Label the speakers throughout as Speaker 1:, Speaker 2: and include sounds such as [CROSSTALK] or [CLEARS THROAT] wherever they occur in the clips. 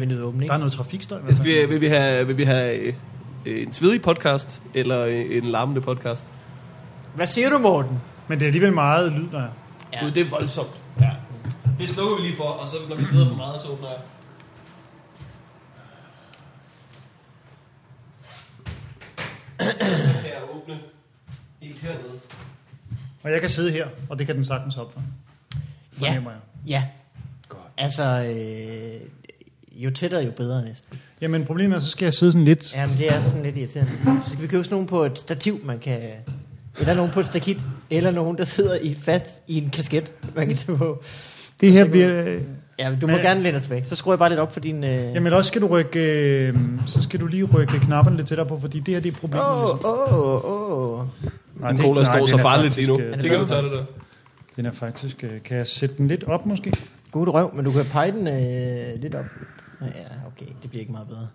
Speaker 1: øh,
Speaker 2: er noget trafikstøj. hvad
Speaker 3: Jeg skal,
Speaker 2: fanden?
Speaker 3: Altså, vi- vil, vi have, vil vi have øh, øh, en svedig podcast, eller øh, en larmende podcast?
Speaker 1: Hvad siger du, Morten?
Speaker 2: Men det er alligevel meget lyd, der er.
Speaker 3: Ja. Gud, det er voldsomt. Ja. Det slukker vi lige for, og så når vi sidder for meget, så åbner jeg. Så kan jeg åbne helt hernede.
Speaker 2: Og jeg kan sidde her, og det kan den sagtens hoppe for. Fornemmer jeg.
Speaker 1: ja.
Speaker 2: Godt.
Speaker 1: Altså, øh, jo tættere, jo bedre næsten.
Speaker 2: Jamen problemet er, så skal jeg sidde sådan lidt.
Speaker 1: Jamen, det er sådan lidt irriterende. Så skal vi købe sådan nogen på et stativ, man kan... Eller nogen på et stakit, eller nogen, der sidder i et fat i en kasket, man kan tage på.
Speaker 2: Det her bliver... øh,
Speaker 1: Ja, men du må
Speaker 2: Men-
Speaker 1: gerne læne dig tilbage. Så skruer jeg bare lidt op for din... Øh...
Speaker 2: Jamen ellers skal du rykke... Øh, så skal du lige rykke knapperne lidt tættere på, fordi det her, det er problemet. ligesom.
Speaker 1: Åh, åh, åh.
Speaker 2: Nej,
Speaker 3: Din
Speaker 2: det-
Speaker 3: cola
Speaker 2: nej,
Speaker 3: står
Speaker 2: den
Speaker 3: så
Speaker 2: er
Speaker 3: farligt lige nu.
Speaker 2: faktisk, øh,
Speaker 3: Tænker du tager det der?
Speaker 2: Den er faktisk... øh, Kan jeg sætte den lidt op måske?
Speaker 1: God røv, men du kan pege den øh, lidt op. Ja, okay, det bliver ikke meget bedre.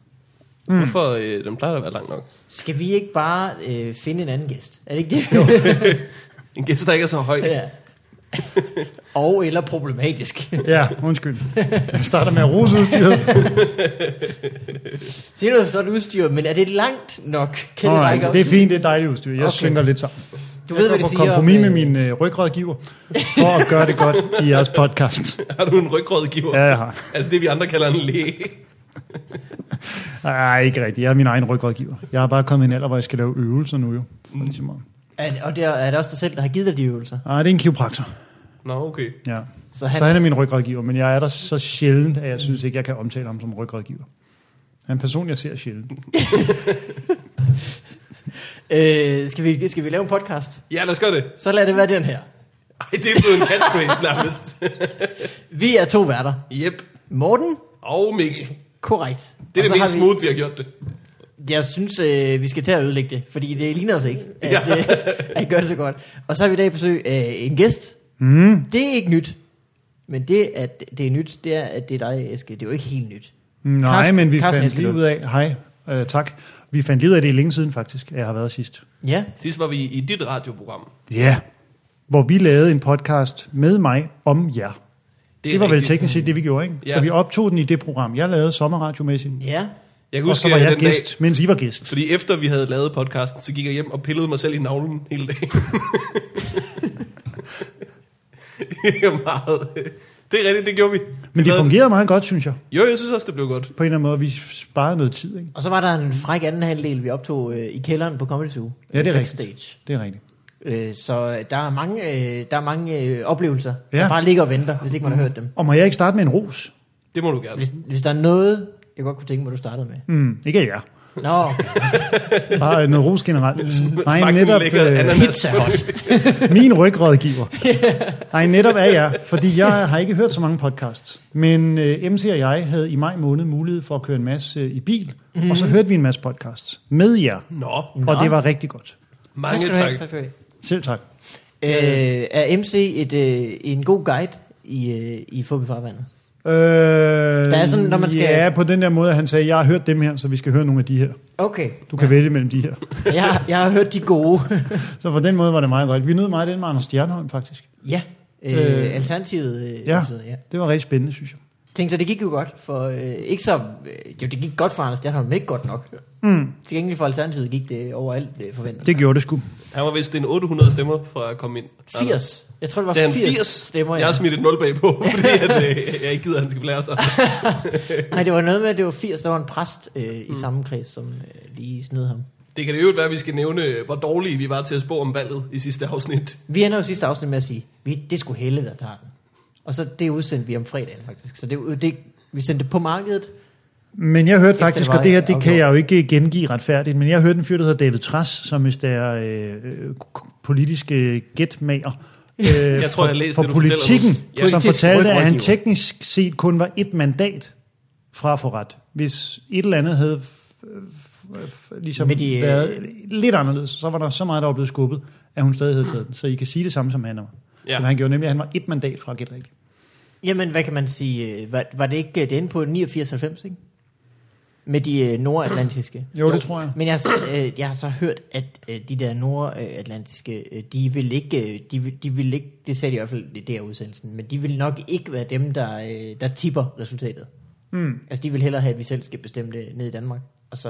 Speaker 3: Mm. Hvorfor? Øh, den plejer at være lang nok.
Speaker 1: Skal vi ikke bare øh, finde en anden gæst? Er det ikke det?
Speaker 3: En gæst, der ikke er så høj.
Speaker 1: [LAUGHS] ja. Og eller problematisk. [LAUGHS]
Speaker 2: Ja, undskyld. Jeg starter med at rose udstyret.
Speaker 1: Siger du flot udstyr, men er det langt nok? Kan
Speaker 2: Nå,
Speaker 1: det
Speaker 2: nej,
Speaker 1: række op
Speaker 2: det er
Speaker 1: til-
Speaker 2: fint, det er dejligt udstyr. Jeg
Speaker 1: Okay.
Speaker 2: okay. synker lidt sammen.
Speaker 1: Du
Speaker 2: Du
Speaker 1: ved, hvad
Speaker 2: ved, jeg går
Speaker 1: det
Speaker 2: på
Speaker 1: siger
Speaker 2: kompromis
Speaker 1: om,
Speaker 2: med
Speaker 1: øh,
Speaker 2: min øh, rygrådgiver, for at gøre det godt i jeres podcast.
Speaker 3: [LAUGHS] Har du en
Speaker 2: [LAUGHS]
Speaker 3: rygrådgiver?
Speaker 2: Ja, jeg har.
Speaker 3: Altså det, vi andre kalder en læge.
Speaker 2: Nej, ikke rigtigt. Jeg er min egen rygrådgiver. Jeg har bare kommet i en alder, hvor jeg skal lave øvelser nu jo. Mm. Ligesom,
Speaker 1: Er, og det er, er det også dig selv, der har givet dig de øvelser?
Speaker 2: ah, det er en kiropraktor.
Speaker 3: Nå, okay.
Speaker 2: Ja.
Speaker 1: Så
Speaker 2: Så han er min rygrådgiver, men jeg er der så sjældent, at jeg synes ikke, jeg kan omtale ham som rygrådgiver. Han er en person, jeg ser sjældent.
Speaker 1: Øh, skal, vi, skal vi lave en podcast?
Speaker 3: Ja, lad os gøre det.
Speaker 1: Så lad det være den her.
Speaker 3: Ej, det er blevet en catchphrase [LAUGHS] nærmest.
Speaker 1: Vi er to værter.
Speaker 3: Jep.
Speaker 1: Morten,
Speaker 3: Og Mikkel.
Speaker 1: korrekt.
Speaker 3: Det
Speaker 1: Og
Speaker 3: er det
Speaker 1: så har
Speaker 3: mest smooth, vi har gjort det.
Speaker 1: Jeg synes, øh, vi skal til at ødelægge det, fordi det ligner os ikke, at,
Speaker 3: Ja.
Speaker 1: ja. øh, [LAUGHS] at gøre det så godt. Og så har vi i dag besøg øh, en gæst.
Speaker 2: Mm.
Speaker 1: Det er ikke nyt. Men det, at det er nyt, det er, at det er dig, Eske. Det er jo ikke helt nyt.
Speaker 2: Nej,
Speaker 1: Carsten-
Speaker 2: men vi
Speaker 1: Carsten
Speaker 2: fandt
Speaker 1: Eskelund.
Speaker 2: lige ud af... Hej, øh, tak. Vi fandt lige ud af det er længe siden faktisk, at jeg har været sidst.
Speaker 1: Ja.
Speaker 3: Sidst var vi i dit radioprogram.
Speaker 2: Ja, yeah. hvor vi lavede en podcast med mig om jer. Det, det var vel
Speaker 3: rigtigt.
Speaker 2: teknisk set det, vi gjorde, ikke?
Speaker 3: Ja.
Speaker 2: Ja. Så vi optog den i det program, jeg lavede sommerradiomæssigt.
Speaker 1: Ja.
Speaker 3: Jeg kan
Speaker 2: Og så
Speaker 3: huske øh,
Speaker 2: var jeg
Speaker 3: den
Speaker 2: gæst,
Speaker 3: dag,
Speaker 2: dag. mens I var gæst.
Speaker 3: fordi efter vi havde lavet podcasten, så gik jeg hjem og pillede mig selv i navlen hele dagen. det er meget. øh, Det er rigtigt, det gjorde vi.
Speaker 2: Men det fungerede meget godt, synes jeg.
Speaker 3: Jo, jeg synes også, det blev godt.
Speaker 2: På en eller anden måde, vi sparede noget tid, ikke?
Speaker 1: Og så var der en fræk anden halvdel, vi optog øh, i kælderen på Comedy Zoo.
Speaker 2: Ja, det er
Speaker 1: Backstage.
Speaker 2: Det er rigtigt.
Speaker 1: Øh, så der er mange, øh, der er mange øh, oplevelser, ja. der
Speaker 2: Ja.
Speaker 1: bare ligger og venter, hvis ikke man har hørt dem.
Speaker 2: Og må jeg ikke starte med en ros?
Speaker 3: Det må du gerne.
Speaker 1: Hvis, hvis der er noget, jeg godt kunne tænke mig, du startede med.
Speaker 2: Mm, ikke af jer.
Speaker 1: Nå,
Speaker 2: Bare noget
Speaker 1: [LAUGHS]
Speaker 2: ros generelt.
Speaker 3: Smak
Speaker 2: Nej,
Speaker 3: en
Speaker 2: netop
Speaker 3: lækker
Speaker 2: øh,
Speaker 3: ananas.
Speaker 1: pizza hot. [LAUGHS]
Speaker 2: min rygrådgiver. Nej, netop af jer. Fordi jeg har ikke hørt så mange podcasts. Men øh, MC og jeg havde i maj måned mulighed for at køre en masse øh, i bil. Mm. Og så
Speaker 1: Mhm.
Speaker 2: hørte vi en masse podcasts med jer.
Speaker 3: Nå,
Speaker 2: Og det var rigtig godt.
Speaker 3: mange
Speaker 1: skal du have. skal
Speaker 3: tak.
Speaker 1: du have.
Speaker 2: Selv tak.
Speaker 1: Øh, er MC et, øh, en god guide i, øh, i Fubi Farvandet?
Speaker 2: Øh,
Speaker 1: Der er sådan, når man skal-
Speaker 2: Ja, på den der måde, at han sagde, jeg har hørt dem her, så vi skal høre nogle af de her.
Speaker 1: Okay,
Speaker 2: Du kan ja. vælge mellem de her.
Speaker 1: jeg, har- jeg har hørt de gode.
Speaker 2: Så på den måde var det meget godt. Vi nød meget den med Anders Stjernholm, faktisk.
Speaker 1: ja, øh,
Speaker 2: Øh,
Speaker 1: Alternativet. Øh,
Speaker 2: ja.
Speaker 1: episode, ja.
Speaker 2: Det var rigtig spændende, synes jeg.
Speaker 1: Tænk så, det gik jo godt for... Øh, ikke så... Øh, jo, det gik godt for Anders Stjernholm, men ikke godt nok.
Speaker 2: Mm,
Speaker 1: Til gengæld for Alternativet gik det overalt øh, forventet.
Speaker 2: det gjorde det sgu.
Speaker 3: Han var vist en 800 stemmer fra at komme ind.
Speaker 1: 80. Jeg tror, det var
Speaker 3: Til han
Speaker 1: 80,
Speaker 3: 80
Speaker 1: stemmer.
Speaker 3: Jeg
Speaker 1: Ja.
Speaker 3: har smidt et 0 bagpå, [LAUGHS] fordi at, øh, jeg ikke gider, at han skal blære sig.
Speaker 1: Nej, det var noget med, at det var 80. Der var en præst øh, i samme kreds, som øh, lige snød ham.
Speaker 3: Det kan det øvrigt være, at vi skal nævne, øh, hvor dårlige vi var til at spå om valget i sidste afsnit.
Speaker 1: Vi ender jo sidste afsnit med at sige, vi, det skulle Helle, der tager den. Og så det udsendte vi om fredagen, faktisk. Så det, det vi sendte det på markedet.
Speaker 2: Men jeg hørte faktisk,
Speaker 1: det var
Speaker 2: og det her, det kan
Speaker 1: afgjort.
Speaker 2: jeg jo ikke gengive retfærdigt, men jeg hørte en fyr, der hedder David Tras, som hvis det er øh, øh, k- politiske gætmager. Øh, jeg
Speaker 3: tror, jeg læste
Speaker 2: for
Speaker 3: det, du
Speaker 2: politikken,
Speaker 3: fortæller
Speaker 1: nu.
Speaker 2: ja. som
Speaker 1: Politisk
Speaker 2: fortalte, at han
Speaker 1: rygrådgiver.
Speaker 2: teknisk set kun var et mandat fra at få ret. Hvis et eller andet havde f- f- f- ligesom
Speaker 1: Med de, øh,
Speaker 2: været lidt anderledes, så var der så meget, der var blevet skubbet, at hun stadig havde taget den. Så I kan sige det samme, som han var.
Speaker 3: Ja.
Speaker 2: Ja. Som han gjorde, nemlig at han var et mandat fra at gætte rigtigt.
Speaker 1: Jamen, hvad kan man sige? øh, Var, var det ikke øh, det endte på 89-90, ikke? Med de øh, nordatlantiske.
Speaker 2: Jo, jo, det tror jeg.
Speaker 1: Men jeg, har s- øh, jeg har så hørt, at øh, de der nordatlantiske, øh, de vil ikke, øh, de, vil- de vil ikke, det sagde de i hvert fald i det her udsendelsen, men de vil nok ikke være dem, der, øh, der tipper resultatet.
Speaker 2: Mm.
Speaker 1: Altså, de vil hellere have, at vi selv skal bestemme det ned i Danmark. Og så,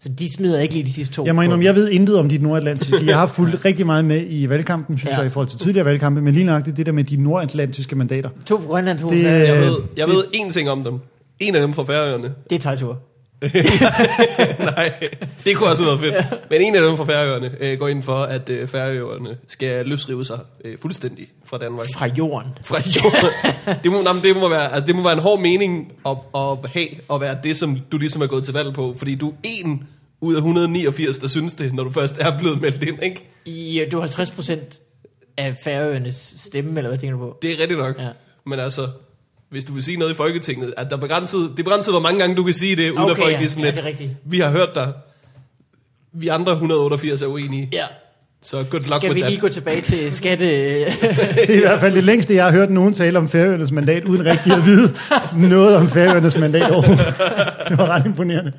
Speaker 1: så de smider ikke lige de sidste to.
Speaker 2: Jeg må indrømme,
Speaker 1: på-
Speaker 2: jeg ved intet om de nordatlantiske. Jeg har fulgt [LAUGHS] rigtig meget med i valgkampen, synes
Speaker 1: Ja.
Speaker 2: ja. jeg, i forhold til tidligere valgkampe, men lige nøjagtigt det der med de nordatlantiske [LAUGHS] mandater.
Speaker 1: To fra Grønland, to fra
Speaker 2: Det-
Speaker 1: Færøerne.
Speaker 3: Jeg
Speaker 2: Øh,
Speaker 3: ved, jeg
Speaker 2: det-
Speaker 3: ved én ting om dem. En af dem fra Færøerne.
Speaker 1: Det er tegtur.
Speaker 3: Nej, [LAUGHS] det kunne også have været fedt. Men en af dem fra Færøerne øh, går ind for, at øh, Færøerne skal løsrive sig øh, fuldstændig fra Danmark.
Speaker 1: Fra jorden.
Speaker 3: Fra
Speaker 1: [LAUGHS]
Speaker 3: jorden. det, må, nej, men det, må være, altså, det må være en hård mening at, at have, og være det, som du ligesom er gået til valg på. Fordi du er en ud af 189, der synes det, når du først er blevet meldt ind, ikke?
Speaker 1: I, øh, du er 50 procent af Færøernes stemme, eller hvad tænker du på?
Speaker 3: Det er rigtigt nok.
Speaker 1: Ja.
Speaker 3: Ja. Men altså, hvis du vil sige noget i Folketinget, at der er begrænset, det er begrænset, hvor mange gange du kan sige det, uden okay, at
Speaker 1: Okay,
Speaker 3: folk
Speaker 1: ja.
Speaker 3: er sådan
Speaker 1: Ja,
Speaker 3: lidt,
Speaker 1: det er rigtigt.
Speaker 3: vi har hørt dig, vi andre 188 er uenige,
Speaker 1: Ja.
Speaker 3: så good luck
Speaker 1: Skal
Speaker 3: with
Speaker 1: vi
Speaker 3: that.
Speaker 1: lige gå tilbage til skatte... øh,
Speaker 2: Det er i hvert fald det længste, jeg har hørt nogen tale om Færøernes mandat, uden rigtig at [LAUGHS] vide noget om Færøernes mandat [LAUGHS] overhovedet. Det var ret imponerende.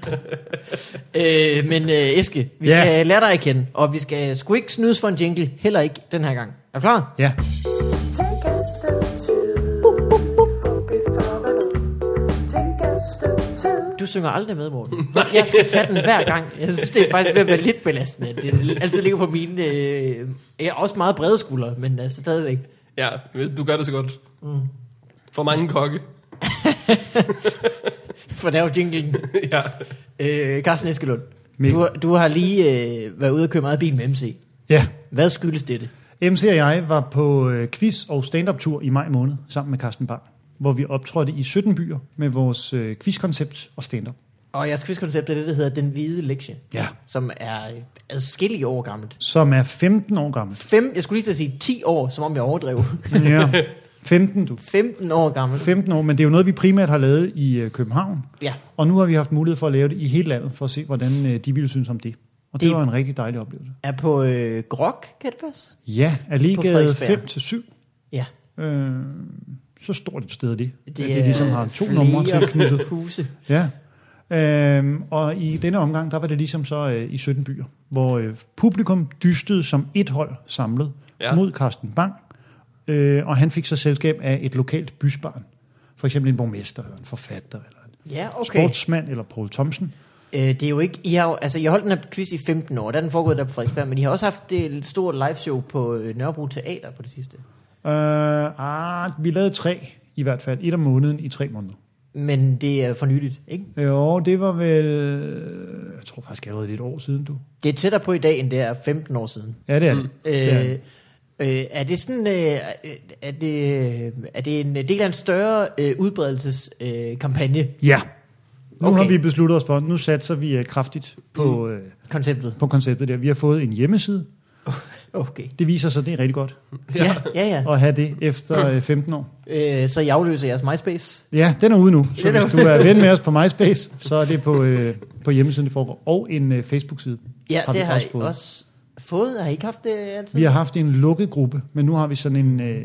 Speaker 1: Øh, men øh, Eske, vi
Speaker 2: Ja.
Speaker 1: yeah. skal lære dig at kende, og vi skal sgu ikke snydes for en jingle, heller ikke den her gang. Er du klar?
Speaker 2: Ja.
Speaker 4: Take a step two. Boop, boop, boop. Take a step two.
Speaker 1: Du synger aldrig med, Morten. jeg skal tage den hver gang. Jeg synes, det er faktisk ved at være lidt belastende. Det er altid ligger på mine, øh, ja, også meget brede skuldre, men altså stadigvæk.
Speaker 3: Ja, men du gør det så godt. Mm. For mange kokke. [LAUGHS]
Speaker 1: For der er jo jinglen.
Speaker 3: ja.
Speaker 1: Øh, Carsten Eskelund,
Speaker 2: Mikkel.
Speaker 1: du, har- du har lige øh, været ude og køre meget bil med MC.
Speaker 2: Ja.
Speaker 1: Hvad skyldes det?
Speaker 2: MC og jeg var på øh, quiz- og stand-up-tur i maj måned sammen med Carsten Bang, hvor vi optrådte i 17 byer med vores øh, quizkoncept og stand-up.
Speaker 1: Og jeres quizkoncept er det, der hedder Den Hvide Lektie,
Speaker 2: Ja.
Speaker 1: som er adskillige år gammelt.
Speaker 2: Som er 15 år gammel.
Speaker 1: Fem, jeg skulle lige til at sige 10 år, som om jeg overdrev. [LAUGHS]
Speaker 2: [LAUGHS] Ja. 15, du.
Speaker 1: 15 år gammel.
Speaker 2: 15 år, men det er jo noget, vi primært har lavet i øh, København.
Speaker 1: Ja,
Speaker 2: Og nu har vi haft mulighed for at lave det i hele landet, for at se, hvordan øh, de ville synes om det. Og det,
Speaker 1: Det-
Speaker 2: det var en rigtig dejlig oplevelse.
Speaker 1: er på øh, Grok, kan det passe?
Speaker 2: Ja,
Speaker 1: På
Speaker 2: Allegade
Speaker 1: Frederiksberg.
Speaker 2: 5-7.
Speaker 1: Ja.
Speaker 2: Øh, så stort et sted er det. Det, det ligesom har to numre tilknyttet.
Speaker 1: huse.
Speaker 2: Ja. Øhm, og i denne omgang, der var det ligesom så øh, i 17 byer, hvor øh, publikum dystede som et hold samlet
Speaker 3: Ja.
Speaker 2: ja. mod Carsten Bang, øh, og han fik så selskab af et lokalt bysbarn. For eksempel en borgmester, eller en forfatter, eller en
Speaker 1: Ja,
Speaker 2: okay.
Speaker 1: okay.
Speaker 2: sportsmand, eller Paul Thomsen.
Speaker 1: Øh, det er jo ikke, I har jo, altså, jeg holdt den her quiz i 15 år, der er den foregået der på Frederiksberg, men I har også haft et stort liveshow på øh, Nørrebro Teater på det sidste.
Speaker 2: Øh, ah, vi lavede tre, i hvert fald. Et om måneden i tre måneder.
Speaker 1: Men det er for nyligt, ikke?
Speaker 2: Jo, det var vel... øh, Jeg tror faktisk allerede det er et år siden, du.
Speaker 1: Det er tættere på i dag, end det er 15 år siden.
Speaker 2: Ja, det er det. Mm. det, er
Speaker 1: Øh,
Speaker 2: det.
Speaker 1: øh, er det sådan, øh, er, det, øh, er det en del af en større øh, udbredelseskampagne? Øh, kampagne,
Speaker 2: Ja.
Speaker 1: Okay. Mm.
Speaker 2: Nu okay. har vi besluttet os for, nu satser vi øh, kraftigt på... Øh,
Speaker 1: konceptet?
Speaker 2: på konceptet der. Vi har fået en hjemmeside.
Speaker 1: Okay.
Speaker 2: Det viser sig, det er rigtig godt
Speaker 1: Ja, ja, ja.
Speaker 2: at have det efter
Speaker 1: Mm.
Speaker 2: øh, 15 år.
Speaker 1: Øh, så I afløser jeres MySpace.
Speaker 2: Ja, den er ude nu. Så
Speaker 1: Den er
Speaker 2: hvis du er ven med os på MySpace, så er det på, øh, på hjemmesiden, det foregår. Og en øh, Facebook-side
Speaker 1: Ja, har
Speaker 2: vi
Speaker 1: det har I også fået. Har I ikke haft det altid?
Speaker 2: Vi har haft en lukket gruppe, men nu har vi sådan en øh,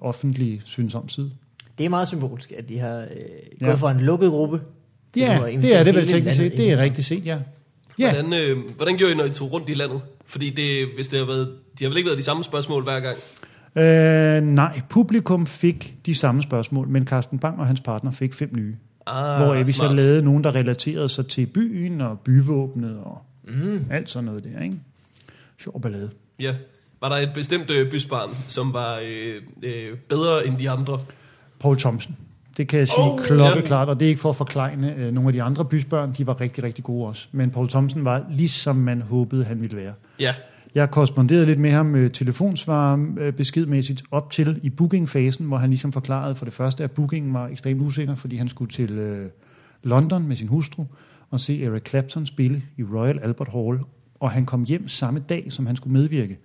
Speaker 2: offentlig synsom side.
Speaker 1: Det er meget symbolsk, at de har øh, gået
Speaker 2: Ja.
Speaker 1: for en lukket gruppe. Så du har
Speaker 2: Ja, det er
Speaker 1: inviteret
Speaker 2: det vel
Speaker 1: hele
Speaker 2: teknisk
Speaker 1: landet
Speaker 2: set. Det er
Speaker 1: ind.
Speaker 2: rigtigt set, ja.
Speaker 3: Ja.
Speaker 2: Ja,
Speaker 3: Hvordan, øh, hvordan gjorde I, når I tog rundt i landet? Fordi det, hvis det har været, de har vel ikke været de samme spørgsmål hver gang.
Speaker 2: øh, nej, publikum fik de samme spørgsmål, men Carsten Bang og hans partner fik fem nye.
Speaker 3: Ah,
Speaker 2: hvor vi så
Speaker 3: smart.
Speaker 2: lavede nogen, der relaterede sig til byen og byvåbnet og mm. alt sådan noget der, ikke? Sjov ballade.
Speaker 3: Ja. Var der et bestemt øh, bysbarn, som var øh, øh, bedre end de andre?
Speaker 2: Paul Thomsen. Det kan jeg sige
Speaker 3: Oh,
Speaker 2: oh, klokkeklart, og det er ikke for at forklejne øh, nogle af de andre bysbørn, de var rigtig, rigtig gode også. Men Paul Thomsen var ligesom man håbede, han ville være.
Speaker 3: Ja.
Speaker 2: Jeg korresponderede lidt med ham øh, telefonsvar øh, beskedmæssigt op til i bookingfasen, hvor han ligesom forklarede for det første, at bookingen var ekstremt usikker, fordi han skulle til øh, London med sin hustru og se Eric Clapton spille i Royal Albert Hall, og han kom hjem samme dag, som han skulle medvirke.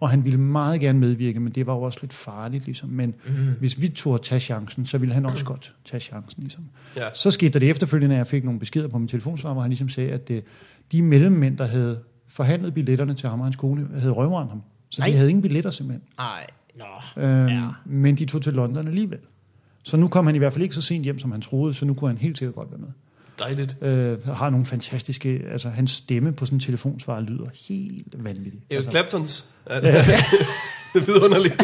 Speaker 2: Og han ville meget gerne medvirke, men det var jo også lidt farligt ligesom. Men mm. hvis vi turde tage chancen, så ville han også godt tage chancen ligesom.
Speaker 3: ja.
Speaker 2: Så skete der det efterfølgende, at jeg fik nogle beskeder på min telefonsvar, hvor han ligesom sagde, at øh, de mellemmænd, der havde forhandlet billetterne til ham og hans kone, havde røvrendt ham. Så Nej.
Speaker 1: Nej.
Speaker 2: de havde ingen billetter simpelthen.
Speaker 1: Ej, nå.
Speaker 2: Øhm,
Speaker 1: Ja.
Speaker 2: ja. Men de tog til London alligevel. Så nu kom han i hvert fald ikke så sent hjem, som han troede, så nu kunne han helt sikkert godt være med.
Speaker 3: Dejligt.
Speaker 2: Øh, har nogle fantastiske, altså hans stemme på sådan en telefonsvar lyder helt Altså, vanvittigt.
Speaker 3: Eric [LAUGHS]
Speaker 2: Altså,
Speaker 3: Claptons. Ja. det er vidunderligt.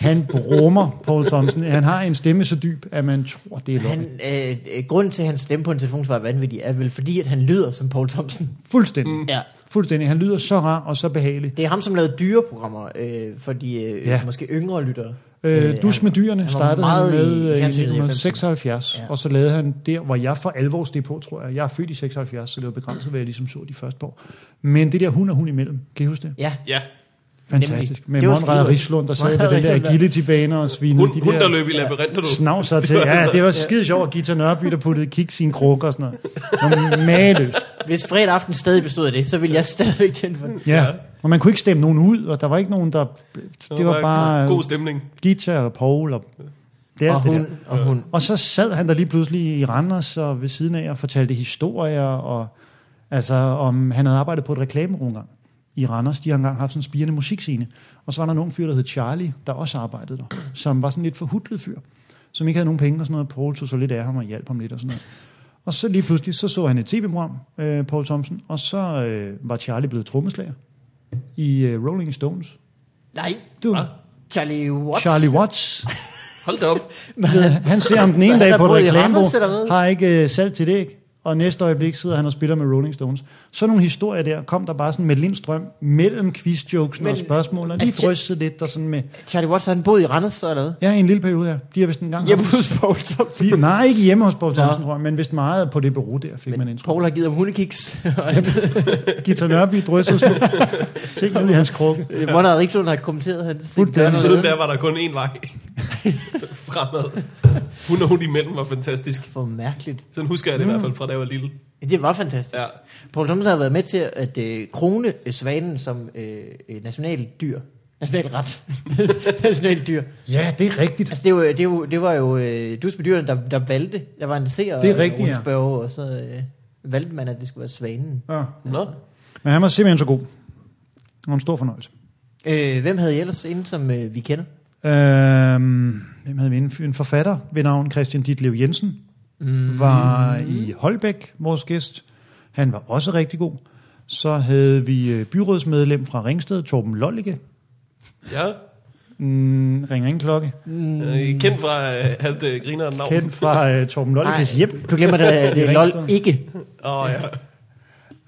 Speaker 2: Han brummer, Paul Thompson. Han har en stemme så dyb, at man tror, det er løgn.
Speaker 1: Han, øh, øh, grunden til, at han stemme på en telefonsvar er vanvittig, er vel fordi, at han lyder som Paul Thompson.
Speaker 2: Fuldstændig.
Speaker 1: Ja.
Speaker 2: Fuldstændig. Han lyder så rar og så behagelig.
Speaker 1: Det er ham, som lavede dyreprogrammer øh, for de øh,
Speaker 2: Ja.
Speaker 1: ja. måske yngre lyttere.
Speaker 2: Øh, Dus med dyrene
Speaker 1: han var
Speaker 2: startede han
Speaker 1: meget i
Speaker 2: med øh, i
Speaker 1: fjernsynet i
Speaker 2: 1976,
Speaker 1: halvfemserne.
Speaker 2: og så lavede han der, hvor jeg for alvor steg på, tror jeg. Jeg er født i 76, så det var begrænset, hvad jeg ligesom så de første år. Men det der hund og hund imellem, kan I huske det?
Speaker 1: Ja,
Speaker 3: Ja,
Speaker 2: Fantastisk.
Speaker 1: Nemlig.
Speaker 2: Med
Speaker 1: Det var
Speaker 2: Monrad
Speaker 1: skide-
Speaker 2: Rislund, der sad
Speaker 1: Monrad
Speaker 2: på den der
Speaker 1: Rislund, ja.
Speaker 2: agility-baner og svinede
Speaker 3: hun,
Speaker 2: de
Speaker 3: hun der
Speaker 2: der
Speaker 3: løb i labyrinten, du. [LAUGHS]
Speaker 2: snavser til. Ja, det var skide sjovt at give til Nørby, der puttede kiks i en krukke og sådan noget. Mageløst.
Speaker 1: hvis fredag aften stadig bestod af det, så ville jeg stadigvæk tænde for det.
Speaker 2: Ja. Og man kunne ikke stemme nogen ud, og der var ikke nogen, der... Det var bare
Speaker 3: God stemning.
Speaker 2: Gita og Paul og... Det,
Speaker 1: Og
Speaker 2: det
Speaker 1: hun,
Speaker 2: der.
Speaker 1: og hun.
Speaker 2: Og så sad han der lige pludselig i Randers og ved siden af og fortalte historier, og altså om han havde arbejdet på et reklamebureau engang i Randers. De har engang haft sådan en spirende musikscene. Og så var der en ung fyr, der hed Charlie, der også arbejdede der, som var sådan lidt forhudlet fyr, som ikke havde nogen penge og sådan noget. Paul tog så lidt af ham og hjalp ham lidt og sådan noget. Og så lige pludselig, så så han et tv-program, øh, Paul Thompson, og så øh, var Charlie blevet trommeslager i øh, Rolling Stones.
Speaker 1: Nej,
Speaker 2: Du,
Speaker 1: Charlie Watts.
Speaker 2: Charlie Watts.
Speaker 3: Hold da op.
Speaker 2: Ved- Han ser ham den
Speaker 1: Så
Speaker 2: ene
Speaker 1: han
Speaker 2: dag
Speaker 1: har
Speaker 2: på et
Speaker 1: boet i
Speaker 2: reklamebureau,
Speaker 1: Randers, eller hvad?
Speaker 2: har ikke øh, salg til det, ikke? og næste øjeblik sidder han og spiller med Rolling Stones. Sådan nogle historier der, kom der bare sådan med lindstrøm mellem quizjokesen og
Speaker 1: Men- Altså-
Speaker 2: spørgsmål, og lige
Speaker 1: at tje-
Speaker 2: drysset lidt der sådan med,
Speaker 1: Charlie Watts, han boede i Randers, så eller hvad?
Speaker 2: ja, i en lille periode her, de har vist en gang...
Speaker 1: Hjemme hos Paul Thompson. [LAUGHS]
Speaker 2: de, nej, ikke hjemme hos Paul Thomsen,
Speaker 1: Nå.
Speaker 2: tror jeg, men vist meget på det bureau der, fik man indtryk.
Speaker 1: Paul har givet ham hundekiks. og han- [LAUGHS]
Speaker 2: Gita Nørby drysset sådan ting ud i hans krukke.
Speaker 1: øh, Monrad Rikslund har kommenteret hans.
Speaker 2: Fuldstændig.
Speaker 1: hans-
Speaker 3: Siden der var der kun én vej [LAUGHS] fremad. Hun og hun imellem var fantastisk.
Speaker 1: For mærkeligt.
Speaker 3: Sådan husker jeg det i hvert fald fra da jeg var lille.
Speaker 1: Det var fantastisk.
Speaker 3: Ja.
Speaker 1: Ja. Paul Thomsen har været med til at øh, krone øh, svanen som øh, øh, national dyr. National ret. [LAUGHS] national dyr.
Speaker 2: Ja, det er rigtigt.
Speaker 1: Altså, det, var, det, var, det var jo øh, dus med dyrene, der, der valgte. Der var en seer
Speaker 2: Det er rigtigt, ja.
Speaker 1: ja. og så øh, valgte man, at det skulle være svanen.
Speaker 2: Ja.
Speaker 3: Nå,
Speaker 2: Men han var simpelthen så god. Og en stor fornøjelse.
Speaker 1: Øh, hvem havde I ellers inden, som øh, vi kender?
Speaker 2: Øhm, hvem havde vi inden? En forfatter ved navn Christian Ditlev Jensen mm. var i Holbæk, vores gæst. Han var også rigtig god. Så havde vi øh, byrådsmedlem fra Ringsted, Torben Lollicke.
Speaker 3: ja.
Speaker 2: Mm, ringer ingen klokke.
Speaker 3: Øh, I er kendt fra øh, hans øh, griner navn.
Speaker 2: Kendt fra øh, Torben Lollickes
Speaker 1: Ej,
Speaker 2: hjem.
Speaker 1: Du glemmer,
Speaker 2: [LAUGHS]
Speaker 1: det, er- det
Speaker 2: I
Speaker 1: er lol
Speaker 2: Ringsted.
Speaker 1: ikke.
Speaker 3: Åh oh, ja.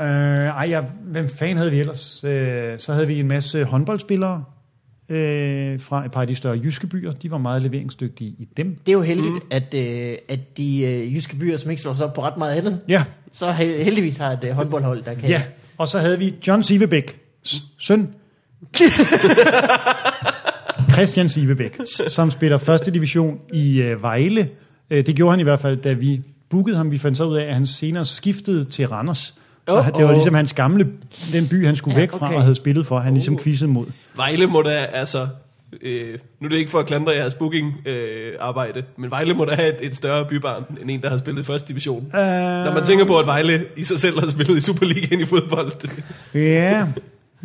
Speaker 2: Øh, ej, ja, hvem fanden havde vi ellers? Øh, så havde vi en masse håndboldspillere øh, fra et par af de større jyske byer. De var meget leveringsdygtige i dem.
Speaker 1: Det er jo heldigt, mm. at, øh, at de øh, jyske byer, som ikke slår sig op på ret meget andet,
Speaker 2: Ja,
Speaker 1: så he- heldigvis har et øh, håndboldhold, der kan...
Speaker 2: ja. Og så havde vi John Sivebæk,
Speaker 1: [LAUGHS]
Speaker 2: søn. Christian Sivebæk, som spiller første division i øh, Vejle. Øh, det gjorde han i hvert fald, da vi bookede ham. Vi fandt så ud af, at han senere skiftede til Randers. Så
Speaker 1: Åh,
Speaker 2: oh, det var
Speaker 1: åh.
Speaker 2: ligesom hans gamle, den by, han skulle
Speaker 1: Ja,
Speaker 2: væk fra
Speaker 1: okay. Uh.
Speaker 2: og havde spillet for, han ligesom quizzede mod.
Speaker 3: Vejle må da, altså... Øh, nu er det ikke for at klandre jeres booking-arbejde, øh, arbejde, men Vejle må da have et, et større bybarn, end en, der har spillet i første division. Uh... Når man tænker på, at Vejle i sig selv har spillet i Superligaen i fodbold. [LAUGHS]
Speaker 2: Ja,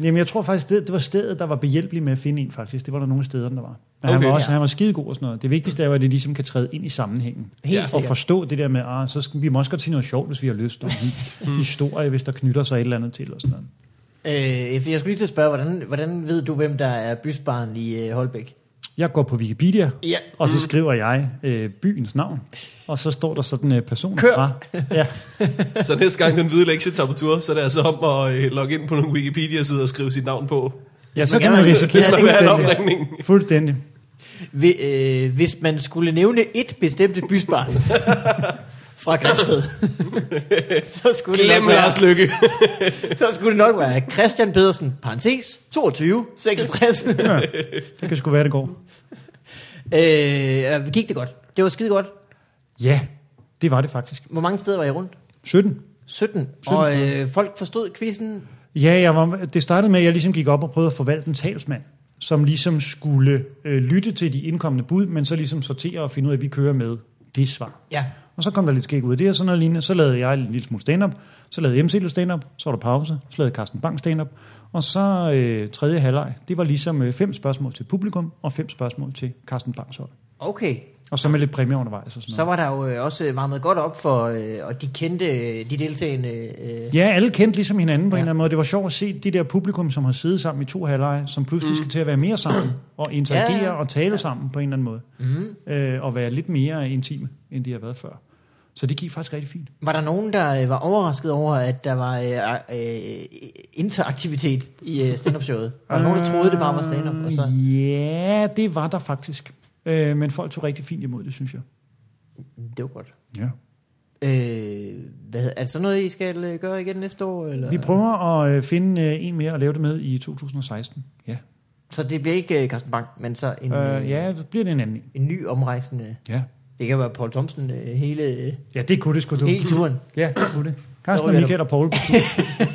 Speaker 2: jamen jeg tror faktisk, det, det var stedet, der var behjælpelig med at finde en faktisk. Det var der nogle steder, der var. Men okay, han
Speaker 3: Okay.
Speaker 2: var også
Speaker 1: Ja.
Speaker 2: han var skidegod og sådan noget. Det vigtigste er jo, at det ligesom kan træde ind i sammenhængen.
Speaker 1: Helt
Speaker 3: Ja.
Speaker 2: og
Speaker 1: sikkert.
Speaker 2: forstå det der med, ah, så skal vi må også godt sige noget sjovt, hvis vi har lyst, og
Speaker 3: Mm.
Speaker 2: en historie, hvis der knytter sig et eller andet til, og sådan noget.
Speaker 1: Øh, for jeg skulle lige til at spørge, hvordan, hvordan ved du, hvem der er bysbarn i øh, Holbæk?
Speaker 2: Jeg går på Wikipedia,
Speaker 1: Ja.
Speaker 2: og
Speaker 3: Mm.
Speaker 2: så skriver jeg øh, byens navn, og så står der sådan øh, personer
Speaker 1: Kør.
Speaker 2: fra. Ja,
Speaker 3: så næste gang den hvide lektie tager på tur, så er det altså om at øh, logge ind på nogle Wikipedia-sider og skrive sit navn på.
Speaker 2: ja så
Speaker 1: Man
Speaker 2: kan
Speaker 1: kan
Speaker 2: man
Speaker 1: jo-
Speaker 2: risikere
Speaker 3: Hvis man vil have en
Speaker 2: fuldstændig.
Speaker 3: opringning.
Speaker 2: fuldstændig.
Speaker 1: Vi, øh, hvis man skulle nævne et bestemt
Speaker 3: [LAUGHS]
Speaker 1: bysbarn fra Græsted, så skulle, det
Speaker 3: Glem
Speaker 1: nok være,
Speaker 3: Lars Lykke.
Speaker 1: [LAUGHS] så skulle det nok være Christian Pedersen, parentes, 22,
Speaker 3: [LAUGHS]
Speaker 1: 66. øh,
Speaker 2: Det kan sgu være, det går.
Speaker 1: ja, Øh, gik det godt? Det var skide godt.
Speaker 2: Ja, det var det faktisk.
Speaker 1: Hvor mange steder var I rundt?
Speaker 2: 17.
Speaker 1: 17. 17. Og øh, folk forstod quizzen.
Speaker 2: Ja, jeg var, det startede med, at jeg ligesom gik op og prøvede at forvalte en talsmand, som ligesom skulle øh, lytte til de indkommende bud, men så ligesom sortere og finde ud af, at vi kører med det svar.
Speaker 1: Ja.
Speaker 2: Og så kom der lidt skæg ud af det og sådan noget lignende. Så lavede jeg en lille smule stand-up. Så lavede MC lidt stand-up. Så var der pause. Så lavede Carsten Bang stand-up. Og så øh, tredje halvleg. Det var ligesom øh, fem spørgsmål til publikum og fem spørgsmål til Carsten Bangs hold.
Speaker 1: Okay.
Speaker 2: Og så med lidt præmier undervejs og sådan
Speaker 1: Så
Speaker 2: noget.
Speaker 1: var der jo øh, også varmet godt op for, øh, og de kendte, øh, de deltagende... Øh,
Speaker 2: Ja, alle kendte ligesom hinanden på ja. en
Speaker 1: Ja.
Speaker 2: eller anden måde. Det var sjovt at se det der publikum, som har siddet sammen i to halvleje, som pludselig mm. skal til at være mere sammen og interagere
Speaker 1: Ja,
Speaker 2: ja,
Speaker 1: ja. Mm-hmm.
Speaker 2: ja. og tale ja. sammen på en eller anden måde. Mm. Øh, og være lidt mere intime, end de har været før. Så det gik faktisk rigtig fint.
Speaker 1: var der nogen, der øh, var overrasket over, at der var øh, øh, interaktivitet i øh, stand-up-showet? Var der nogen, der troede, det bare var stand-up? Og så,
Speaker 2: Ja, det var der faktisk. Øh, men folk tog rigtig fint imod det, synes jeg.
Speaker 1: det var godt.
Speaker 2: Ja.
Speaker 1: Øh, hvad, hed- er det sådan noget, I skal øh, gøre igen næste år? Eller?
Speaker 2: Vi prøver at øh, finde øh, en mere og lave det med i 2016. Ja,
Speaker 1: Så det bliver ikke øh, Carsten Bang, men så en,
Speaker 2: øh,
Speaker 1: øh,
Speaker 2: ja så bliver det en anden en.
Speaker 1: en ny omrejsende.
Speaker 2: Ja.
Speaker 1: Det kan være Paul Thomsen øh, hele, øh,
Speaker 2: ja, det kunne det sgu du.
Speaker 1: hele turen. [LAUGHS]
Speaker 2: Ja, det kunne det. Carsten
Speaker 1: Så
Speaker 2: og
Speaker 1: ryger
Speaker 2: Michael og Paul på tur.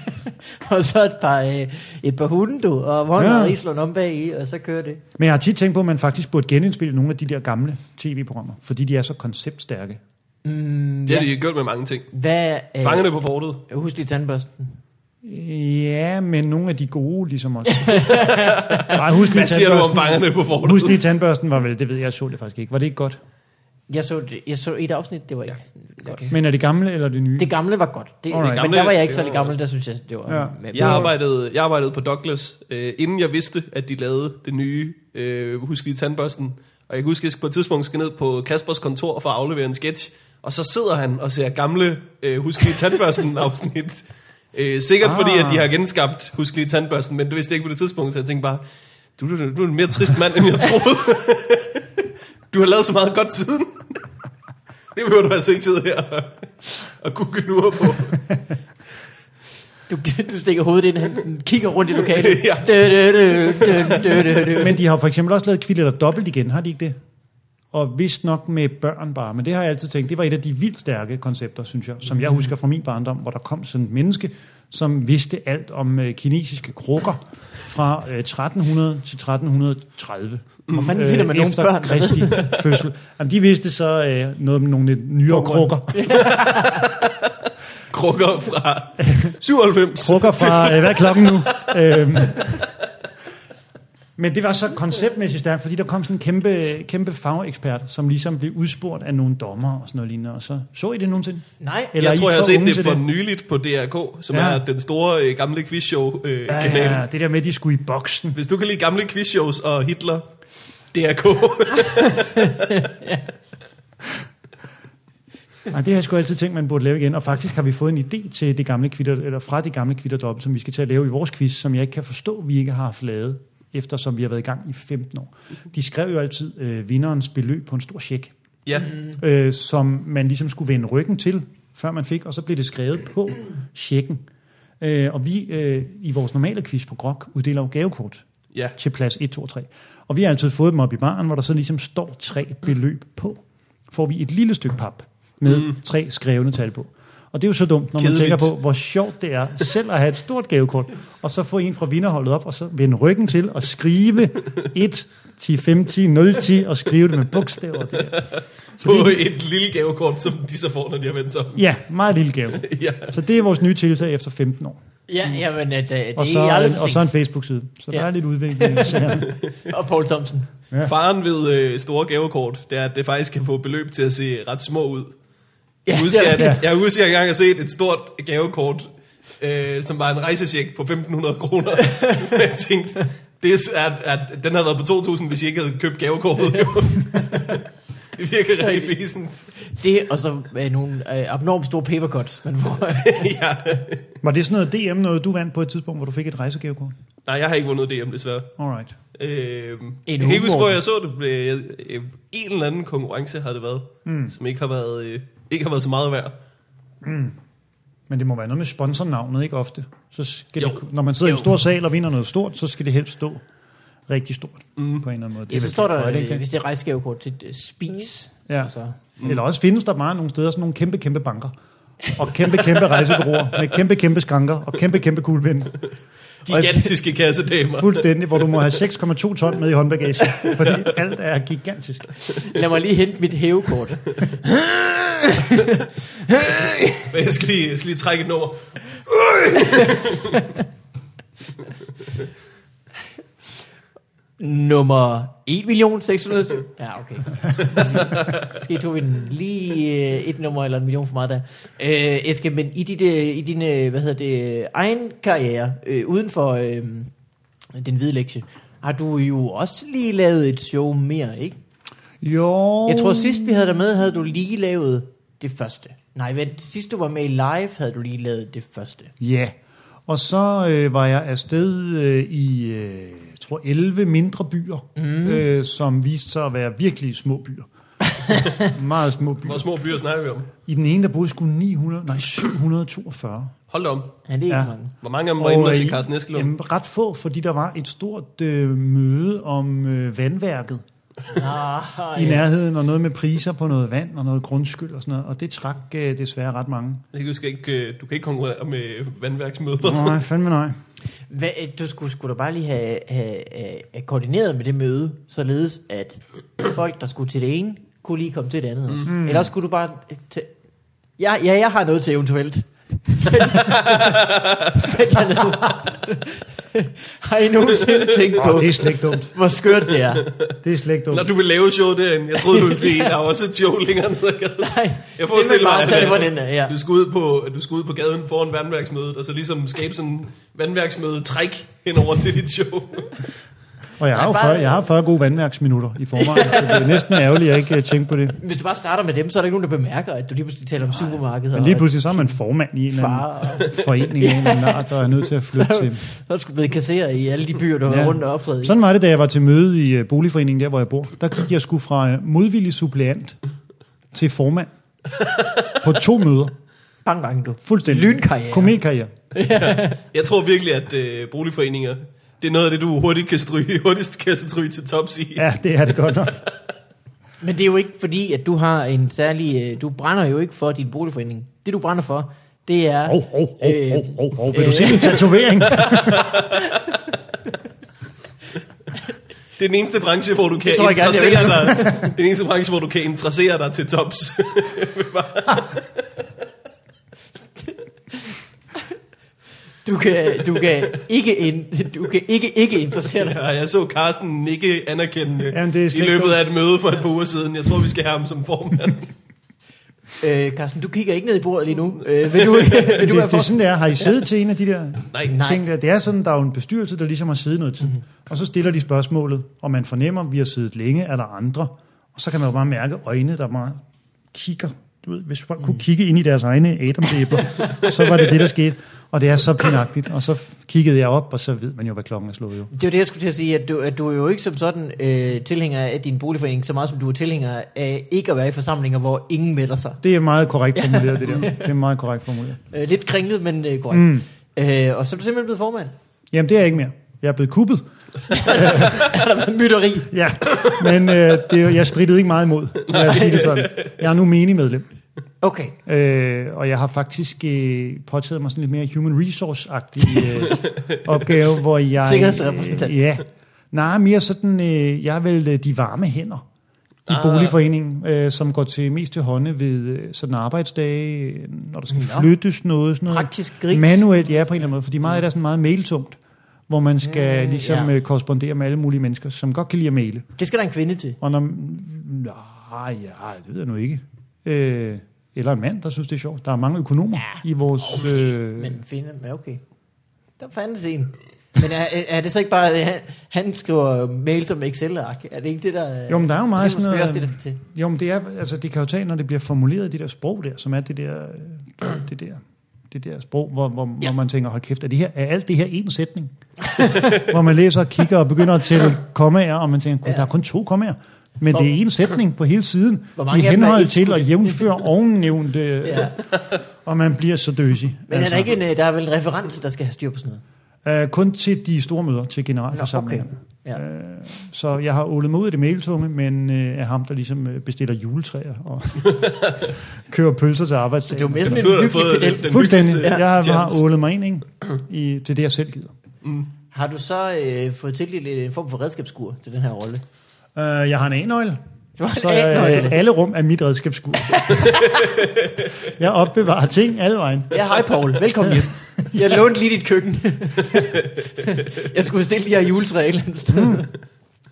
Speaker 1: og så et par, øh, et par hunde, du, og Vogn
Speaker 2: Ja.
Speaker 1: ja. og Rislund om bag i, og så kører det.
Speaker 2: Men jeg har tit tænkt på, at man faktisk burde genindspille nogle af de der gamle tv-programmer, fordi de er så konceptstærke.
Speaker 1: Mm,
Speaker 3: Det har
Speaker 1: ja.
Speaker 3: de gjort med mange ting.
Speaker 1: Hvad, øh,
Speaker 3: Fangerne på fortet.
Speaker 1: Husk lige tandbørsten.
Speaker 2: Ja, men nogle af de gode ligesom
Speaker 3: [LAUGHS]
Speaker 2: også. Nej, husk lige
Speaker 3: Hvad siger du om
Speaker 2: tandbørsten.
Speaker 3: fangerne på fortet?
Speaker 2: Husk lige tandbørsten var vel, det ved jeg, jeg så det faktisk ikke. Var det ikke godt?
Speaker 1: Jeg så, det, jeg så et afsnit, det var ikke ja. sådan, godt.
Speaker 2: Men er det gamle eller det nye?
Speaker 1: Det gamle var godt, det,
Speaker 2: Alright.
Speaker 1: det gamle,
Speaker 3: Gamle-
Speaker 1: men der var jeg ikke
Speaker 3: det
Speaker 1: særlig
Speaker 3: var-
Speaker 1: gammel, der synes jeg, det var...
Speaker 2: Ja.
Speaker 1: med-
Speaker 3: Jeg arbejdede, jeg arbejdede på Douglas, øh, inden jeg vidste, at de lavede det nye øh, Husk lige tandbørsten. Og jeg kan huske, at jeg på et tidspunkt skal ned på Kaspers kontor for at aflevere en sketch. Og så sidder han og ser gamle øh, Husk lige
Speaker 1: [LAUGHS]
Speaker 3: tandbørsten afsnit. Øh, sikkert ah. fordi, at de har genskabt Husk lige tandbørsten, men det vidste jeg ikke på det tidspunkt. Så jeg tænkte bare, du, du, du er en mere trist mand, end
Speaker 1: [LAUGHS]
Speaker 3: jeg troede. du har lavet så meget godt siden. det behøver du altså ikke sidde her og, og google nu på.
Speaker 1: Du, du stikker hovedet ind, han sådan kigger rundt i lokalet.
Speaker 3: [LAUGHS] Ja.
Speaker 1: ja. dø, dø, dø, dø, dø, dø, dø.
Speaker 2: Øh, Men de har for eksempel også lavet kvitt eller dobbelt igen, har de ikke det? Og vist nok med børn bare, men det har jeg altid tænkt, det var et af de vildt stærke koncepter, synes jeg,
Speaker 1: Mhm.
Speaker 2: som jeg husker fra min barndom, hvor der kom sådan et menneske, som vidste alt om øh, kinesiske krukker fra øh, 1300 til 1330. Hvor
Speaker 1: fanden finder man nogle
Speaker 2: efter
Speaker 1: børn, der ved
Speaker 2: Kristi fødsel. Jamen, de vidste så øh, noget om nogle lidt nyere krukker.
Speaker 3: Krukker fra
Speaker 2: [LAUGHS]
Speaker 3: 97.
Speaker 2: krukker fra, øh, hvad er klokken nu? Øhm. Men det var så konceptmæssigt stærkt, fordi der kom sådan en kæmpe, kæmpe fagekspert, som ligesom blev udspurgt af nogle dommer og sådan noget lignende. Og så så I det nogensinde?
Speaker 1: Nej,
Speaker 2: Eller er
Speaker 3: jeg
Speaker 2: I
Speaker 3: tror, jeg
Speaker 2: for
Speaker 3: har set
Speaker 2: unge
Speaker 3: det
Speaker 2: til
Speaker 3: for
Speaker 2: det?
Speaker 3: nyligt på DRK, som
Speaker 2: Ja.
Speaker 3: ja. er den store øh, gamle quizshow-kanal. Øh,
Speaker 2: Ja,
Speaker 3: kanal.
Speaker 2: ja, det der med, at de skulle i boksen.
Speaker 3: Hvis du kan lide gamle quizshows og Hitler, DRK.
Speaker 2: Nej, det har jeg sgu altid tænkt, man burde lave igen. Og faktisk har vi fået en idé til det gamle kvitter, eller fra det gamle kvitterdobbelt, som vi skal til at lave i vores quiz, som jeg ikke kan forstå, vi ikke har haft lavet, eftersom vi har været i gang i 15 år. De skrev jo altid øh, vinderens beløb på en stor check.
Speaker 3: [LAUGHS] ja.
Speaker 2: øh, som man ligesom skulle vende ryggen til, før man fik, og så blev det skrevet på checken. Øh, og vi øh, i vores normale quiz på Grok uddeler jo gavekort
Speaker 3: ja.
Speaker 2: til plads 1, 2 og 3. Og vi har altid fået dem op i baren, hvor der så ligesom står tre beløb på. Får vi et lille stykke pap med mm. tre skrevne tal på. Og det er jo så dumt, når man
Speaker 3: Kedeligt.
Speaker 2: tænker på, hvor sjovt det er selv at have et stort gavekort, og så få en fra vinderholdet op, og så vende ryggen til og skrive 1, 10, 15, 0, 10, og skrive det med bogstaver. Det er.
Speaker 3: På et lille gavekort, som de så får, når de har vendt sig om.
Speaker 2: Ja, meget lille gave.
Speaker 3: Ja.
Speaker 2: Så det er vores nye tiltag efter 15 år.
Speaker 1: Ja, jamen, at, øh, det
Speaker 2: Og
Speaker 1: er aldrig
Speaker 2: så,
Speaker 1: for
Speaker 2: og så
Speaker 1: sent.
Speaker 2: en Facebook-side. Så der
Speaker 1: Ja.
Speaker 2: er lidt udvikling.
Speaker 1: [LAUGHS]
Speaker 2: i sagerne.
Speaker 1: Og Paul Thomsen.
Speaker 3: [LAUGHS]
Speaker 2: Ja.
Speaker 3: Faren ved øh, store gavekort, det er, at det faktisk kan få beløb til at se ret små ud. Jeg
Speaker 1: Ja,
Speaker 3: husker,
Speaker 1: det-
Speaker 3: at,
Speaker 2: ja.
Speaker 3: jeg husker, at jeg engang har set et stort gavekort, øh, som var en rejsesjek på 1.500
Speaker 1: [LAUGHS]
Speaker 3: kroner. jeg tænkte, det er, at, at den havde været på 2.000, hvis jeg ikke havde købt gavekortet. jo. [LAUGHS] det virker rigtig fæsent. [LAUGHS]
Speaker 1: Det, og så øh, nogle øh, abnormt store papercuts, man får.
Speaker 3: ja.
Speaker 2: Var det sådan noget DM, noget du vandt på et tidspunkt, hvor du fik et rejsegavekort?
Speaker 3: Nej, jeg har ikke vundet det hjem, desværre.
Speaker 2: Alright.
Speaker 3: Øh, jeg
Speaker 1: En
Speaker 3: kan ikke huske,
Speaker 1: humor.
Speaker 3: hvor jeg så det. Øh, øh, en eller anden konkurrence har det været,
Speaker 1: Hmm.
Speaker 3: mm. som ikke har været, øh, ikke har været så meget værd.
Speaker 2: Men det må være noget med sponsornavnet, ikke ofte? Så skal
Speaker 3: Jo.
Speaker 2: det, kun- når man sidder i en
Speaker 1: Jo.
Speaker 2: stor sal og vinder noget stort, så skal det helst stå rigtig stort mm. på en eller anden måde.
Speaker 1: ja, så
Speaker 2: vel
Speaker 1: står
Speaker 2: Pink
Speaker 1: der,
Speaker 2: Floyd,
Speaker 1: øh,
Speaker 2: ikke
Speaker 1: hvis altså, det er rejsegavekort til øh, spis.
Speaker 2: Ja.
Speaker 1: Og så,
Speaker 2: Mm. Eller også findes der bare nogle steder sådan nogle kæmpe, kæmpe banker. Og kæmpe, kæmpe rejsebureauer med kæmpe, kæmpe skranker og kæmpe, kæmpe kuglepinde.
Speaker 3: Gigantiske kassedamer.
Speaker 2: Fuldstændig, hvor du må have 6,2 ton med i håndbagage, fordi alt er gigantisk.
Speaker 1: lad mig lige hente mit hævekort.
Speaker 3: Men jeg skal lige, jeg skal lige trække et nummer.
Speaker 1: nummer 1 million 600. Ja, okay. Måske tog vi den lige øh, et nummer eller en million for meget der. Øh, Eske, men i, dit, øh, i din øh, hvad hedder det, øh, egen karriere, øh, uden for øh, den hvide lektie, har du jo også lige lavet et show mere, ikke?
Speaker 2: Jo.
Speaker 1: Jeg tror sidst vi havde dig med, havde du lige lavet det første. Nej, vent, sidst du var med i live, havde du lige lavet det første.
Speaker 2: Ja. Og så øh, var jeg afsted øh, i, øh, jeg tror, 11 mindre byer, mm. øh, som viste sig at være virkelig små
Speaker 1: [LAUGHS]
Speaker 2: byer. Meget små
Speaker 3: Hvor
Speaker 2: byer.
Speaker 3: små byer snakker vi om?
Speaker 2: I den ene, der boede sgu 900, nej, 742.
Speaker 3: Hold da om.
Speaker 1: Ja, det er ikke
Speaker 2: Ja.
Speaker 1: ja. mange.
Speaker 3: Hvor mange af dem var inde og se
Speaker 2: øh,
Speaker 3: Carsten Eskelund?
Speaker 2: Jamen, ret få, fordi der var et stort øh, møde om øh, vandværket
Speaker 1: Ah,
Speaker 2: i nærheden, og noget med priser på noget vand og noget grundskyld og sådan noget, og det trak øh, desværre ret mange.
Speaker 3: Jeg kan huske, ikke, øh, du kan ikke konkurrere med vandværksmøder.
Speaker 2: Nej, fandme nej.
Speaker 1: Hvad, du skulle, skulle da bare lige have, have, have, have koordineret med det møde, således at folk, der skulle til det ene, kunne lige komme til det andet også.
Speaker 2: Mm-hmm.
Speaker 1: Mm. Eller også skulle du bare... T- ja, ja, jeg har noget til eventuelt. Sæt sæt jer ned. har I nogensinde tænkt på,
Speaker 2: Oh, det er slet ikke dumt.
Speaker 1: hvor skørt det er?
Speaker 2: Det er slet ikke dumt.
Speaker 3: [LAUGHS] Når du vil lave showet derinde, jeg troede, du ville
Speaker 1: [LAUGHS]
Speaker 3: sige, der er også et show længere ned ad gaden.
Speaker 1: Nej,
Speaker 3: Jeg forestiller mig,
Speaker 1: at det var
Speaker 3: at
Speaker 1: den der, ja.
Speaker 3: du skal, ud på, du skal ud på gaden foran vandværksmødet, og så ligesom skabe sådan en vandværksmøde-træk henover til dit show. [LAUGHS]
Speaker 2: Og jeg har,
Speaker 1: Nej,
Speaker 2: jo
Speaker 1: bare-
Speaker 2: 40, jeg har 40 gode vandværksminutter i forvejen, så det er næsten ærgerligt, at jeg ikke øh, tænker på det.
Speaker 1: Hvis du bare starter med dem, så er der ikke nogen, der bemærker, at du lige pludselig taler om supermarkedet.
Speaker 2: Men lige pludselig så er man formand i en eller anden
Speaker 1: far. Og,
Speaker 2: forening af en eller anden art, der er nødt til at flytte til.
Speaker 1: [LAUGHS] så er du sgu blevet kasseret i alle de byer, du har
Speaker 2: Ja.
Speaker 1: rundt og optræde i.
Speaker 2: Sådan var det, da jeg var til møde i øh, boligforeningen, der hvor jeg bor. Der gik jeg sgu fra øh, modvillig suppleant til formand på to møder.
Speaker 1: Bang, bang, du.
Speaker 2: Fuldstændig.
Speaker 1: Lynkarriere.
Speaker 2: Kometkarriere.
Speaker 3: Jeg tror virkelig, at øh, boligforeninger, det er noget af det, du hurtigt kan stryge, [LAUGHS] hurtigst kan stryge til tops i.
Speaker 2: Ja, det er det godt nok.
Speaker 1: Men det er jo ikke fordi, at du har en særlig... øh, Du brænder jo ikke for din boligforening. Det, du brænder for, det er...
Speaker 2: Hov, hov, hov,
Speaker 1: øh,
Speaker 2: hov, hov, hov. Vil du se min [LAUGHS] tatovering?
Speaker 3: Det er den eneste branche, hvor du kan
Speaker 1: tror jeg gerne, jeg
Speaker 3: interessere dig. Det er den eneste branche, hvor du kan interessere dig til tops.
Speaker 1: Du kan, du kan ikke, ind, du kan ikke, ikke interessere dig.
Speaker 3: Ja, jeg så Carsten nikke anerkendende
Speaker 2: Jamen, det er
Speaker 3: i
Speaker 2: slet
Speaker 3: løbet
Speaker 2: ikke-
Speaker 3: af et møde for et par uger siden. Jeg tror, vi skal have ham som formand.
Speaker 2: [LAUGHS]
Speaker 1: Øh, Carsten, du kigger ikke ned i bordet lige nu. Øh, vil du, [LAUGHS] vil
Speaker 2: det,
Speaker 1: du
Speaker 2: det
Speaker 1: have
Speaker 2: er
Speaker 1: for?
Speaker 2: sådan, det er. Har I siddet til en af de der
Speaker 3: Nej.
Speaker 1: Nej.
Speaker 2: ting? Der? Det er sådan, der er jo en bestyrelse, der ligesom har siddet noget tid. Mm-hmm. Og så stiller de spørgsmålet, og man fornemmer, at vi har siddet længe, er der andre? Og så kan man jo bare mærke øjne, der bare kigger. Du ved, hvis folk mm. kunne kigge ind i deres egne adamsæbler, så var det det, der skete. Og det er så pinagtigt. Og så kiggede jeg op, og så ved man jo, hvad klokken er slået jo.
Speaker 1: Det var det, jeg skulle til at sige, at du, at du er jo ikke som sådan øh, tilhænger af din boligforening, så meget som du er tilhænger af ikke at være i forsamlinger, hvor ingen melder sig.
Speaker 2: Det er meget korrekt formuleret, [LAUGHS] det der. Det er meget korrekt formuleret.
Speaker 1: Øh, lidt kringlet, men øh, korrekt. Mm. Øh, og så er du simpelthen blevet formand. [LAUGHS]
Speaker 2: Jamen, det er jeg ikke mere. Jeg er blevet kuppet.
Speaker 1: Er der været mytteri?
Speaker 2: Ja, men øh, det, er jo- jeg strittede ikke meget imod, lad os sige det sådan. Jeg er nu menigmedlem.
Speaker 1: Okay.
Speaker 2: Øh, og jeg har faktisk øh, påtaget mig sådan lidt mere human resource-agtig øh, opgave, hvor jeg...
Speaker 1: Sikkerhedsrepræsentant.
Speaker 2: Øh, ja. Nej, mere sådan, øh, jeg er vel øh, de varme hænder i
Speaker 3: Ah.
Speaker 2: boligforeningen, øh, som går til mest til hånde ved øh, sådan arbejdsdage, øh, når der skal
Speaker 1: Nå.
Speaker 2: flyttes noget, sådan noget.
Speaker 1: Praktisk gris.
Speaker 2: Manuelt, ja, på en eller anden måde, fordi meget af det er sådan meget mailtungt, hvor man skal
Speaker 1: Mm,
Speaker 2: mm, ligesom
Speaker 1: ja.
Speaker 2: ja. korrespondere med alle mulige mennesker, som godt kan lide at maile.
Speaker 1: Det skal der en kvinde til.
Speaker 2: Og når... Nej, ja, det ved jeg nu ikke. Øh, eller en mand, der synes, det er sjovt. Der er mange økonomer ja, i vores... Okay, øh,
Speaker 1: Men finde, men okay. Der fandtes en. Men er, er det så ikke bare, at han skriver mail som Excel-ark? Er det ikke det, der...
Speaker 2: Jo, men der er jo meget
Speaker 1: det
Speaker 2: sådan
Speaker 1: måske
Speaker 2: noget-
Speaker 1: også det, der skal til.
Speaker 2: Jo, men det, er, altså, det kan jo tage, når det bliver formuleret i det der sprog der, som er det der, øh, det der, det der sprog, hvor, hvor,
Speaker 1: Ja.
Speaker 2: ja. hvor man tænker, hold kæft, er, det her, er alt det her en sætning? [LAUGHS] hvor man læser og kigger og begynder at tælle kommaer, og man tænker, gud, der er kun to kommaer. Men
Speaker 1: Hvor-
Speaker 2: det er en sætning på hele siden,
Speaker 1: Hvor mange
Speaker 2: i
Speaker 1: af dem er
Speaker 2: henhold
Speaker 1: et
Speaker 2: til og
Speaker 1: [LAUGHS]
Speaker 2: jævnfør ovennævnte,
Speaker 1: Ja.
Speaker 2: ja. og man bliver så døsig.
Speaker 1: Men altså. er der, ikke en, øh, der er vel en referent, der skal have styr på sådan noget?
Speaker 2: Uh, kun til de store møder, til
Speaker 1: Nå, okay.
Speaker 2: generalforsamlingerne.
Speaker 1: Ja.
Speaker 2: Øh, Så jeg har ålet mig ud af det mailtunge, men øh, er ham, der ligesom øh, bestiller juletræer
Speaker 1: [LAUGHS]
Speaker 2: og kører pølser til
Speaker 1: Så det er jo
Speaker 2: arbejdstagen.
Speaker 1: mere sådan
Speaker 3: Du har
Speaker 1: en
Speaker 3: da
Speaker 1: hyggelig
Speaker 3: fået
Speaker 1: pedel.
Speaker 3: den, den
Speaker 2: Fuldstændig.
Speaker 3: hyggeligste
Speaker 2: Jeg har,
Speaker 3: tjans.
Speaker 2: har ålet mig ind ikke? I, til det, jeg selv gider.
Speaker 1: Har du så øh, fået tildelt en form for redskabskur til den her rolle?
Speaker 2: Uh, jeg har en anøgle.
Speaker 1: Du har en
Speaker 2: Så øh,
Speaker 1: anøgle.
Speaker 2: alle rum er
Speaker 1: [LAUGHS]
Speaker 2: mit redskabsskur. jeg opbevarer ting alle vejen.
Speaker 1: Ja, hej
Speaker 2: [LAUGHS]
Speaker 1: Paul. Velkommen hjem. [LAUGHS] Jeg lånte lige dit køkken. jeg skulle stille de her juletræ et eller andet sted.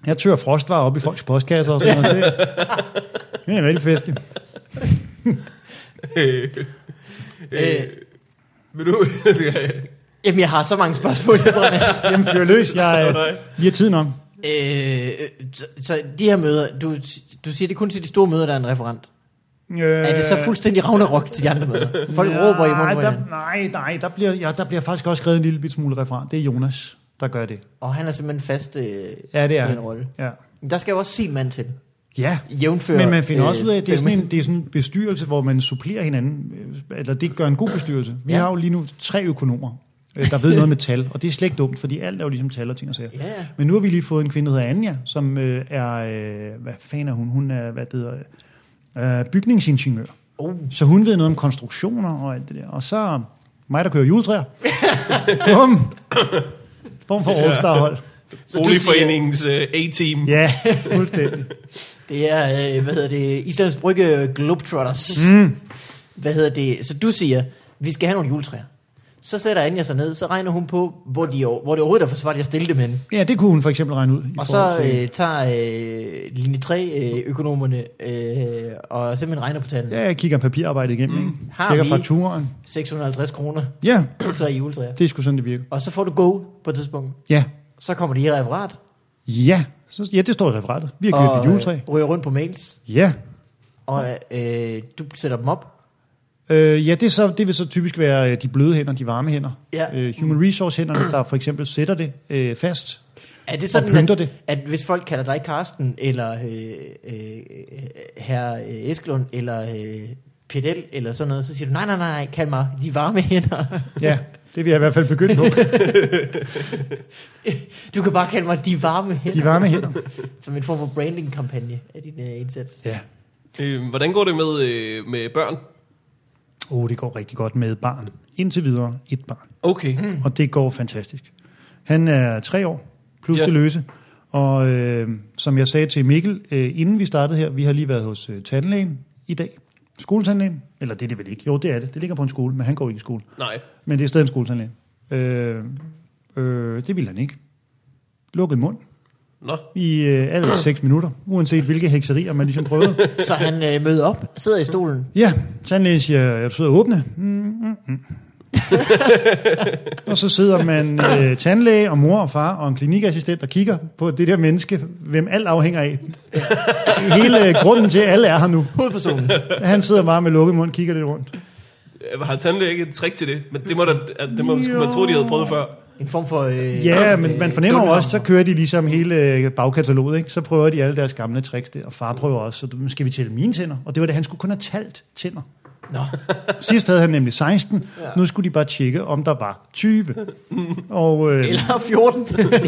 Speaker 2: Jeg tør frostvarer op i folks postkasser og sådan noget.
Speaker 1: [LAUGHS]
Speaker 2: Det, det er rigtig festligt.
Speaker 3: Øh,
Speaker 1: Øh,
Speaker 2: [LAUGHS]
Speaker 3: vil du...
Speaker 1: jamen, jeg har så mange spørgsmål. det brænder.
Speaker 2: Jamen, fyr løs. Jeg, øh, vi har tid nok.
Speaker 1: øh, øh, så, så de her møder, du, du siger, det er kun til de store møder, der er en referent.
Speaker 2: Øh,
Speaker 1: Er det så fuldstændig ragnarok til de andre møder? Folk råber i munden
Speaker 2: nej,
Speaker 1: på
Speaker 2: der,
Speaker 1: hinanden.
Speaker 2: nej, nej, der bliver, ja, der bliver faktisk også skrevet en lille bit smule referat. Det er Jonas, der gør det.
Speaker 1: Og han er simpelthen fast øh,
Speaker 2: Ja, det
Speaker 1: i
Speaker 2: er
Speaker 1: en
Speaker 2: han.
Speaker 1: rolle.
Speaker 2: Ja.
Speaker 1: Men Der skal jo også sin mand til.
Speaker 2: ja.
Speaker 1: Jævnfører, øh,
Speaker 2: Men man finder også ud af, at det er, sådan
Speaker 1: fænomen.
Speaker 2: en, det er sådan en bestyrelse, hvor man supplerer hinanden. øh, Eller det gør en god bestyrelse. Vi
Speaker 1: Ja.
Speaker 2: ja. har jo lige nu tre økonomer, øh, der ved noget med tal. Og det er slet ikke dumt, fordi alt er jo ligesom tal og ting og sager.
Speaker 1: Ja, ja.
Speaker 2: Men nu har vi lige fået en kvinde, der hedder Anja, som øh, er, øh, hvad fanden er hun? Hun er, hvad det hedder, øh, bygningsingeniør.
Speaker 1: Oh.
Speaker 2: Så hun ved noget om konstruktioner og alt det der. Og så mig, der kører juletræer. [LAUGHS] Bum! Form for All-Star-hold.
Speaker 1: Så du
Speaker 3: Boligforeningens øh, A-team.
Speaker 2: Ja, fuldstændig.
Speaker 1: Det er, øh, hvad hedder det, Islands Brygge øh, Globetrotters.
Speaker 2: Mm.
Speaker 1: Hvad hedder det, så du siger, vi skal have nogle juletræer. Så sætter Anja sig ned, så regner hun på, hvor, de, over- hvor det overhovedet er forsvarligt at stille dem hen.
Speaker 2: Ja, det kunne hun for eksempel regne ud. i
Speaker 1: Og så
Speaker 2: forhold til-
Speaker 1: øh, tager øh, linje 3 øh, økonomerne øh, og simpelthen regner på tallene.
Speaker 2: Ja, jeg kigger papirarbejdet igennem, mm. ikke?
Speaker 1: Har
Speaker 2: Tjekker
Speaker 1: vi-
Speaker 2: fakturen.
Speaker 1: 650 kroner [CLEARS THROAT]
Speaker 2: Ja,
Speaker 1: for tre juletræer.
Speaker 2: det er sgu sådan, det virker.
Speaker 1: Og så får du go på et tidspunkt.
Speaker 2: Ja,
Speaker 1: Så kommer det i referat.
Speaker 2: ja. Så, ja, det står i referatet. Vi har købt
Speaker 1: Og
Speaker 2: et juletræ.
Speaker 1: øh, ryger rundt på mails.
Speaker 2: Ja.
Speaker 1: Og øh, du sætter dem op.
Speaker 2: Øh, ja, det, er så, det vil så typisk være øh, de bløde hænder, de varme hænder.
Speaker 1: Ja.
Speaker 2: Øh, human resource hænderne, der for eksempel sætter det øh, fast.
Speaker 1: Er det sådan,
Speaker 2: pynter
Speaker 1: at,
Speaker 2: det.
Speaker 1: at hvis folk kalder dig Karsten, eller øh, øh, herr øh, Eskelund, eller øh, Pedel, eller sådan noget, så siger du, nej, nej, nej, nej, kald mig de varme hænder. [LAUGHS]
Speaker 2: Ja, det vil jeg i hvert fald begynde på.
Speaker 1: Du kan bare kalde mig de varme hænder.
Speaker 2: De varme hænder.
Speaker 1: Som en form for branding-kampagne af din øh, indsats.
Speaker 2: Ja.
Speaker 3: Øh, hvordan går det med, øh, med børn?
Speaker 2: Oh, det går rigtig godt med barn. Indtil videre et barn.
Speaker 3: Okay. Mm.
Speaker 2: Og det går fantastisk. Han er tre år, plus
Speaker 3: Ja.
Speaker 2: ja. det løse. Og øh, som jeg sagde til Mikkel, øh, inden vi startede her, vi har lige været hos øh, tandlægen i dag. Skoletandlægen? Eller det er det vel ikke. Jo, det er det. Det ligger på en skole, men han går ikke i skole.
Speaker 3: Nej.
Speaker 2: Men det er stadig en skoletandlæge. Øh, øh, det vil han ikke. Lukket mund
Speaker 3: Nå.
Speaker 2: i øh, alle seks [CLEARS THROAT] minutter, uanset hvilke hekserier man ligesom prøvede.
Speaker 1: Så han øh, møder op, sidder i stolen.
Speaker 2: Ja, tandlægen siger, er du sød at åbne? Mm, mm, [LAUGHS] mm. og så sidder man øh, tandlæge og mor og far og en klinikassistent og kigger på det der menneske, hvem alt afhænger af. Hele øh, grunden til, at alle er her nu.
Speaker 1: Hovedpersonen.
Speaker 2: Han sidder bare med lukket mund og kigger lidt rundt.
Speaker 3: Øh, Har tandlæge ikke et trick til det? Men det må, da, at det må skulle man tro, de havde prøvet før.
Speaker 1: En form for... Øh,
Speaker 2: Ja,
Speaker 1: øh,
Speaker 2: men man fornemmer jo
Speaker 1: dunhammer.
Speaker 2: også, så kører de ligesom hele øh, bagkataloget, ikke? Så prøver de alle deres gamle tricks der, og far prøver også, så du- skal vi tælle mine tænder? Og det var det, han skulle kun have talt tænder.
Speaker 1: Nå.
Speaker 2: Sidst havde han nemlig 16, ja. nu skulle de bare tjekke, om der var 20. Og, øh,
Speaker 1: Eller
Speaker 2: [LAUGHS]
Speaker 1: 14.
Speaker 3: Hvad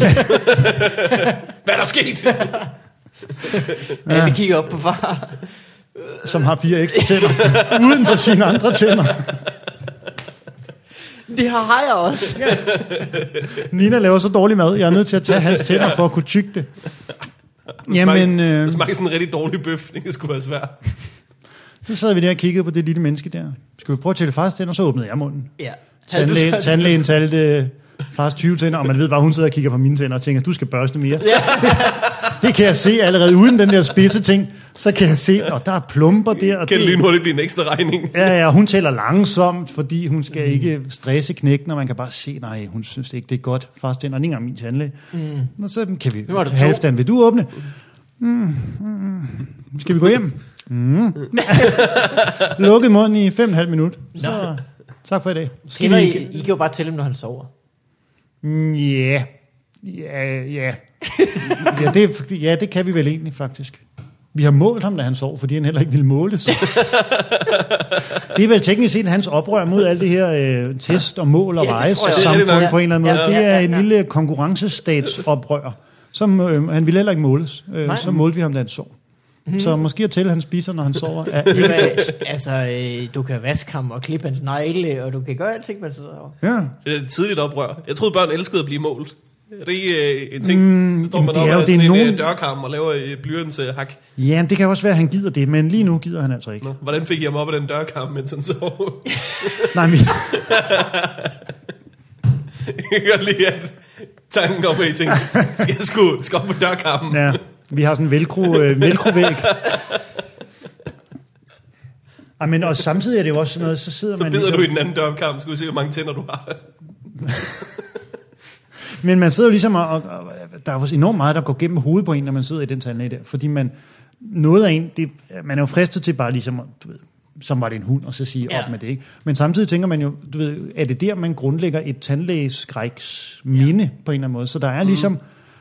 Speaker 3: er der sket?
Speaker 1: Alle kigger op på far.
Speaker 2: som har fire ekstra tænder, uden på sine andre tænder.
Speaker 1: Det har jeg også.
Speaker 2: Nina laver så dårlig mad, jeg er nødt til at tage hans tænder for at kunne tygge det. [LAUGHS] Jamen, øh,
Speaker 3: Det smager sådan en rigtig dårlig bøf. Det skulle være svært.
Speaker 2: så sad vi der og kiggede på det lille menneske der. Skal vi prøve at tælle fars tænder? Så åbnede jeg munden.
Speaker 1: Ja. Havde du
Speaker 2: Tandlægen,
Speaker 1: sagt-
Speaker 2: tandlægen talte øh, fars 20 tænder, og man ved bare, hun sidder og kigger på mine tænder og tænker, du skal børste mere.
Speaker 1: Ja.
Speaker 2: [LAUGHS] Det kan jeg se allerede uden den der spidse ting. Så kan jeg se, og der er plumper der. Og
Speaker 3: Kan det
Speaker 2: det,
Speaker 3: lynhurtigt blive en ekstra regning?
Speaker 2: Ja, ja, hun tæller langsomt, fordi hun skal mm. ikke stresse knækken, og man kan bare se, nej, hun synes ikke, det er godt. Far stænder ikke engang min tandlæge. Mm. Og så kan vi,
Speaker 1: Nu er der to.
Speaker 2: halvdan, vil du åbne? Mm, mm, skal vi gå hjem?
Speaker 1: [LAUGHS]
Speaker 2: Mm. Lukket munden i fem og en halv minut. Så, tak for i dag. Skal vi
Speaker 1: Kender I,
Speaker 2: ikke?
Speaker 1: I kan jo bare tælle dem, når han sover.
Speaker 2: Mm, Ja, ja, ja. Ja det, ja, det kan vi vel egentlig faktisk. Vi har målt ham, da han sov, fordi han heller ikke ville måles. det er vel teknisk set hans oprør mod alt det her øh, test og mål og
Speaker 1: Ja, det
Speaker 2: vejes
Speaker 1: tror
Speaker 2: og
Speaker 1: jeg
Speaker 3: også.
Speaker 2: samfund
Speaker 3: Det er det
Speaker 2: på en eller anden måde.
Speaker 1: nok. Ja,
Speaker 2: Det
Speaker 1: ja,
Speaker 2: er
Speaker 1: ja,
Speaker 2: en
Speaker 1: ja.
Speaker 2: lille konkurrencestatsoprør, som øh, han ville heller ikke måles.
Speaker 1: Nej. Mhm.
Speaker 2: Øh, så målte vi ham, da han sov. Så måske at tælle, han spiser, når han sover, er
Speaker 1: Det
Speaker 2: ikke...
Speaker 1: var, altså, øh, du kan vaske ham og klippe hans negle, og du kan gøre alting, man sidder over.
Speaker 2: Ja.
Speaker 3: Det er et tidligt oprør. Jeg troede, børn elskede at blive målt. Er det øh, en ting? Mm, så står
Speaker 2: jamen,
Speaker 3: man
Speaker 2: det
Speaker 3: op
Speaker 2: er jo-
Speaker 3: af
Speaker 2: det er
Speaker 3: sådan en
Speaker 2: nogen-
Speaker 3: nogen... dørkarm og laver øh, et blyantshak.
Speaker 2: ja, men det kan også være, at han gider det, men lige nu gider han altså ikke.
Speaker 3: Nå, Hvordan fik I ham op af den dørkarm, mens han sov? [LAUGHS]
Speaker 2: Nej, men...
Speaker 3: Jeg kan godt lide, at tanken om, at I tænkte, skal jeg sgu skal op på dørkampen? Ja.
Speaker 2: Ja, vi har sådan en velcro, øh,
Speaker 3: [LAUGHS]
Speaker 2: velcrovæg. Ej, men og samtidig er det jo også sådan noget, så sidder
Speaker 3: Så
Speaker 2: man... ligesom
Speaker 3: bider du i den anden dørkamp, skal vi se, hvor mange tænder du har.
Speaker 2: Men man sidder jo ligesom, og, og, og der er jo enormt meget, der går gennem hovedet på en, når man sidder i den tandlæge der. Fordi man, noget af en, det, man er jo fristet til bare ligesom, at, du ved, som var det en hund, og så sige ja.
Speaker 1: Ja.
Speaker 2: op med det. Ikke? Men samtidig tænker man jo, du ved, er det der, man grundlægger et tandlægeskræks minde ja. på en eller anden måde. Så der er ligesom,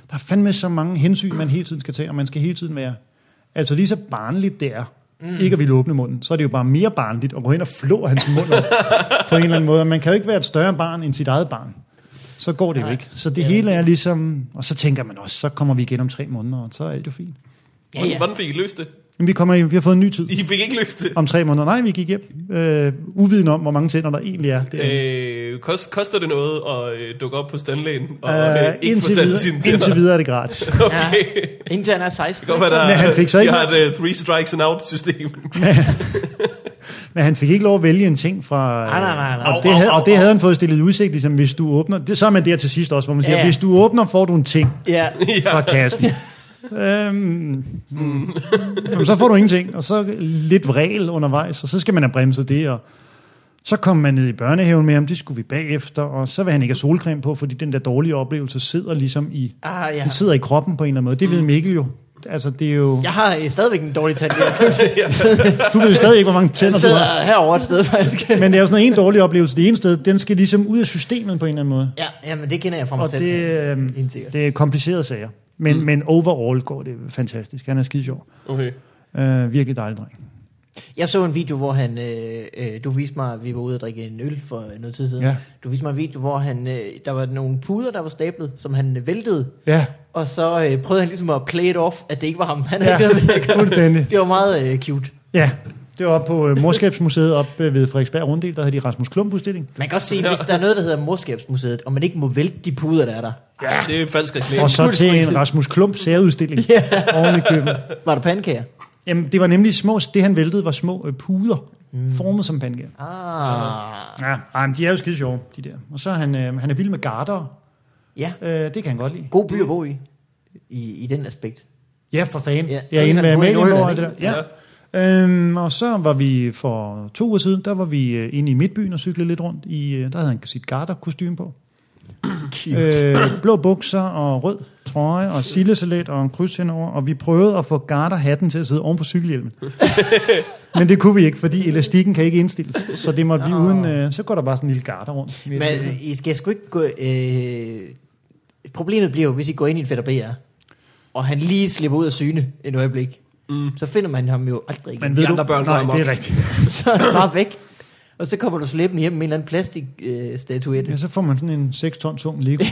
Speaker 2: der er fandme så mange hensyn, man hele tiden skal tage, og man skal hele tiden være, altså lige så barnligt det er, mm. ikke at ville åbne munden, så er det jo bare mere barnligt at gå hen og flå hans mund [LAUGHS] op på en eller anden måde. Og Man kan jo ikke være et større barn end sit eget barn så går det jo
Speaker 1: Nej.
Speaker 2: ikke. Så det hele er ligesom, og så tænker man også, så kommer vi igen om tre måneder, og så er alt jo fint.
Speaker 1: Ja, ja.
Speaker 3: Hvordan fik I løst det?
Speaker 2: Men vi, kommer, i- vi har fået en ny tid
Speaker 3: I fik ikke løst det.
Speaker 2: om tre måneder. Nej, vi gik hjem, øh, uviden om, hvor mange tænder der egentlig er. Det er
Speaker 3: Øh, kost, koster det noget at øh, dukke op på standlægen og øh,
Speaker 2: øh,
Speaker 3: ikke
Speaker 2: indtil,
Speaker 3: fortælle sine
Speaker 2: videre,
Speaker 3: tænder?
Speaker 2: indtil videre er det gratis.
Speaker 3: [LAUGHS] Okay.
Speaker 1: Ja. Indtil han er 16.
Speaker 3: Det kan godt være, der,
Speaker 2: Men han fik så
Speaker 3: de
Speaker 2: ikke-
Speaker 3: har et uh, three strikes and out system.
Speaker 2: Men han fik ikke lov at vælge en ting fra... øh,
Speaker 1: Nej, nej, nej, nej.
Speaker 2: Og det,
Speaker 1: Au,
Speaker 2: havde,
Speaker 1: au,
Speaker 2: og det
Speaker 1: au,
Speaker 2: havde han fået stillet i udsigt, ligesom hvis du åbner... Det, så er man der til sidst også, hvor man siger,
Speaker 1: Ja.
Speaker 2: hvis du åbner, får du en ting
Speaker 1: Ja.
Speaker 3: ja.
Speaker 2: fra kassen. øhm, mm. Jamen, så får du ingenting, og så lidt vrel undervejs, og så skal man have bremset det, og så kom man ned i børnehaven med ham, det skulle vi bagefter, og så vil han ikke have solcreme på, fordi den der dårlige oplevelse sidder ligesom i,
Speaker 1: Ah, ja. Mm.
Speaker 2: den sidder i kroppen på en eller anden måde. Det ved Mikkel jo. Altså, det er jo...
Speaker 1: Jeg har øh, stadigvæk en dårlig tand. Jeg
Speaker 2: Du ved stadig ikke, hvor mange
Speaker 1: den
Speaker 2: tænder du har.
Speaker 1: sidder herovre et sted, faktisk.
Speaker 2: Men det er jo sådan en dårlig oplevelse det ene sted. Den skal ligesom ud af systemet på en eller anden måde.
Speaker 1: Ja, jamen, det kender jeg fra mig
Speaker 2: Og
Speaker 1: selv.
Speaker 2: det, øh,
Speaker 1: Helt sikkert.
Speaker 2: det er komplicerede sager. Men, mm. men overall går det fantastisk. Han er skide sjov.
Speaker 3: Okay.
Speaker 2: Øh, virkelig dejlig dreng.
Speaker 1: Jeg så en video, hvor han, øh, øh, du viste mig, at vi var ude og drikke en øl for noget tid siden.
Speaker 2: Ja.
Speaker 1: Du viste mig en video, hvor han, øh, der var nogle puder, der var stablet, som han øh, væltede.
Speaker 2: Ja,
Speaker 1: Og så øh, prøvede han ligesom at play it off, at det ikke var ham. Han
Speaker 2: [LAUGHS] Ja,
Speaker 1: havde ikke noget med at gøre.
Speaker 2: fuldstændig.
Speaker 1: Det var meget øh, cute.
Speaker 2: ja. Det var oppe på øh, Morskabsmuseet op øh, ved Frederiksberg Runddel, der havde de Rasmus Klump udstilling.
Speaker 1: Man kan også sige, hvis der er noget, der hedder Morskabsmuseet, og man ikke må vælte de puder, der er der.
Speaker 3: Ja. Det er falsk reklame.
Speaker 2: Og så til en Rasmus Klump særudstilling yeah. oven i køben.
Speaker 1: Var der pandekager?
Speaker 2: Jamen, det var nemlig små, det han væltede var små øh, puder, mm. formet som pandekager.
Speaker 1: Ah.
Speaker 2: Ja, ej, men de er jo skide sjove, de der. Og så er han, øh, han er vild med garder.
Speaker 1: Ja,
Speaker 2: Øh, det kan han godt lide.
Speaker 1: god by at bo i. I, i den aspekt.
Speaker 2: Ja, for fanden. Ja,
Speaker 1: Ja,
Speaker 2: ja
Speaker 1: så
Speaker 2: inde
Speaker 1: kan
Speaker 2: med
Speaker 1: han bo i
Speaker 2: Amalienborg og det der.
Speaker 1: Nordjylland,
Speaker 2: Ja. Øhm, og så var vi for to uger siden, der var vi øh, inde i Midtbyen og cyklede lidt rundt. I, øh, der havde han sit garderkostyme på. Øh, blå bukser og rød trøje og sildesalat og en kryds henover. Og vi prøvede at få garderhatten til at sidde oven på cykelhjelmen. Men det kunne vi ikke, fordi elastikken kan ikke indstilles. Så det måtte blive uden... Øh, så går der bare sådan en lille garder rundt.
Speaker 1: Men øh, I skal sgu ikke gå... Øh, problemet bliver jo, hvis I går ind i en fætter BR, og han lige slipper ud af syne et øjeblik, mm. så finder man ham jo aldrig igen.
Speaker 2: Men ved
Speaker 3: De
Speaker 2: du,
Speaker 3: andre børn
Speaker 2: nej,
Speaker 3: går
Speaker 2: det er
Speaker 3: amok.
Speaker 2: rigtigt.
Speaker 1: [LAUGHS] så er han bare væk. Og så kommer du slæbende hjem med en eller anden plastikstatuette. Øh, statuette.
Speaker 2: Ja, så får man sådan en 6 ton tung
Speaker 1: [LAUGHS]
Speaker 2: Lego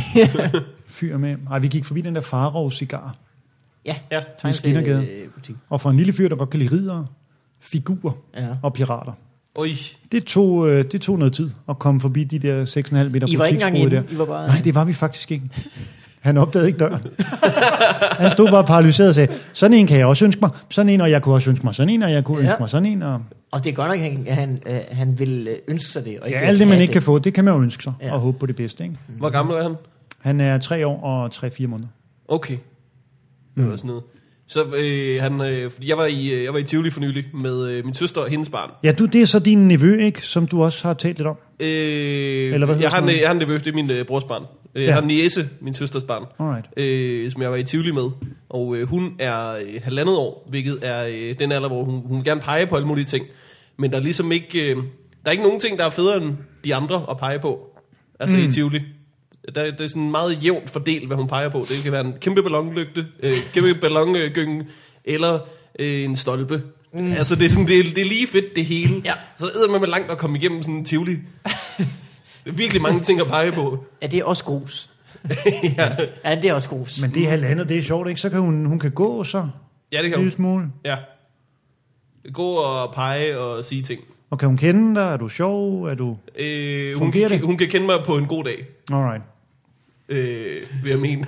Speaker 2: fyr med. Ej, vi gik forbi den der Farov cigar.
Speaker 1: ja,
Speaker 3: Ja.
Speaker 2: Skindergade.
Speaker 1: øh, butik.
Speaker 2: Og for en lille fyr, der godt kan lide ridere, figurer
Speaker 1: Ja.
Speaker 2: og pirater.
Speaker 3: Oj.
Speaker 2: Det tog, øh, det tog noget tid at komme forbi de der 6,5 meter
Speaker 1: I var ikke engang inde.
Speaker 2: butiksrude der.
Speaker 1: I var bare...
Speaker 2: Nej, det var vi faktisk ikke. Han opdagede ikke
Speaker 1: [LAUGHS]
Speaker 2: døren. Han stod bare paralyseret og sagde, sådan en kan jeg også ønske mig, sådan en, og jeg kunne også ønske mig sådan en, og jeg kunne
Speaker 1: Ja.
Speaker 2: ønske mig sådan en. Og...
Speaker 1: Og det er godt nok, at han, han, øh, han vil øh, ønske sig det. Og
Speaker 2: Ja,
Speaker 1: ikke
Speaker 2: alt det, man
Speaker 1: have
Speaker 2: ikke kan få, det kan man jo ønske sig,
Speaker 1: Ja.
Speaker 2: og håbe på det bedste. Ikke?
Speaker 3: Hvor gammel er han?
Speaker 2: Han er tre år og tre-fire måneder.
Speaker 3: Okay. Det var
Speaker 2: Mm.
Speaker 3: også noget. Så øh, han, øh, fordi jeg, var i, øh, jeg var i Tivoli for nylig med øh, min søster og hendes barn.
Speaker 2: Ja, du, det er så din nevø, ikke, som du også har talt lidt om.
Speaker 3: Øh,
Speaker 2: Eller hvad hedder
Speaker 3: jeg, har
Speaker 2: sådan
Speaker 3: en,
Speaker 2: noget?
Speaker 3: jeg har en nevø, det er min øh, brors barn. Øh,
Speaker 2: Ja.
Speaker 3: Jeg har en niece, min søsters barn.
Speaker 2: Alright.
Speaker 3: øh, som jeg var i Tivoli med. Og øh, hun er øh, halvandet år, hvilket er øh, den alder, hvor hun, hun vil gerne pege på alle mulige ting. Men der er ligesom ikke, øh, der er ikke nogen ting, der er federe end de andre at pege på. Altså mm. i Tivoli. Der, det er sådan meget jævnt fordelt, hvad hun peger på. Det kan være en kæmpe ballonlygte, øh, kæmpe ballongynge, eller øh, en stolpe. Mm. Altså det er, sådan, det, er, det er lige fedt det hele.
Speaker 1: Ja.
Speaker 3: Så det er med langt at komme igennem sådan en [LAUGHS] Tivoli. Der er virkelig mange ting at pege på.
Speaker 1: Ja, det er også
Speaker 2: [LAUGHS]
Speaker 1: grus. ja. ja, det er også grus.
Speaker 2: Men det er halvandet, det er sjovt, ikke? Så kan hun, hun kan gå så
Speaker 3: Ja, det
Speaker 2: en
Speaker 3: kan hun.
Speaker 2: lille smule.
Speaker 3: Ja. Gå og pege og sige ting.
Speaker 2: Og kan hun kende dig? Er du sjov? Er du...
Speaker 3: Øh, hun,
Speaker 2: Fungerer
Speaker 3: kan,
Speaker 2: det?
Speaker 3: hun kan kende mig på en god dag,
Speaker 2: Alright.
Speaker 3: øh, vil jeg
Speaker 1: [LAUGHS]
Speaker 3: mene.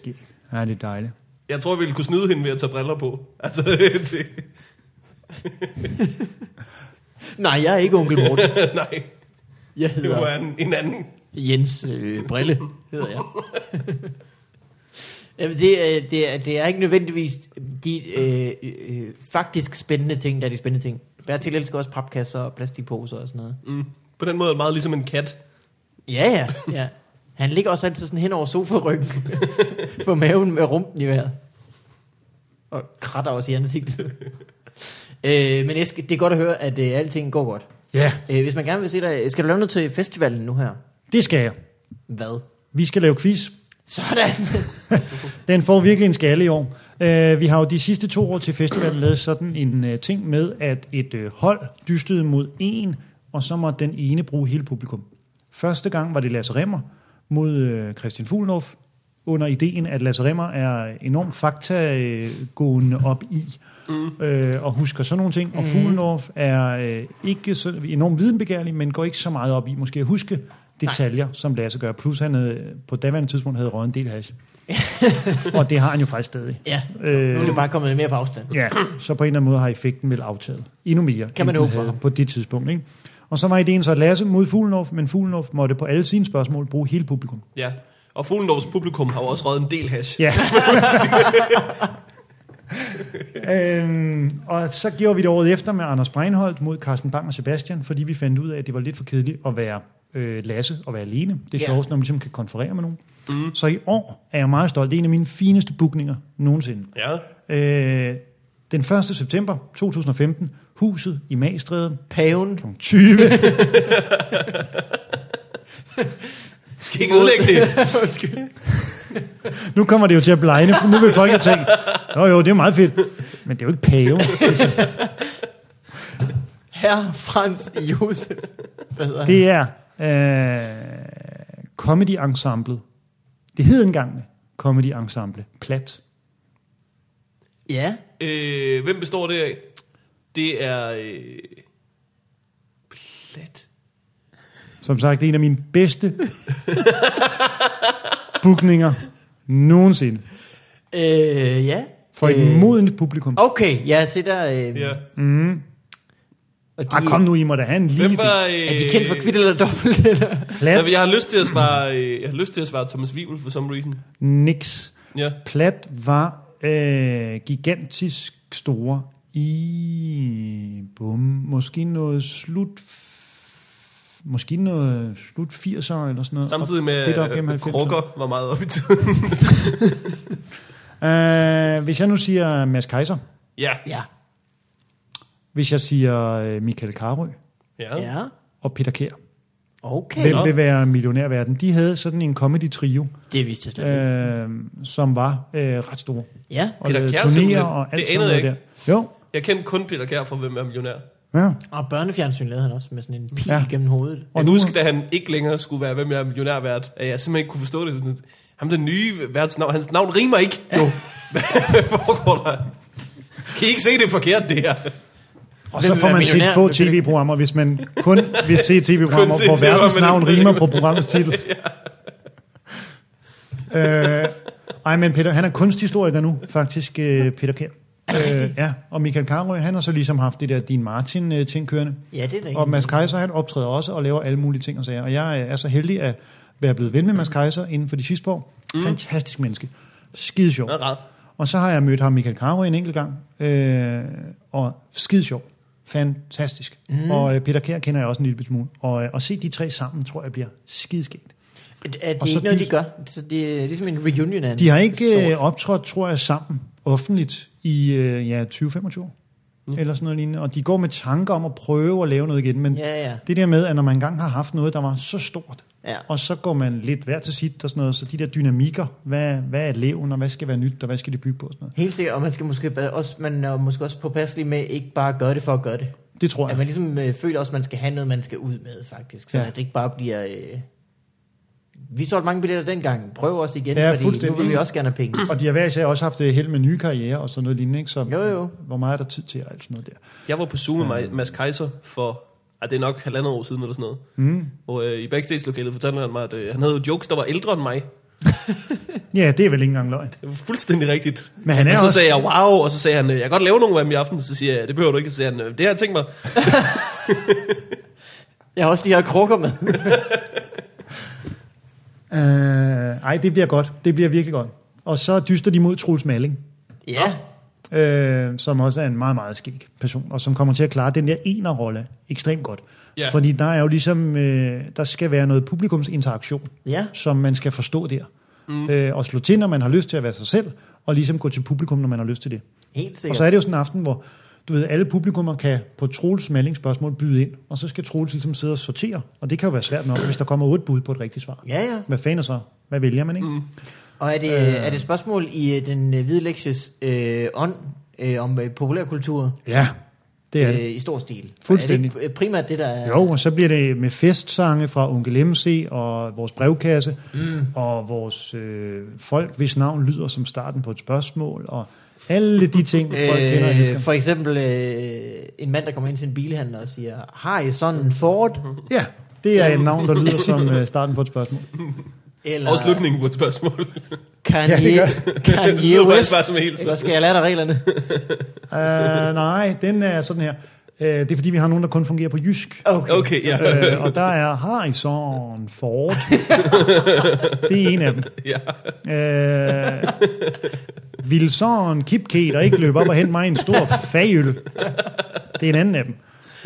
Speaker 2: Ski. Ja, det er dejligt.
Speaker 3: jeg tror, vi ville kunne snyde hende ved at tage briller på. Altså, [LAUGHS] det,
Speaker 1: Nej, jeg er ikke onkel Morten.
Speaker 3: nej,
Speaker 1: Jeg
Speaker 2: [LAUGHS]
Speaker 3: det var
Speaker 1: hedder...
Speaker 3: en, en anden.
Speaker 1: Jens øh, Brille hedder [LAUGHS] jeg. Jamen, det, er- det, er, det er ikke nødvendigvis de øh, øh, faktisk spændende ting, der er de spændende ting. Bertil elsker også papkasser og plastikposer og sådan noget.
Speaker 3: Mm. På den måde er det meget ligesom en kat.
Speaker 1: Ja, ja, ja. Han ligger også altid sådan hen over sofaryggen [LAUGHS] på maven med rumpen i vejret. Og kratter også i ansigtet. [LAUGHS] øh, men Eske, det er godt at høre, at øh, alting går godt.
Speaker 2: Ja,
Speaker 1: Øh, hvis man gerne vil se dig, skal du lave noget til festivalen nu her?
Speaker 2: det skal jeg.
Speaker 1: Hvad?
Speaker 2: Vi skal lave quiz.
Speaker 1: Sådan. [LAUGHS]
Speaker 2: Den får virkelig en skalle i år. Øh, Vi har jo de sidste to år til festivalen lavet sådan en øh, ting med, at et øh, hold dystede mod en, og så må den ene bruge hele publikum. Første gang var det Lasse Remmer mod øh, Christian Fuglendorf, under ideen, at Lasse Remmer er enormt faktagående op i, mm. øh, og husker sådan nogle ting, og Fuglendorf er øh, ikke så, enormt videnbegærlig, men går ikke så meget op i, måske at huske detaljer, Nej. som Lasse gør. Plus han havde, på daværende tidspunkt havde røget en del hash. og det har han jo faktisk stadig.
Speaker 1: ja, nu er
Speaker 2: Øh,
Speaker 1: det bare kommet lidt mere på afstand.
Speaker 2: ja, så på en eller anden måde har effekten vel aftaget. Endnu mere,
Speaker 1: Kan man
Speaker 2: end den
Speaker 1: håbe for
Speaker 2: havde
Speaker 1: ham.
Speaker 2: På det tidspunkt, ikke? Og så var ideen så Lasse mod Fuglendorf, men Fuglendorf måtte på alle sine spørgsmål bruge hele publikum.
Speaker 3: Ja. Og Fuglendorfs publikum har jo også røget en del
Speaker 1: [LAUGHS]
Speaker 3: hash.
Speaker 2: Ja. øhm, og så gjorde vi det året efter med Anders Breinholt mod Carsten Bang og Sebastian, fordi vi fandt ud af, at det var lidt for kedeligt at være øh, Lasse og være alene. Det er
Speaker 1: Ja.
Speaker 2: sjovest, når man ligesom kan konferere med nogen. Mm. Så i år er jeg meget stolt. Det er en af mine fineste bookninger nogensinde.
Speaker 3: Ja.
Speaker 2: Øh, den 1. september 2015, huset i Magstræde,
Speaker 1: Paven.
Speaker 2: kl. 20.
Speaker 3: Skal ikke ødelægge
Speaker 1: [LAUGHS]
Speaker 3: det.
Speaker 2: [LAUGHS] Nu kommer det jo til at blegne, for nu vil folk jo tænke, jo jo, det er meget fedt, men det er jo ikke pave.
Speaker 1: Herr Frans Josef. Hvad hedder det...
Speaker 2: Det er øh, Comedy Ensemblet. Det hed engang Comedy Ensemble. Plat.
Speaker 1: Ja.
Speaker 3: Øh, hvem består det af? Det er... Øh, plat.
Speaker 2: Som sagt, det er en af mine bedste bookninger nogensinde.
Speaker 1: Øh, ja.
Speaker 2: For et modent publikum. Mm.
Speaker 1: Okay, ja, se der... Øh,
Speaker 3: Ja.
Speaker 1: og de,
Speaker 2: Ah, kom nu, I må da have en lille
Speaker 3: Hvem var...
Speaker 2: idé.
Speaker 3: Øh,
Speaker 1: Er de kendt for kvitt eller dobbelt? [LAUGHS] Eller?
Speaker 2: Plat,
Speaker 3: Jeg, jeg, har lyst til at svare, øh, jeg har lyst til at svare Thomas Wivel for some reason.
Speaker 2: niks.
Speaker 3: Ja.
Speaker 2: Plat var øh, gigantisk store i bum, måske noget slut måske noget slut 80'er eller sådan noget.
Speaker 3: Samtidig
Speaker 2: Og
Speaker 3: med,
Speaker 2: lidt op
Speaker 3: at
Speaker 2: gennem
Speaker 3: øh,
Speaker 2: 90'erne.
Speaker 3: krukker var meget op i tiden. [LAUGHS]
Speaker 2: Øh, hvis jeg nu siger Mads Kaiser,
Speaker 3: ja.
Speaker 1: ja.
Speaker 2: hvis jeg siger øh, Michael Karø
Speaker 3: Ja. ja.
Speaker 1: Ja.
Speaker 2: og Peter Kær,
Speaker 1: Okay.
Speaker 2: hvem vil være millionærverden? De havde sådan en comedy-trio,
Speaker 1: Det vidste jeg slet ikke.
Speaker 2: øh, som var øh, ret store.
Speaker 1: Ja.
Speaker 2: Og
Speaker 3: Peter
Speaker 2: lavede
Speaker 3: Kjær
Speaker 2: turnéer
Speaker 3: simpelthen.
Speaker 2: og alt
Speaker 3: Det
Speaker 2: sådan
Speaker 3: anede
Speaker 2: noget
Speaker 3: jeg
Speaker 2: der. Jo,
Speaker 3: Jeg kendte kun Peter Kær fra Hvem er millionær?
Speaker 2: ja.
Speaker 1: Og børnefjernsyn lavede han også med sådan en pil
Speaker 2: Ja.
Speaker 1: ja. gennem hovedet.
Speaker 2: Og
Speaker 3: Og
Speaker 2: nu-
Speaker 3: nu skal da han ikke længere skulle være Hvem er millionær vært, at jeg simpelthen ikke kunne forstå det. Sådan, Ham den nye værts navn, hans navn rimer ikke nu. [LAUGHS] Hvad foregår der? Kan I ikke se det er forkert, det her?
Speaker 2: Og
Speaker 1: Hvem
Speaker 2: så
Speaker 1: vil
Speaker 2: får
Speaker 1: være
Speaker 2: man set
Speaker 1: millionær?
Speaker 2: få
Speaker 1: Det kan jeg-
Speaker 2: tv-programmer, hvis man kun
Speaker 3: [LAUGHS]
Speaker 2: vil se
Speaker 3: Kun
Speaker 2: tv-programmer,
Speaker 3: se
Speaker 2: hvor
Speaker 3: tv-programmer,
Speaker 2: verdens navn
Speaker 3: men det-
Speaker 2: rimer på programmets titel.
Speaker 3: [LAUGHS]
Speaker 2: øh, ej, men Peter, han er kunsthistoriker nu, faktisk, øh, Peter Kjær. Øh, ja, og Michael Karø, han har så ligesom haft det der Din Martin-ting kørende.
Speaker 1: Ja, det er da ikke.
Speaker 2: Og Mads Kaiser, han optræder også og laver alle mulige ting og sager. Og jeg øh, er så heldig at være blevet ven med Mads Kaiser inden for de sidste år. Mm. Fantastisk menneske. Skide sjov.
Speaker 3: Nå, rart.
Speaker 2: Og så har jeg mødt ham Michael Caro en enkelt gang, øh, og skide sjov. Fantastisk. Mm. Og øh, Peter Kær kender jeg også en lille smule. Og øh, at se de tre sammen, tror jeg bliver skideskægt.
Speaker 1: At, at det
Speaker 2: Og
Speaker 1: er
Speaker 2: så
Speaker 1: ikke noget,
Speaker 2: de-
Speaker 1: de gør. Så det er ligesom en reunion af en
Speaker 2: De har ikke
Speaker 1: sort.
Speaker 2: øh, optrådt, tror jeg, sammen offentligt i øh, ja, 20-25 år. Mm. Eller sådan noget lignende. Og de går med tanker om at prøve at lave noget igen. Men
Speaker 1: Ja, ja.
Speaker 2: det der med, at når man engang har haft noget, der var så stort,
Speaker 1: Ja.
Speaker 2: og så går man lidt hver til sit og sådan noget. Så de der dynamikker, hvad, hvad er leven, og hvad skal være nyt, og hvad skal det bygge på? Og sådan noget.
Speaker 1: Helt sikkert, og man skal måske ba- også, man er måske også påpasselig med ikke bare at gøre det for at gøre det.
Speaker 2: Det tror jeg.
Speaker 1: At man ligesom øh, føler også, at man skal have noget, man skal ud med, faktisk. Så
Speaker 2: Ja.
Speaker 1: ja. at det ikke bare bliver... Øh... Vi solgte mange billetter dengang. Prøv også igen,
Speaker 2: Ja,
Speaker 1: ja, fordi nu
Speaker 2: fuldstændig.
Speaker 1: vil vi også gerne have [LAUGHS] penge.
Speaker 2: Og de har hver især også haft øh, held med nye karriere og sådan noget lignende, ikke? Så
Speaker 1: Jo, jo.
Speaker 2: hvor meget er der tid til og alt sådan noget der.
Speaker 3: Jeg var på Zoom med Ma- Mads Kaiser for, ah, det er nok halvandet år siden eller sådan noget. Mm. Og øh, i backstage-lokalet fortalte han mig, at øh, han havde jo jokes, der var ældre end mig.
Speaker 2: Ja, det er vel ikke engang løgn.
Speaker 3: Det var fuldstændig rigtigt.
Speaker 2: Men han er
Speaker 3: og så
Speaker 2: også-
Speaker 3: sagde jeg, wow, og så sagde han, øh, jeg kan godt lave nogle af dem i aften. Så siger jeg, det behøver du ikke. Så siger han, "Øh, det har jeg tænkt mig.
Speaker 1: Jeg har også de her krukker med.
Speaker 2: Øh, ej, det bliver godt. Det bliver virkelig godt. Og så dyster de mod Troels Malling,
Speaker 1: Ja.
Speaker 2: øh, som også er en meget, meget skæg person, og som kommer til at klare den der enerrolle ekstremt godt.
Speaker 3: Ja.
Speaker 2: Fordi der er jo ligesom, øh, der skal være noget publikumsinteraktion,
Speaker 1: Ja.
Speaker 2: som man skal forstå der. Mm. Øh, og slå til, når man har lyst til at være sig selv, og ligesom gå til publikum, når man har lyst til det.
Speaker 1: Helt
Speaker 2: Og så
Speaker 1: sikkert.
Speaker 2: er det jo sådan en aften, hvor du ved, alle publikummer kan på Troels Mallings spørgsmål byde ind, og så skal Troels ligesom sidde og sortere, og det kan jo være svært nok, hvis der kommer otte bud på et rigtigt svar.
Speaker 1: Ja, ja.
Speaker 2: Hvad fanden så? Hvad vælger man, ikke? Mm.
Speaker 1: Og er det, øh. er det spørgsmål i øh, den øh, hvide lekties øh, ånd øh, om øh, populærkultur
Speaker 2: Ja, det er det.
Speaker 1: øh, i stor stil?
Speaker 2: Fuldstændig.
Speaker 1: Er det øh, primært det, der er...
Speaker 2: Jo, og så bliver det med festsange fra Onkel MC og vores brevkasse, mm. og vores øh, folk, hvis navn lyder som starten på et spørgsmål, og alle de ting, folk øh, kender og elsker.
Speaker 1: Øh, for eksempel øh, en mand, der kommer ind til en bilhandler og siger, har I sådan en Ford?
Speaker 2: Ja, det er et navn, der lyder
Speaker 1: [LAUGHS]
Speaker 2: som øh, starten på et spørgsmål.
Speaker 1: Eller
Speaker 3: Og slutningen på et spørgsmål.
Speaker 1: Kanye,
Speaker 2: Ja, det
Speaker 1: ja,
Speaker 2: gør
Speaker 3: Det
Speaker 1: [LAUGHS] Kanye
Speaker 3: lyder faktisk
Speaker 1: West?
Speaker 3: bare som et helt
Speaker 1: Eller skal jeg lade dig reglerne?
Speaker 2: Uh, nej, den er sådan her. Uh, det er fordi, vi har nogen, der kun fungerer på jysk.
Speaker 1: Okay. okay.
Speaker 3: Okay, ja.
Speaker 2: Uh, og der er Harrison Ford. det er en af dem.
Speaker 3: [LAUGHS] ja.
Speaker 2: Uh, Wilson Kipke, der ikke løber op og hente mig en stor fagøl. Det er en anden af dem.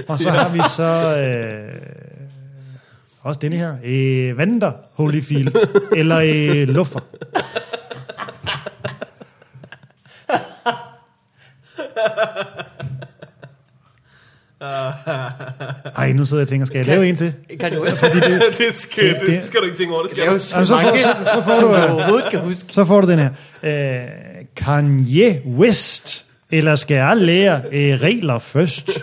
Speaker 2: Og så har vi så... Uh, også denne her. Øh, Vander Holyfield. Eller øh, Luffer. Ej, nu sidder jeg og tænker, skal jeg lave en til?
Speaker 1: Kanye West?
Speaker 2: Fordi det,
Speaker 3: [LAUGHS] det, skal,
Speaker 2: Det- det-
Speaker 3: det skal du ikke tænke over, det skal
Speaker 1: Det er jo
Speaker 3: du.
Speaker 1: så,
Speaker 2: Jamen, så får-
Speaker 1: mange,
Speaker 2: så- så får
Speaker 1: som
Speaker 2: du,
Speaker 1: jeg
Speaker 2: øh,
Speaker 1: overhovedet kan huske.
Speaker 2: Så får du den her. Øh, Kanye West, eller skal jeg lære øh, regler først? [LAUGHS]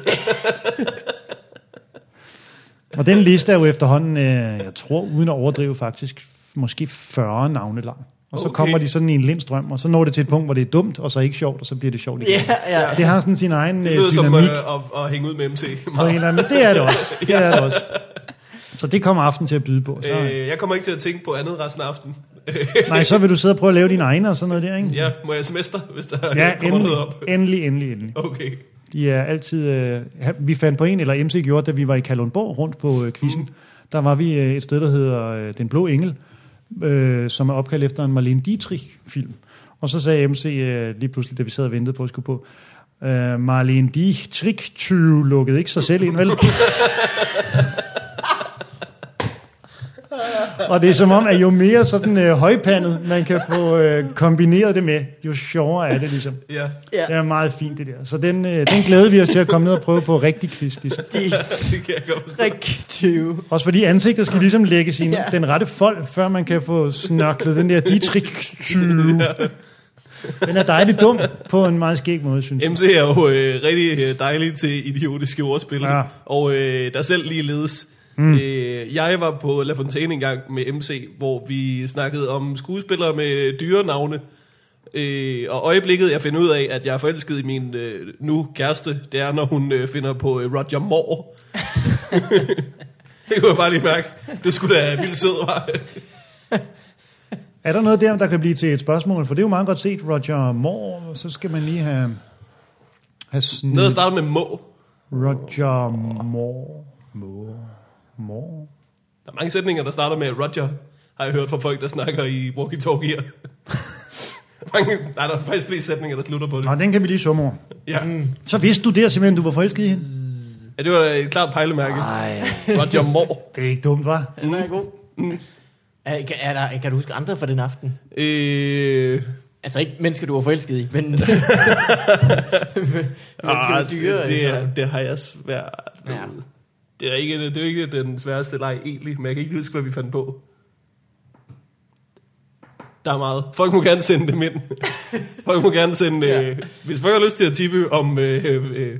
Speaker 2: Og den liste er jo efterhånden, øh, jeg tror uden at overdrive faktisk, måske 40 navne lang. Og så
Speaker 3: Okay.
Speaker 2: okay. kommer de sådan i en lindstrøm, og så når det til et punkt, hvor det er dumt, og så ikke sjovt, og så bliver det sjovt igen.
Speaker 1: Ja, ja.
Speaker 2: Det har sådan sin egen
Speaker 3: Det
Speaker 2: øh,
Speaker 3: lyder som
Speaker 2: dynamik
Speaker 3: øh, at, at hænge ud med MC. [LAUGHS]
Speaker 2: på en eller anden, men det er det også. Det er det også. Så det kommer aften til at byde på. Så,
Speaker 3: Øh, jeg kommer ikke til at tænke på andet resten af aftenen.
Speaker 2: nej, så vil du sidde og prøve at lave dine egne og sådan noget der, ikke?
Speaker 3: ja, må jeg semester, hvis der
Speaker 2: Ja,
Speaker 3: [LAUGHS] kommer noget
Speaker 2: endelig,
Speaker 3: op?
Speaker 2: endelig, endelig, endelig.
Speaker 3: Okay.
Speaker 2: De er altid... Øh, ha- vi fandt på en, eller MC gjorde, da vi var i Kalundborg rundt på øh, quizzen. Mm. Der var vi øh, et sted, der hedder øh, Den Blå Engel, øh, som er opkaldt efter en Marlene Dietrich-film. Og så sagde MC øh, lige pludselig, da vi sad og ventede på at skulle på, øh, Marlene Dietrich lukkede ikke sig selv ind, vel? Og det er som om, at jo mere sådan øh, højpandet man kan få øh, kombineret det med, jo sjovere er det ligesom.
Speaker 3: Ja.
Speaker 1: Ja.
Speaker 2: Det er meget fint, det der. Så den, øh, den glæder vi os til at komme ned og prøve på rigtig quiz. Ligesom.
Speaker 3: Det kan jeg godt forstå.
Speaker 1: Rigtig
Speaker 2: Også fordi ansigtet skal ligesom lægge sin,
Speaker 1: Ja.
Speaker 2: ja. den rette fold, før man kan få snørklet den der Dietrich 20. Den er dejligt dum på en meget skæg måde, synes jeg.
Speaker 3: MC er jo øh, rigtig øh, dejlig til idiotiske ordspil, ja.
Speaker 2: Ja.
Speaker 3: og øh, der selv lige ledes. Mm. Øh, jeg var på La Fontaine engang med MC, hvor vi snakkede om skuespillere med dyrenavne. Øh, og øjeblikket, jeg finder ud af, at jeg er forelsket i min øh, nu kæreste, det er, når hun øh, finder på øh, Roger Moore. [LAUGHS] det kunne jeg bare lige mærke. Du skulle da vildt sød, var.
Speaker 2: Er der noget der, der kan blive til et spørgsmål? For det er jo meget godt set, Roger Moore, og så skal man lige have, have sådan
Speaker 3: Noget at starte med må.
Speaker 2: Roger Moore. Moore. Moore.
Speaker 3: Der er mange sætninger, der starter med Roger, har jeg hørt fra folk, der snakker i
Speaker 1: [LAUGHS]
Speaker 3: walkie-talkier. mange, nej, der er faktisk flere sætninger, der slutter på det.
Speaker 2: Nå, den kan vi lige summe over.
Speaker 3: Ja.
Speaker 1: Mm.
Speaker 2: Så vidste du der simpelthen, du var forelsket i hende?
Speaker 3: ja, det var da et klart pejlemærke.
Speaker 2: Nej,
Speaker 3: Roger Moore. Mm.
Speaker 2: det er ikke dumt, var.
Speaker 1: Den er god. Er, kan, er der, kan du huske andre fra den aften?
Speaker 3: Øh,
Speaker 1: Altså ikke mennesker, du var forelsket i, [LAUGHS] men...
Speaker 3: ah,
Speaker 1: ah,
Speaker 3: det,
Speaker 1: dyre,
Speaker 3: det, er, det har jeg svært ved.
Speaker 1: Ja.
Speaker 3: Det er, ikke, det er jo ikke den sværeste leg egentlig, men jeg kan ikke huske, hvad vi fandt på. Der er meget. Folk må gerne sende dem ind. [LAUGHS] Folk må gerne sende...
Speaker 1: Ja.
Speaker 3: Ja. Øh, hvis folk har lyst til at tippe om øh, øh,
Speaker 1: Så kan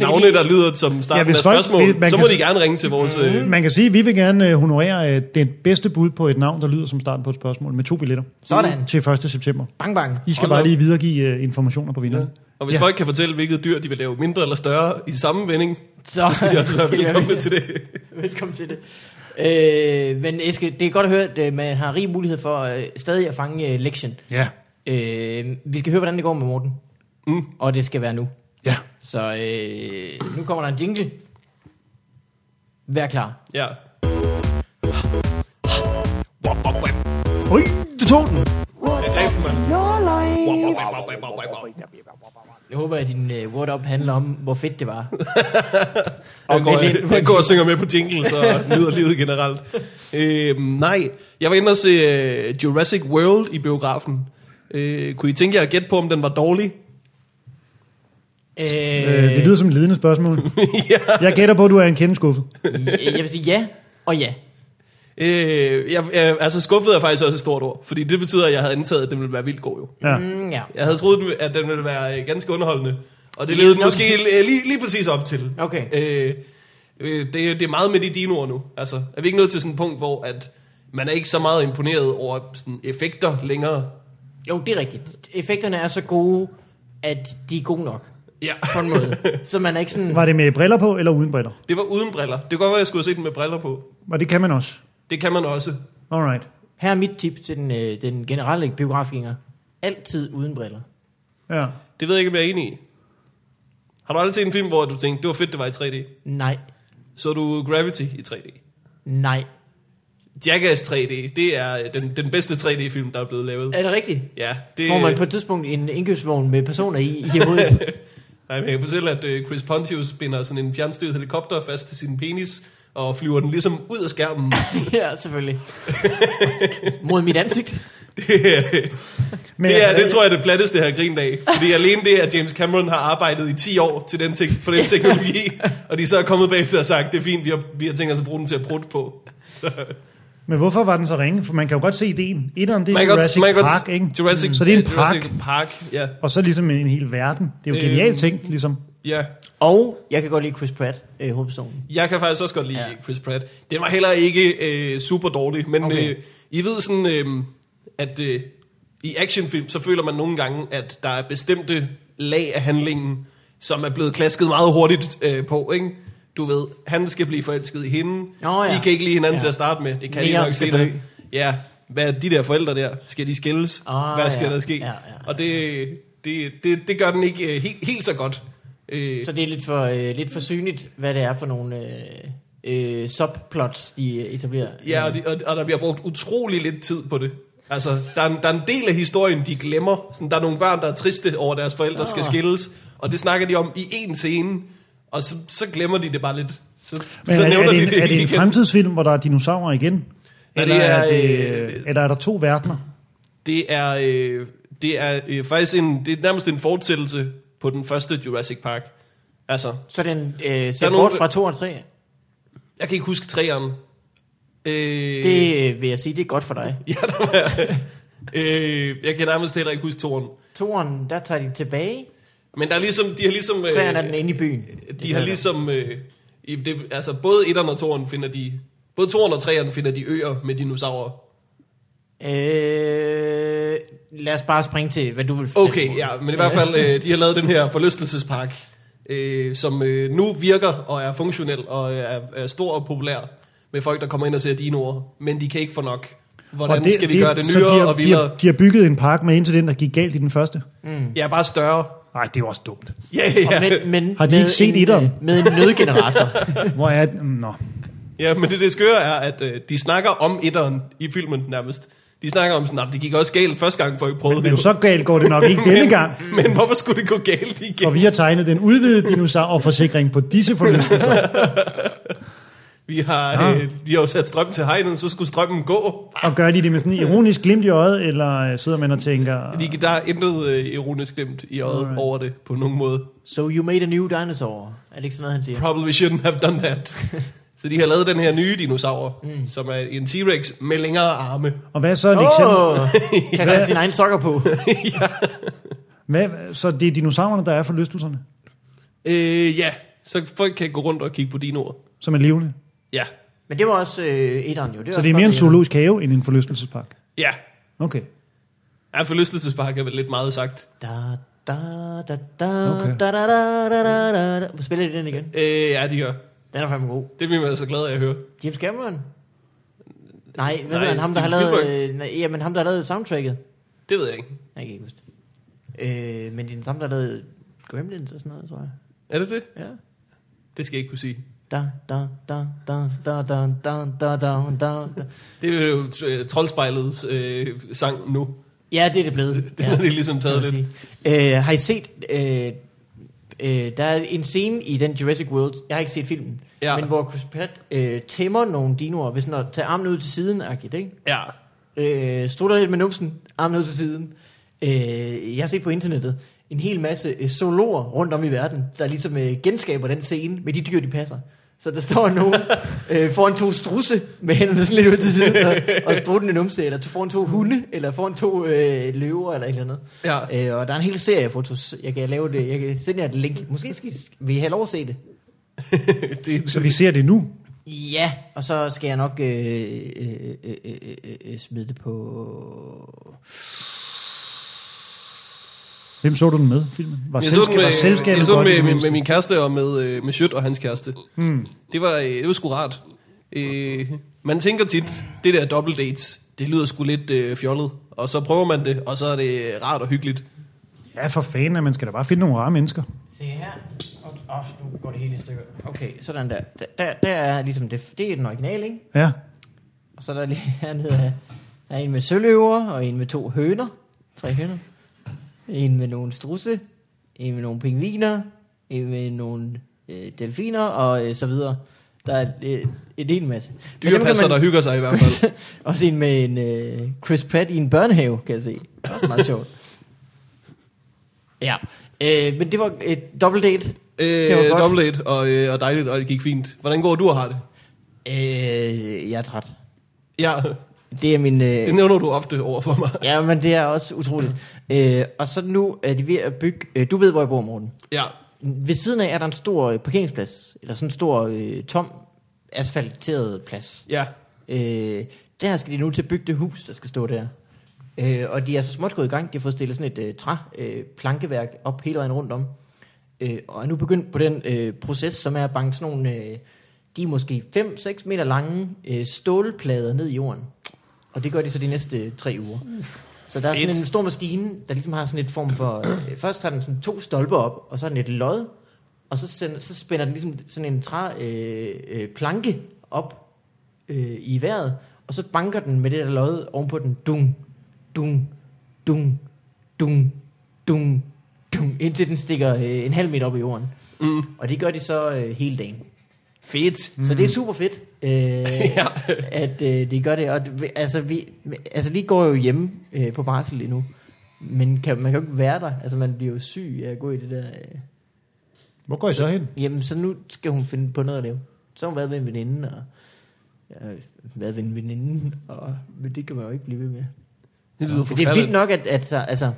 Speaker 3: navne,
Speaker 1: de-
Speaker 3: der lyder som starten
Speaker 2: Ja,
Speaker 3: ja, af
Speaker 2: hvis folk-
Speaker 3: spørgsmål,
Speaker 2: hvis man
Speaker 3: så må
Speaker 2: kan- Mm.
Speaker 3: de gerne ringe til vores... Øh,
Speaker 2: Man kan sige, at vi vil gerne øh, honorere øh, den bedste bud på et navn, der lyder som starten på et spørgsmål, med to billetter.
Speaker 1: Sådan.
Speaker 2: Til 1. september.
Speaker 1: Bang, bang.
Speaker 2: I skal
Speaker 3: Hold
Speaker 2: bare
Speaker 3: op.
Speaker 2: lige videregive øh, informationer på vinderne.
Speaker 3: og hvis ja.
Speaker 2: Ja.
Speaker 3: folk kan fortælle, hvilket dyr de vil lave mindre eller større i samme vending,
Speaker 1: Så,
Speaker 3: så skal de
Speaker 1: [LAUGHS]
Speaker 3: også være
Speaker 1: skal jeg
Speaker 3: velkomne
Speaker 1: virkelig-
Speaker 3: til [LAUGHS] det.
Speaker 1: Velkommen til det. Øh, men Eske, det er godt at høre, at øh, man har rig mulighed for øh, stadig at fange øh, lektien.
Speaker 2: Ja.
Speaker 1: Øh, vi skal høre, hvordan det går med Morten.
Speaker 3: Mm.
Speaker 1: Og det skal være nu.
Speaker 2: Ja.
Speaker 1: Så øh, nu kommer der en jingle. Vær klar.
Speaker 3: Ja.
Speaker 2: Ui, du tog den.
Speaker 3: Jeg greb den, mand.
Speaker 4: Your life.
Speaker 1: Jeg håber, at din uh, what up handler om, hvor fedt det
Speaker 3: [LAUGHS]
Speaker 1: var.
Speaker 3: Jeg går,
Speaker 1: lidt-
Speaker 3: jeg, jeg går og synger med på jingles og nyder livet generelt. Øhm, nej, jeg var inde og se øh, Jurassic World i biografen. Øh, kunne I tænke jer at gætte på, om den var dårlig?
Speaker 2: Øh, det lyder som et ledende spørgsmål. Jeg gætter på, at du er en kende skuffet.
Speaker 1: Øh, jeg vil sige ja og ja.
Speaker 3: Øh, jeg, jeg, altså skuffet er faktisk også et stort ord, fordi det betyder, at jeg havde antaget, at den ville være vildt god jo.
Speaker 2: Ja.
Speaker 1: Mm, ja.
Speaker 3: Jeg havde troet, at den ville være øh, ganske underholdende, og det
Speaker 1: Lige
Speaker 3: levede den
Speaker 1: nok.
Speaker 3: måske øh, lige, lige præcis op til.
Speaker 1: Okay.
Speaker 3: Øh, øh, det, det er meget med de dinoer nu. Altså, er vi ikke nået til sådan et punkt, hvor at man er ikke så meget imponeret over sådan, effekter længere?
Speaker 1: Jo, det er rigtigt. Effekterne er så gode, at de er gode nok.
Speaker 3: Ja.
Speaker 1: På en
Speaker 3: [LAUGHS]
Speaker 1: måde. Så man er ikke sådan...
Speaker 2: Var det med briller på eller uden briller?
Speaker 3: Det var uden briller. Det kan godt være, at jeg skulle have set den med briller på.
Speaker 2: Og det kan man også.
Speaker 3: Det kan man også.
Speaker 2: Alright.
Speaker 1: Her er mit tip til den, øh, den generelle biografgænger. Altid uden briller.
Speaker 2: Ja.
Speaker 3: Det ved jeg ikke, om jeg er enig i. Har du aldrig set en film, hvor du tænkte, det var fedt, det var i 3D?
Speaker 1: Nej.
Speaker 3: Så du Gravity i 3D.
Speaker 1: Nej.
Speaker 3: Jackass 3D, det er øh, den, den bedste 3D-film, der er blevet lavet.
Speaker 1: Er det rigtigt?
Speaker 3: Ja, det...
Speaker 1: Får man på et tidspunkt en indkøbsvogn med personer i, i
Speaker 3: [LAUGHS]
Speaker 1: hovedet?
Speaker 3: Nej, men jeg kan fortælle, at øh, Chris Pontius binder sådan en fjernstyret helikopter fast til sin penis, og flyver den ligesom ud af skærmen. [LAUGHS]
Speaker 1: ja, selvfølgelig. [LAUGHS] Mod mit ansigt.
Speaker 3: det, er-
Speaker 2: [LAUGHS] Men
Speaker 3: det, er, det tror jeg er det platteste her grin af. Fordi alene det, at James Cameron har arbejdet i 10 år til den
Speaker 2: [LAUGHS]
Speaker 3: tek- på den teknologi, og de så er kommet bagefter og sagt, det er fint, vi har, vi har tænkt os at bruge den til at prutte på. [LAUGHS] Så,
Speaker 2: Men hvorfor var den så ringe? For man kan jo godt se ideen. Etteren, det er
Speaker 3: Man kan godt-
Speaker 2: Jurassic
Speaker 3: man kan godt-
Speaker 2: Park, ikke?
Speaker 3: Jurassic,
Speaker 2: Så det er en
Speaker 3: øh, Jurassic
Speaker 2: park.
Speaker 3: Park, ja.
Speaker 2: Og så ligesom en hel verden. Det er jo
Speaker 3: Øhm.
Speaker 2: genialt ting, ligesom.
Speaker 3: ja.
Speaker 1: Og jeg kan godt lide Chris Pratt, øh, hovedpersonen.
Speaker 3: [LAUGHS] Jeg kan faktisk også godt lide ja.
Speaker 1: Ja.
Speaker 3: Chris Pratt. Den var heller ikke øh, super dårlig, men okay.
Speaker 1: Okay.
Speaker 3: øh, I ved sådan, øh, at øh, i actionfilm, så føler man nogle gange, at der er bestemte lag af handlingen, som er blevet klasket meget hurtigt øh, på, ikke? Du ved, han skal blive forelsket i hende.
Speaker 1: Nå ja.
Speaker 3: De kan ikke lide hinanden
Speaker 1: Ja.
Speaker 3: ja. til at starte med. Det kan de
Speaker 1: Leon
Speaker 3: nok se
Speaker 1: skal dø.
Speaker 3: det. Ja, hvad er de der forældre der? Skal de skilles?
Speaker 1: Ah,
Speaker 3: hvad skal
Speaker 1: ja.
Speaker 3: der ske?
Speaker 1: Ja, ja,
Speaker 3: Og det, det, det, det gør den ikke øh, helt, helt så godt. Øh,
Speaker 1: Så det er lidt for, øh, lidt for synligt, hvad det er for nogle øh, øh, subplots, de øh, etablerer.
Speaker 3: Ja, og, de, og, og der bliver brugt utrolig lidt tid på det. Altså, der er, en, der er en del af historien, de glemmer. Sådan, der er nogle børn, der er triste over, at deres forældre skal
Speaker 2: Ah.
Speaker 1: Nå.
Speaker 3: skilles, og det snakker de om i én scene, og så, så glemmer de det bare lidt. Så,
Speaker 2: Men
Speaker 3: så
Speaker 2: er, er,
Speaker 3: nævner
Speaker 2: det
Speaker 3: de
Speaker 2: en,
Speaker 3: det
Speaker 2: er det en
Speaker 3: igen.
Speaker 2: fremtidsfilm, hvor der er dinosaurer igen?
Speaker 3: Ja,
Speaker 2: Eller,
Speaker 3: det er,
Speaker 2: er det,
Speaker 3: øh,
Speaker 2: eller er der to verdener?
Speaker 3: Det er, øh, det er øh, faktisk en, det er nærmest en fortsættelse på den første Jurassic Park. Altså,
Speaker 1: Så den øh,
Speaker 3: Der er
Speaker 1: ser
Speaker 3: nogle-
Speaker 1: bort fra 2 og 3.
Speaker 3: jeg kan ikke huske træerne. Øh,
Speaker 1: Det øh, vil jeg sige, det er godt for dig.
Speaker 3: [LAUGHS] Ja, der var, øh, jeg kan nærmest heller ikke huske toren.
Speaker 1: Toren, der tager de tilbage.
Speaker 3: Men der er ligesom, de har ligesom... øh,
Speaker 1: Træerne er den inde i byen.
Speaker 3: De har ligesom, øh, i det, altså både 1'eren og 2'eren finder de, både 2'eren og 3'eren finder de øer med dinosaurer.
Speaker 1: Øh, lad os bare springe til, hvad du vil fortælle.
Speaker 3: Okay,
Speaker 1: Morten.
Speaker 3: ja, men i hvert fald, øh, de har lavet den her forlystelsespark, øh, som øh, nu virker og er funktionel og øh, er, er stor og populær med folk, der kommer ind og ser dinoer, men de kan ikke få nok. Hvordan
Speaker 2: Og
Speaker 3: det, skal vi gøre det
Speaker 2: så
Speaker 3: nyere
Speaker 2: de har,
Speaker 3: og
Speaker 2: de, har,
Speaker 3: vildere?
Speaker 2: de har bygget en park med indtil den, der gik galt i den første.
Speaker 3: Ja, bare større. [LAUGHS]
Speaker 2: Nej, det er jo også dumt.
Speaker 3: Ja, ja,
Speaker 1: Og
Speaker 3: ja.
Speaker 1: Men, men
Speaker 2: Har de
Speaker 1: med
Speaker 2: ikke set
Speaker 1: en,
Speaker 2: etteren?
Speaker 1: øh, Med en
Speaker 3: [LAUGHS]
Speaker 1: nødgenerator.
Speaker 2: Hvor er det? Nå.
Speaker 3: Ja, men det, det skøre er, at øh, de snakker om etteren i filmen nærmest. De snakker om sådan, at det gik også galt første gang, for I prøvede det jo."
Speaker 2: Men så galt går det nok ikke denne gang.
Speaker 3: Men hvorfor skulle det gå galt igen?
Speaker 2: Og vi har tegnet den udvidede dinosaurforsikring på disse forlystelser.
Speaker 3: [LAUGHS] Vi har,
Speaker 2: Ah.
Speaker 3: øh, vi har jo sat strøm til hegnet, så skulle strømmen gå.
Speaker 2: Og gør de det med sådan en ironisk glimt i øjet, eller øh, sidder man og tænker...
Speaker 3: Fordi der er intet øh, ironisk glemt i øjet
Speaker 2: Alright.
Speaker 3: over det på nogen måde.
Speaker 1: so you made a new dinosaur. Er det ikke sådan noget, han siger?
Speaker 3: Probably shouldn't have done
Speaker 2: [LAUGHS]
Speaker 3: that. Så de har lavet den her nye dinosaur, mm. som er en T-Rex med længere arme.
Speaker 2: Og hvad er så et eksempel?
Speaker 1: Åh, oh,
Speaker 2: [LAUGHS]
Speaker 1: kaster han sin egen sokker på.
Speaker 2: Hvad, så det er dinosaurerne, der er forlystelserne,
Speaker 3: Øh, ja, så folk kan gå rundt og kigge på dinoer.
Speaker 2: som er levende.
Speaker 3: Ja,
Speaker 1: Men det var også øh, etteren jo. Det var
Speaker 2: Så
Speaker 1: også
Speaker 2: det er mere
Speaker 1: godt,
Speaker 2: en
Speaker 1: etteren.
Speaker 2: zoologisk have, end en forlystelsespark.
Speaker 3: ja.
Speaker 2: Okay.
Speaker 3: Ja, forlystelsespark er vel lidt meget sagt.
Speaker 1: Da, da, da, da,
Speaker 2: Okay.
Speaker 1: da, da, da, da, da, da, da. Spiller de den igen?
Speaker 3: Øh, ja, de gør.
Speaker 1: Den er fandme god.
Speaker 3: Det bliver man så glad af at høre.
Speaker 1: James Cameron? Nej, hvad hedder
Speaker 3: Nej,
Speaker 1: han? Ham, der har
Speaker 3: Steven
Speaker 1: lavet,
Speaker 3: Spielberg.
Speaker 1: øh, nej, jamen, ham, der har lavet soundtracket.
Speaker 3: Det ved jeg ikke.
Speaker 1: Jeg kan ikke huske det. Øh, men det er den samme, der har lavet Gremlins og sådan noget, tror jeg.
Speaker 3: Er det det?
Speaker 1: Ja.
Speaker 3: Det skal jeg ikke kunne sige.
Speaker 1: da, da, da, da, da, da, da, da, da, da, da.
Speaker 3: Det er jo øh, Troldspejlets øh, sang nu.
Speaker 1: Ja, det er det blevet. ja.
Speaker 3: Den har de ligesom taget
Speaker 1: kan man sige. Øh, har I set... Øh, øh, der er en scene i den Jurassic World, jeg har ikke set filmen,
Speaker 3: Ja.
Speaker 1: ja. men hvor Chris Pratt øh, tæmmer nogle dinoer, hvis når tager armen ud til siden, agtigt, ikke?
Speaker 3: Ja.
Speaker 1: øh, strutter lidt med numsen, armen ud til siden. Øh, jeg har set på internettet en hel masse øh, zoologer rundt om i verden, der ligesom øh, genskaber den scene med de dyr, de passer. Så der står nogen øh, foran to strusse med hænderne sådan lidt ud til siden og, og strutten i numse, eller foran to hunde, eller foran to øh, løver, eller et eller andet.
Speaker 3: Ja.
Speaker 1: Øh, og der er en hel serie af fotos. Jeg kan lave det. Jeg kan sende jer et link. Måske skal I, vil I have lov at se det.
Speaker 3: det,
Speaker 2: Så vi ser det nu.
Speaker 1: Ja, og så skal jeg nok øh, øh, øh, øh, øh, øh, smide det på
Speaker 2: Hvem så du den med, filmen? Var,
Speaker 3: jeg så den
Speaker 2: selskab, var
Speaker 3: med,
Speaker 2: selskabet
Speaker 3: jeg så den
Speaker 2: godt i
Speaker 3: med,
Speaker 2: det
Speaker 3: med,
Speaker 2: mindste?
Speaker 3: med min kæreste og med, øh, med Sjøt og hans kæreste.
Speaker 1: Hmm.
Speaker 3: Mm. Det, var, øh, det var sgu rart. Øh, man tænker tit, det der double dates, det lyder sgu lidt øh, fjollet. Og så prøver man det, og så er det rart og hyggeligt.
Speaker 2: Ja, for fanden, at man skal da bare finde nogle rare mennesker.
Speaker 1: Se her. Åh, oh, nu går det hele i stykker. Okay, sådan der. Der, der, der er ligesom det, det er den originale, ikke?
Speaker 2: Ja.
Speaker 1: Og så er der lige [LAUGHS] hernede, af- der er en med søløver, og en med to høner. Tre høner. En med nogle strusse, en med nogle pingviner, en med nogle øh, delfiner, og øh, så videre. Der er øh, en hel masse. Men dem kan
Speaker 3: Dyrepasser, der hygger sig i hvert fald.
Speaker 1: Også en med en øh, Chris Pratt i en børnehave, kan jeg se. Det er også meget sjovt. Ja, øh, men det var et dobbelt date. [LAUGHS] det var
Speaker 3: Øh,
Speaker 1: godt.
Speaker 3: double date og, øh, og dejligt, og det gik fint. Hvordan går du og har det?
Speaker 1: Øh, jeg er træt.
Speaker 3: Ja,
Speaker 1: Det er min...
Speaker 3: det
Speaker 1: Øh,
Speaker 3: nævner du ofte over for mig.
Speaker 1: ja, men det er også utroligt. Øh, og så nu er de ved at bygge... Øh, du ved, hvor jeg bor, Morten.
Speaker 3: Ja,
Speaker 1: Ved siden af er der en stor øh, parkeringsplads. Eller sådan en stor øh, tom asfalteret plads.
Speaker 3: ja.
Speaker 1: Øh, der skal de nu til at bygge det hus, der skal stå der. Øh, og de er så småt gået i gang. De har fået stillet sådan et øh, træplankeværk øh, op hele vejen rundt om. Øh, og er nu begyndt på den øh, proces, som er at banke sådan nogle, øh, de er måske 5-6 meter lange øh, stålplader ned i jorden. Og det gør de så de næste øh, tre uger. Så der er sådan
Speaker 3: Fedt.
Speaker 1: en stor maskine, der ligesom har sådan et form for... Øh, [CLEARS THROAT] først har den sådan to stolper op, og så har den et lod, og så, send, så spænder den ligesom sådan en træ, øh, øh, planke op øh, i vejret, og så banker den med det der lod ovenpå den. Dung, dung, dung, dung, dung, dung, indtil den stikker øh, en halv meter op i jorden. Mm. Og det gør de så øh, hele dagen.
Speaker 3: Fedt.
Speaker 1: Mm. Så det er super fedt, øh,
Speaker 3: [LAUGHS] Ja.
Speaker 1: [LAUGHS] ja. at øh, de gør det. Og, det- altså, vi, altså, vi går jo hjemme øh, på barsel endnu, men kan, man kan jo ikke være der. Altså, man bliver jo syg af at gå i det der... Øh.
Speaker 2: Hvor går I så hen?
Speaker 1: Jamen, så nu skal hun finde på noget at lave. Så har hun været ved en veninde, og øh, været ved en veninde, og men det kan man jo ikke blive ved med.
Speaker 3: Det lyder
Speaker 1: Det er vildt
Speaker 3: forfærdeligt.
Speaker 1: nok, at, at så, altså,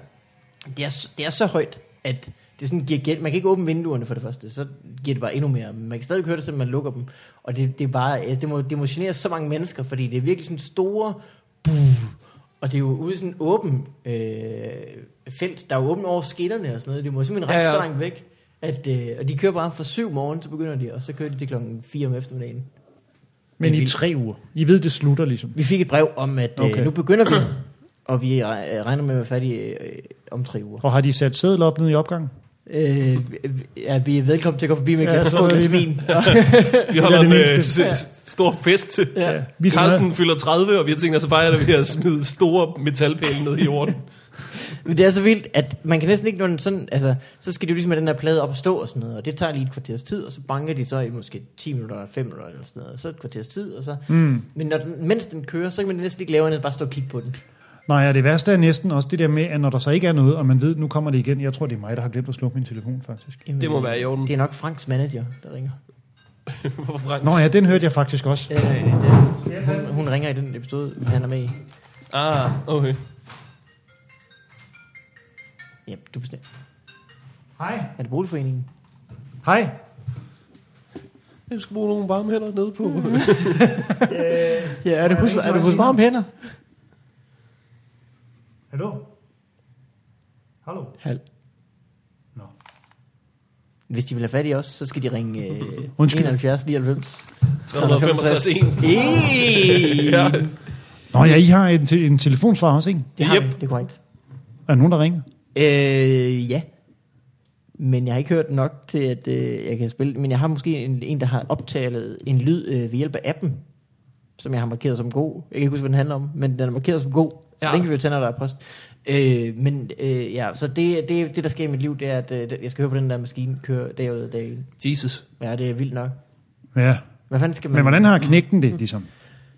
Speaker 1: det, er, s- det er så højt, at det sådan giver gæld. Man kan ikke åbne vinduerne for det første, så giver det bare endnu mere. Men Man kan stadig høre det, selvom man lukker dem. Og det, det er bare, ja, det må, det må genere så mange mennesker, fordi det er virkelig sådan store, buh, og det er jo ude i sådan en åben øh, felt, der er jo åben over skinnerne og sådan noget. Det må simpelthen
Speaker 3: Ja,
Speaker 1: række
Speaker 3: ja.
Speaker 1: så langt væk. At, øh, og de kører bare fra syv morgen, så begynder de, og så kører de til klokken 4 om eftermiddagen.
Speaker 2: Men i
Speaker 1: vildt.
Speaker 2: tre uger. I ved, det slutter ligesom.
Speaker 1: Vi fik et brev om, at okay.
Speaker 2: Okay.
Speaker 1: øh, nu begynder vi, og vi øh, regner med at være færdige øh, om tre uger.
Speaker 2: Og har de sat sædler op nede i opgangen?
Speaker 1: Øh, ja, vi er velkommen til at gå forbi med
Speaker 2: Ja,
Speaker 1: ja,
Speaker 2: så
Speaker 1: glas og få
Speaker 2: er
Speaker 1: et glas
Speaker 2: det [LAUGHS]
Speaker 1: vin.
Speaker 3: Vi holder
Speaker 2: det
Speaker 3: en øh,
Speaker 2: mindste.
Speaker 3: s- s- stor fest.
Speaker 1: ja.
Speaker 2: Vi skal
Speaker 3: Carsten fylder 30, og vi har tænkt os at fejre det ved at smide store metalpæle ned i jorden.
Speaker 1: [LAUGHS] Men det er så vildt, at man kan næsten ikke nå den sådan, altså, så skal de jo ligesom have den her plade op og stå og sådan noget, og det tager lige et kvarters tid, og så banker de så i måske 10 minutter eller 5 minutter eller sådan noget, og så et kvarters tid, og så... Mm. Men når den, mens den kører, så kan man næsten ikke lave andet, end bare stå og kigge på den.
Speaker 2: Nej, og det værste er næsten også det der med, at når der så ikke er noget, og man ved, nu kommer det igen. Jeg tror, det er mig, der har glemt at slukke min telefon, faktisk.
Speaker 1: Jamen,
Speaker 3: Det må være i orden.
Speaker 1: Det er nok Franks manager, der ringer.
Speaker 3: Hvor Frank-
Speaker 2: Nå ja, den hørte jeg faktisk også.
Speaker 1: Øh, det, hun, hun ringer i den episode, han er med i.
Speaker 3: Ah, okay.
Speaker 1: Ja, du bestemmer.
Speaker 2: Hej.
Speaker 1: Er det boligforeningen?
Speaker 2: Hej.
Speaker 3: Jeg skal bruge nogle varme hænder nede på.
Speaker 1: Ja, er
Speaker 2: det hos- er det hos varme
Speaker 1: hænder?
Speaker 2: Hallo? Hallo?
Speaker 1: Halv.
Speaker 2: Nå.
Speaker 1: Hvis de vil have fat i os, så skal de ringe øh,
Speaker 2: [LAUGHS] Undskyld.
Speaker 1: 71 99
Speaker 3: 365 en.
Speaker 1: Hey!
Speaker 3: Ja.
Speaker 2: Nå ja, I har en, te- en telefonsvar også, ikke?
Speaker 1: Det har vi,
Speaker 3: Yep.
Speaker 1: det er korrekt.
Speaker 2: Er der nogen, der ringer?
Speaker 1: Øh, ja. Men jeg har ikke hørt nok til, at øh, jeg kan spille. Men jeg har måske en, en der har optaget en lyd øh, ved hjælp af appen, som jeg har markeret som god. Jeg kan ikke huske, hvad den handler om, men den er markeret som god. Så
Speaker 3: Ja.
Speaker 1: ja. den kan vi jo tænde, når der er post. Øh, men øh, ja, så det, det, det, der sker i mit liv, det er, at øh, jeg skal høre på den der maskine køre dag ud og dag ind.
Speaker 3: Jesus.
Speaker 1: Ja, det er vildt nok.
Speaker 2: Ja.
Speaker 1: Hvad fanden skal man...
Speaker 2: Men hvordan har knægten det, ligesom?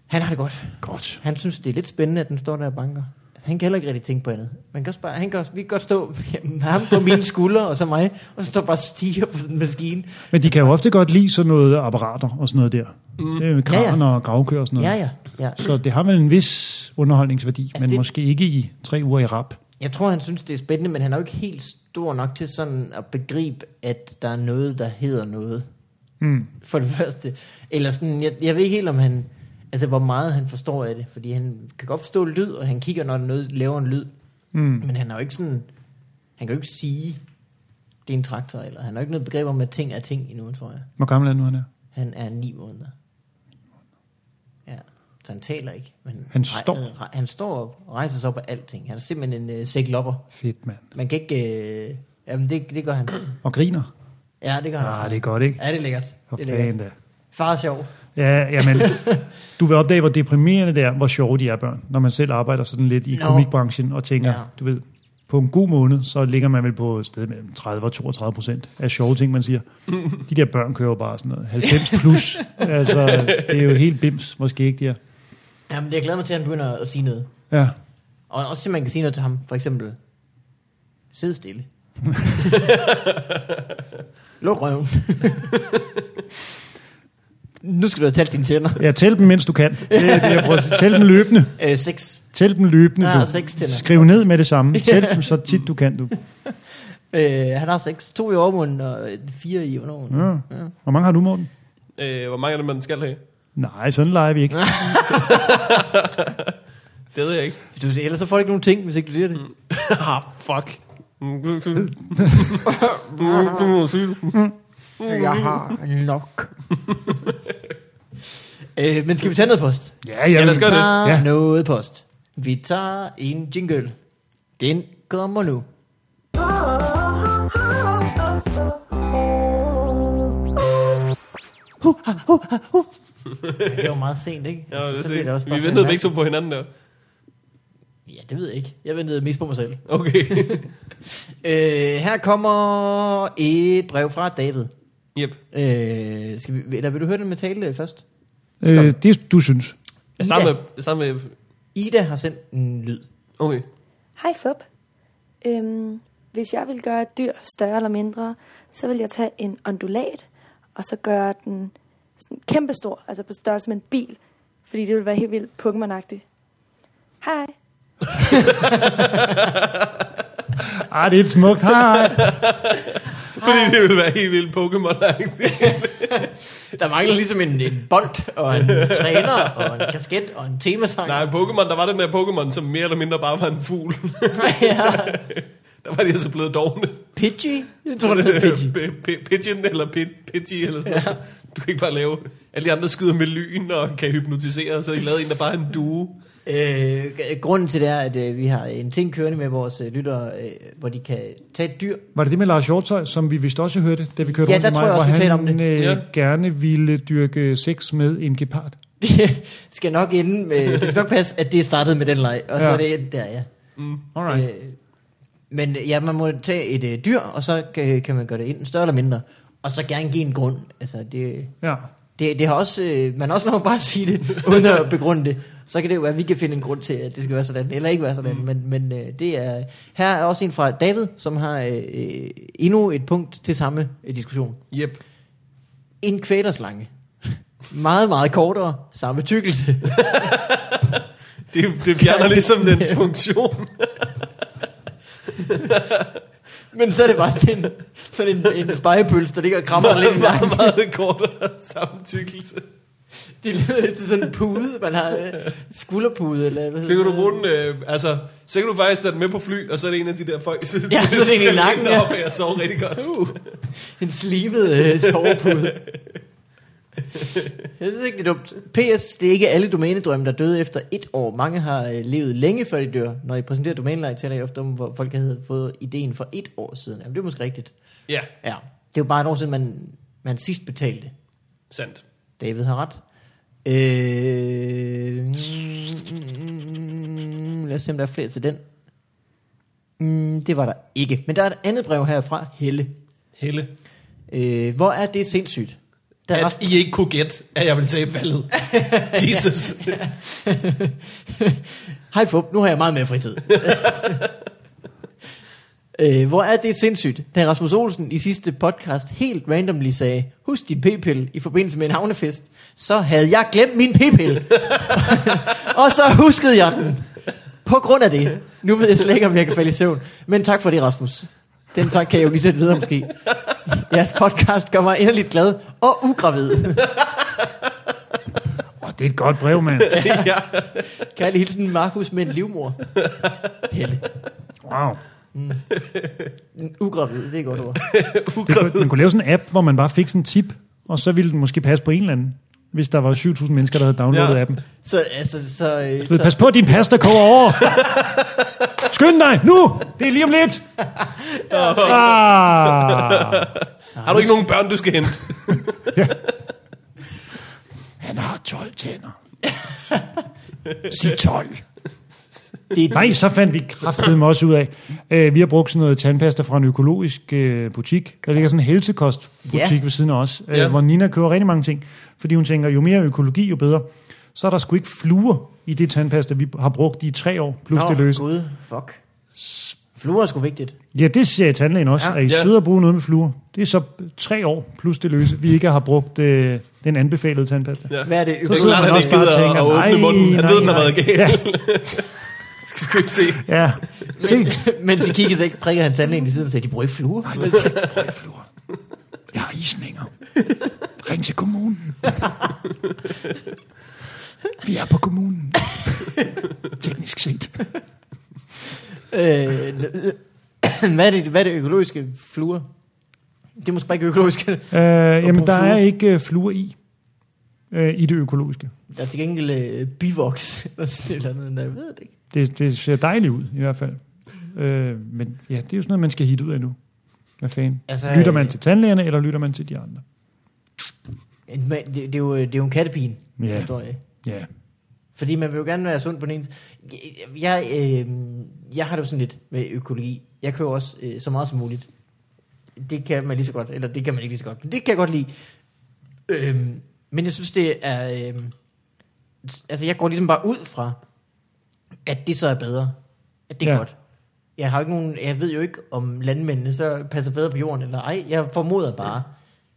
Speaker 1: Han har det godt.
Speaker 2: Godt.
Speaker 1: Han synes, det er lidt spændende, at den står der og banker. Altså, han kan heller ikke rigtig tænke på andet. Man kan også bare, han kan også, vi kan godt stå [LAUGHS] med ham på mine skuldre, og så mig, og så står bare og stiger på den maskine.
Speaker 2: Men de kan jo ofte godt lide sådan noget apparater og sådan noget der. Mm. Det er med kran
Speaker 1: Ja,
Speaker 2: og gravkør og sådan noget.
Speaker 1: Ja, ja, ja.
Speaker 2: Så det har vel en vis underholdningsværdi, altså men det...
Speaker 1: det-
Speaker 2: måske ikke i tre uger i rap.
Speaker 1: Jeg tror, han synes, det er spændende, men han er jo ikke helt stor nok til sådan at begribe, at der er noget, der hedder noget.
Speaker 2: Mm.
Speaker 1: For det første. Eller sådan, jeg, jeg ved ikke helt, om han... Altså, hvor meget han forstår af det. Fordi han kan godt forstå lyd, og han kigger, når noget laver en lyd.
Speaker 2: Mm.
Speaker 1: Men han har jo ikke sådan... Han kan jo ikke sige, det er en traktor, eller han har jo ikke noget begreb om, at ting er ting endnu, tror jeg.
Speaker 2: Hvor gammel er han nu, han er?
Speaker 1: Han er ni måneder. Ja, så han taler ikke. Men
Speaker 2: Han står.
Speaker 1: Re, øh, re, han står op, rejser sig op af alting. Han er simpelthen en øh, sæklopper.
Speaker 2: Fedt, mand.
Speaker 1: Man kan ikke... Øh, jamen, det, det gør han.
Speaker 2: Og griner.
Speaker 1: Ja, det gør han.
Speaker 2: Ah, det er godt, ikke?
Speaker 1: Ja, det er lækkert.
Speaker 2: For
Speaker 1: det er lækkert.
Speaker 2: fanden da.
Speaker 1: Far er sjov.
Speaker 2: Ja, jamen, du vil opdage, hvor deprimerende det er, hvor sjove de er børn, når man selv arbejder sådan lidt i
Speaker 1: Nå.
Speaker 2: komikbranchen og tænker, ja.
Speaker 1: Ja.
Speaker 2: du ved, på en god måned, så ligger man vel på et sted mellem 30 og 32 procent af sjove ting, man siger. De der børn kører jo bare sådan noget 90 plus. altså, det er jo helt bims, måske ikke de er.
Speaker 1: Jamen, jeg glæder mig til, at han begynder at sige noget.
Speaker 2: Ja,
Speaker 1: Og også, at man kan sige noget til ham. For eksempel, sid [LAUGHS] stille. Luk røven. nu skal du have talt dine tænder.
Speaker 2: ja tæl dem, mens du kan. Det er det, jeg prøver at sige. Tæl dem løbende.
Speaker 1: Øh, seks.
Speaker 2: Tæl dem løbende.
Speaker 1: Der er
Speaker 2: du.
Speaker 1: seks tænder.
Speaker 2: Skriv ned med det samme. Tæl dem så tit du kan, du.
Speaker 1: Øh, han har seks. To i overmunden og øh, fire i undermunden.
Speaker 2: Ja. Hvor mange har du, Morten?
Speaker 3: Øh, hvor mange af dem, man skal have?
Speaker 2: Nej, sådan leger vi ikke.
Speaker 3: Det ved jeg ikke.
Speaker 1: Du, ellers så får du ikke nogen ting, hvis ikke du siger det. Mm.
Speaker 3: [LAUGHS] ah, fuck. Mm.
Speaker 1: Jeg har nok. [LAUGHS] øh, men skal vi tage noget post?
Speaker 2: Ja, ja,
Speaker 3: lad os
Speaker 2: men-
Speaker 3: gøre det.
Speaker 1: tager
Speaker 2: Ja.
Speaker 1: noget post. Vi tager en jingle. Den kommer nu. Ja, det var meget sent, ikke?
Speaker 3: Ja, det er
Speaker 1: så bliver
Speaker 3: sikkert.
Speaker 1: også bare
Speaker 3: Vi
Speaker 1: sådan
Speaker 3: ventede
Speaker 1: en
Speaker 3: begge to på hinanden der.
Speaker 1: mærke- Ja, det ved jeg ikke. Jeg ventede mest på mig selv.
Speaker 3: Okay.
Speaker 1: Øh, her kommer et brev fra David.
Speaker 3: yep.
Speaker 1: Øh, skal vi, eller vil du høre den med tale øh, først?
Speaker 2: Øh, det, du synes.
Speaker 3: Jeg starter
Speaker 1: Ida.
Speaker 3: med... Jeg starter med
Speaker 1: Ida har sendt en lyd.
Speaker 3: okay.
Speaker 4: Hej Fup. Øhm, hvis jeg vil gøre et dyr større eller mindre, så vil jeg tage en ondulat, og så gøre den sådan kæmpestor, altså på størrelse med en bil, fordi det vil være helt vildt Pokémon-agtigt. Hej.
Speaker 2: Ah, det er et smukt. Hej.
Speaker 3: Fordi det ville være helt vildt pokémon
Speaker 1: Der mangler ligesom en, en bold, og [LAUGHS] en træner, og en kasket, og en temasang.
Speaker 3: Nej, Pokémon, der var den der Pokémon, som mere eller mindre bare var en
Speaker 1: [LAUGHS]
Speaker 3: fugl. [LAUGHS]
Speaker 1: ja.
Speaker 3: der var de altså blevet dogne.
Speaker 1: Pidgey? Jeg tror, det hedder Pidgey.
Speaker 3: P- p- Pigeon eller pit, Pidgey eller sådan ja. noget. Du kan ikke bare lave... Alle de andre skyder med lyn og kan hypnotisere, så de lavede en, der bare er en due.
Speaker 1: Øh, g- grunden til det er, at øh, vi har en ting kørende med vores øh, lyttere, øh, hvor de kan tage et dyr. [LAUGHS]
Speaker 2: Var det det med Lars Hjortøj, som vi vist også hørte, da vi kørte
Speaker 1: Ja,
Speaker 2: rundt
Speaker 1: der
Speaker 2: med
Speaker 1: tror
Speaker 2: mig,
Speaker 1: jeg også, vi
Speaker 2: hvor
Speaker 1: talte
Speaker 2: han
Speaker 1: om det.
Speaker 2: øh,
Speaker 3: Ja.
Speaker 2: gerne ville dyrke sex med en gepard?
Speaker 1: Det skal nok ende med, det skal nok passe, at det startede med den leg, og ja. så
Speaker 2: Ja.
Speaker 1: er det endt der, ja.
Speaker 2: Alright.
Speaker 1: Øh, men øh, ja, man må tage et øh, dyr, og så kan, kan man gøre det enten større eller mindre. Og så gerne give en grund. Altså, det,
Speaker 2: Ja.
Speaker 1: det, det har også, øh, man har også lov at bare sige det, uden at begrunde det. Så kan det jo være, at vi kan finde en grund til, at det skal være sådan, eller ikke være sådan. Mm. Men, men øh, det er, her er også en fra David, som har øh, øh, endnu et punkt til samme øh, diskussion.
Speaker 3: Yep.
Speaker 1: En kvælerslange. [LAUGHS] meget, meget kortere, samme tykkelse. [LAUGHS]
Speaker 3: Det, det fjerner ligesom dens funktion.
Speaker 1: Men så er det bare sådan en, sådan en, en spejepølse, der ligger og
Speaker 3: [LAUGHS]
Speaker 1: krammer lidt i
Speaker 3: meget,
Speaker 1: nakken.
Speaker 3: meget, meget kortere samtykkelse.
Speaker 1: Det lyder lidt til sådan en pude, man har øh, skulderpude. Eller, hvad
Speaker 3: Så kan
Speaker 1: hedder
Speaker 3: du
Speaker 1: det?
Speaker 3: bruge den, øh, altså, så kan du faktisk tage den med på fly, og så er det en af de der [LAUGHS] folk, så
Speaker 1: Ja, så er det en i nakken,
Speaker 3: ja.
Speaker 1: ja.
Speaker 3: Uh. og jeg sover rigtig godt.
Speaker 1: Uh, en slimet øh, sovepude. Jeg synes ikke, det er dumt. PS, det er ikke alle domænedrømme, der døde efter et år. Mange har øh, levet længe før de dør. Når I præsenterer domænelej, taler I ofte om, hvor folk havde fået ideen for et år siden. Jamen, det er måske rigtigt.
Speaker 3: Ja,
Speaker 1: Ja, det er jo bare et år siden, man, man sidst betalte.
Speaker 3: sandt.
Speaker 1: David har ret. Øh, mm, mm, lad os se, om der er flere til den. Mm, det var der ikke. Men der er et andet brev herfra, Helle.
Speaker 3: Helle.
Speaker 1: Øh, hvor er det sindssygt? Der er
Speaker 3: At I ikke kunne gætte, at jeg ville tabe valget. Jesus.
Speaker 1: [LAUGHS] Hej Fup, nu har jeg meget mere fritid. [LAUGHS] øh, hvor er det sindssygt, da Rasmus Olsen i sidste podcast helt randomly sagde, husk din p-pille i forbindelse med en havnefest, så havde jeg glemt min p-pille. [LAUGHS] og så huskede jeg den. På grund af det. Nu ved jeg slet ikke, om jeg kan falde i søvn. Men tak for det, Rasmus. Den tak kan jeg jo lige sætte videre måske. Jeres podcast gør mig inderligt glad og ugravid.
Speaker 2: Åh, det er et godt brev, mand.
Speaker 3: ja.
Speaker 1: Kærlig hilsen, Markus med en livmor. Helle.
Speaker 2: [LAUGHS] Wow.
Speaker 1: Ugravid, det er et godt
Speaker 2: [LAUGHS]
Speaker 1: ord.
Speaker 2: Det kunne, man kunne lave sådan en app, hvor man bare fik sådan en tip, og så ville den måske passe på en eller anden, hvis der var 7.000 mennesker, der havde downloadet
Speaker 3: Ja.
Speaker 2: ja. appen.
Speaker 1: Så, altså, så, øh,
Speaker 2: Du ved,
Speaker 1: så,
Speaker 2: pas på, din pasta kommer over. Skynd dig, nu! Det er lige om [LAUGHS] lidt. Ah.
Speaker 3: Har du ikke nogen børn, du skal hente?
Speaker 2: Han har 12 tænder. [LAUGHS] Sig 12.
Speaker 1: det, er,
Speaker 2: Nej, så fandt vi kraftedeme også ud af. Øh, vi har brugt sådan noget tandpasta fra en økologisk øh, butik. Der ligger sådan en helsekostbutik
Speaker 1: Ja.
Speaker 2: ved siden af os, øh,
Speaker 3: Ja.
Speaker 2: ja. hvor Nina køber rigtig mange ting, fordi hun tænker, jo mere økologi, jo bedre. Så er der sgu ikke fluer i det tandpasta, vi har brugt i tre år, plus
Speaker 1: Nå,
Speaker 2: det løse.
Speaker 1: Gud, fuck. Fluer er sgu vigtigt.
Speaker 2: Ja, det siger tandlægen også,
Speaker 1: Ja.
Speaker 2: ja. at I
Speaker 3: Ja.
Speaker 2: søder at bruge noget med fluer. Det er så tre år, plus det løse, vi ikke har brugt øh, den anbefalede tandpasta.
Speaker 3: Ja.
Speaker 1: Hvad er det?
Speaker 2: Så sidder
Speaker 3: klart,
Speaker 2: man
Speaker 3: han
Speaker 2: også
Speaker 3: ikke
Speaker 2: bare
Speaker 3: gider
Speaker 2: og tænker,
Speaker 3: at
Speaker 2: nej,
Speaker 3: åbne munden. Han
Speaker 2: nej,
Speaker 3: ved, den har
Speaker 2: nej.
Speaker 3: været gal. [LAUGHS] Ja. skal sgu ikke se.
Speaker 2: Ja, se,
Speaker 1: [LAUGHS] Men de kiggede væk, prikker han tandlægen i siden og sagde, de bruger ikke fluer.
Speaker 2: fluer. Jeg har isninger. Ring til kommunen. Vi er på kommunen. Teknisk set.
Speaker 1: Øh, n- Øh, [CLEARS THROAT] hvad, er det, hvad er det økologiske fluer? Det er måske bare ikke økologisk.
Speaker 2: Øh, jamen,
Speaker 1: bruge
Speaker 2: der er
Speaker 1: fluer.
Speaker 2: ikke øh, fluer i. Øh, I det økologiske.
Speaker 1: Der er til gengæld øh, bivoks. [LAUGHS] Eller sådan et eller andet, jeg ved det ikke.
Speaker 2: Det, det ser dejligt ud, i hvert fald. Øh, men ja, det er jo sådan noget, man skal hitte ud af nu. Hvad fanden?
Speaker 1: Altså,
Speaker 2: Altså, lytter man
Speaker 1: øh,
Speaker 2: til tandlægerne, eller lytter man til de andre?
Speaker 1: Men det, det, er jo, øh, det er jo en kattepine,
Speaker 2: Ja.
Speaker 1: forstår jeg.
Speaker 2: Ja.
Speaker 1: Fordi man vil jo gerne være sund på den ene. Jeg, øh, jeg har det jo sådan lidt med økologi. Jeg kører også øh, så meget som muligt. Det kan man lige så godt, eller det kan man ikke lige så godt, men det kan jeg godt lide. Øh, men jeg synes, det er... Øh, altså, jeg går ligesom bare ud fra, at det så er bedre. At det er ja.
Speaker 2: Ja.
Speaker 1: godt. Jeg har jo ikke nogen, jeg ved jo ikke, om landmændene så passer bedre på jorden eller ej. Jeg formoder bare,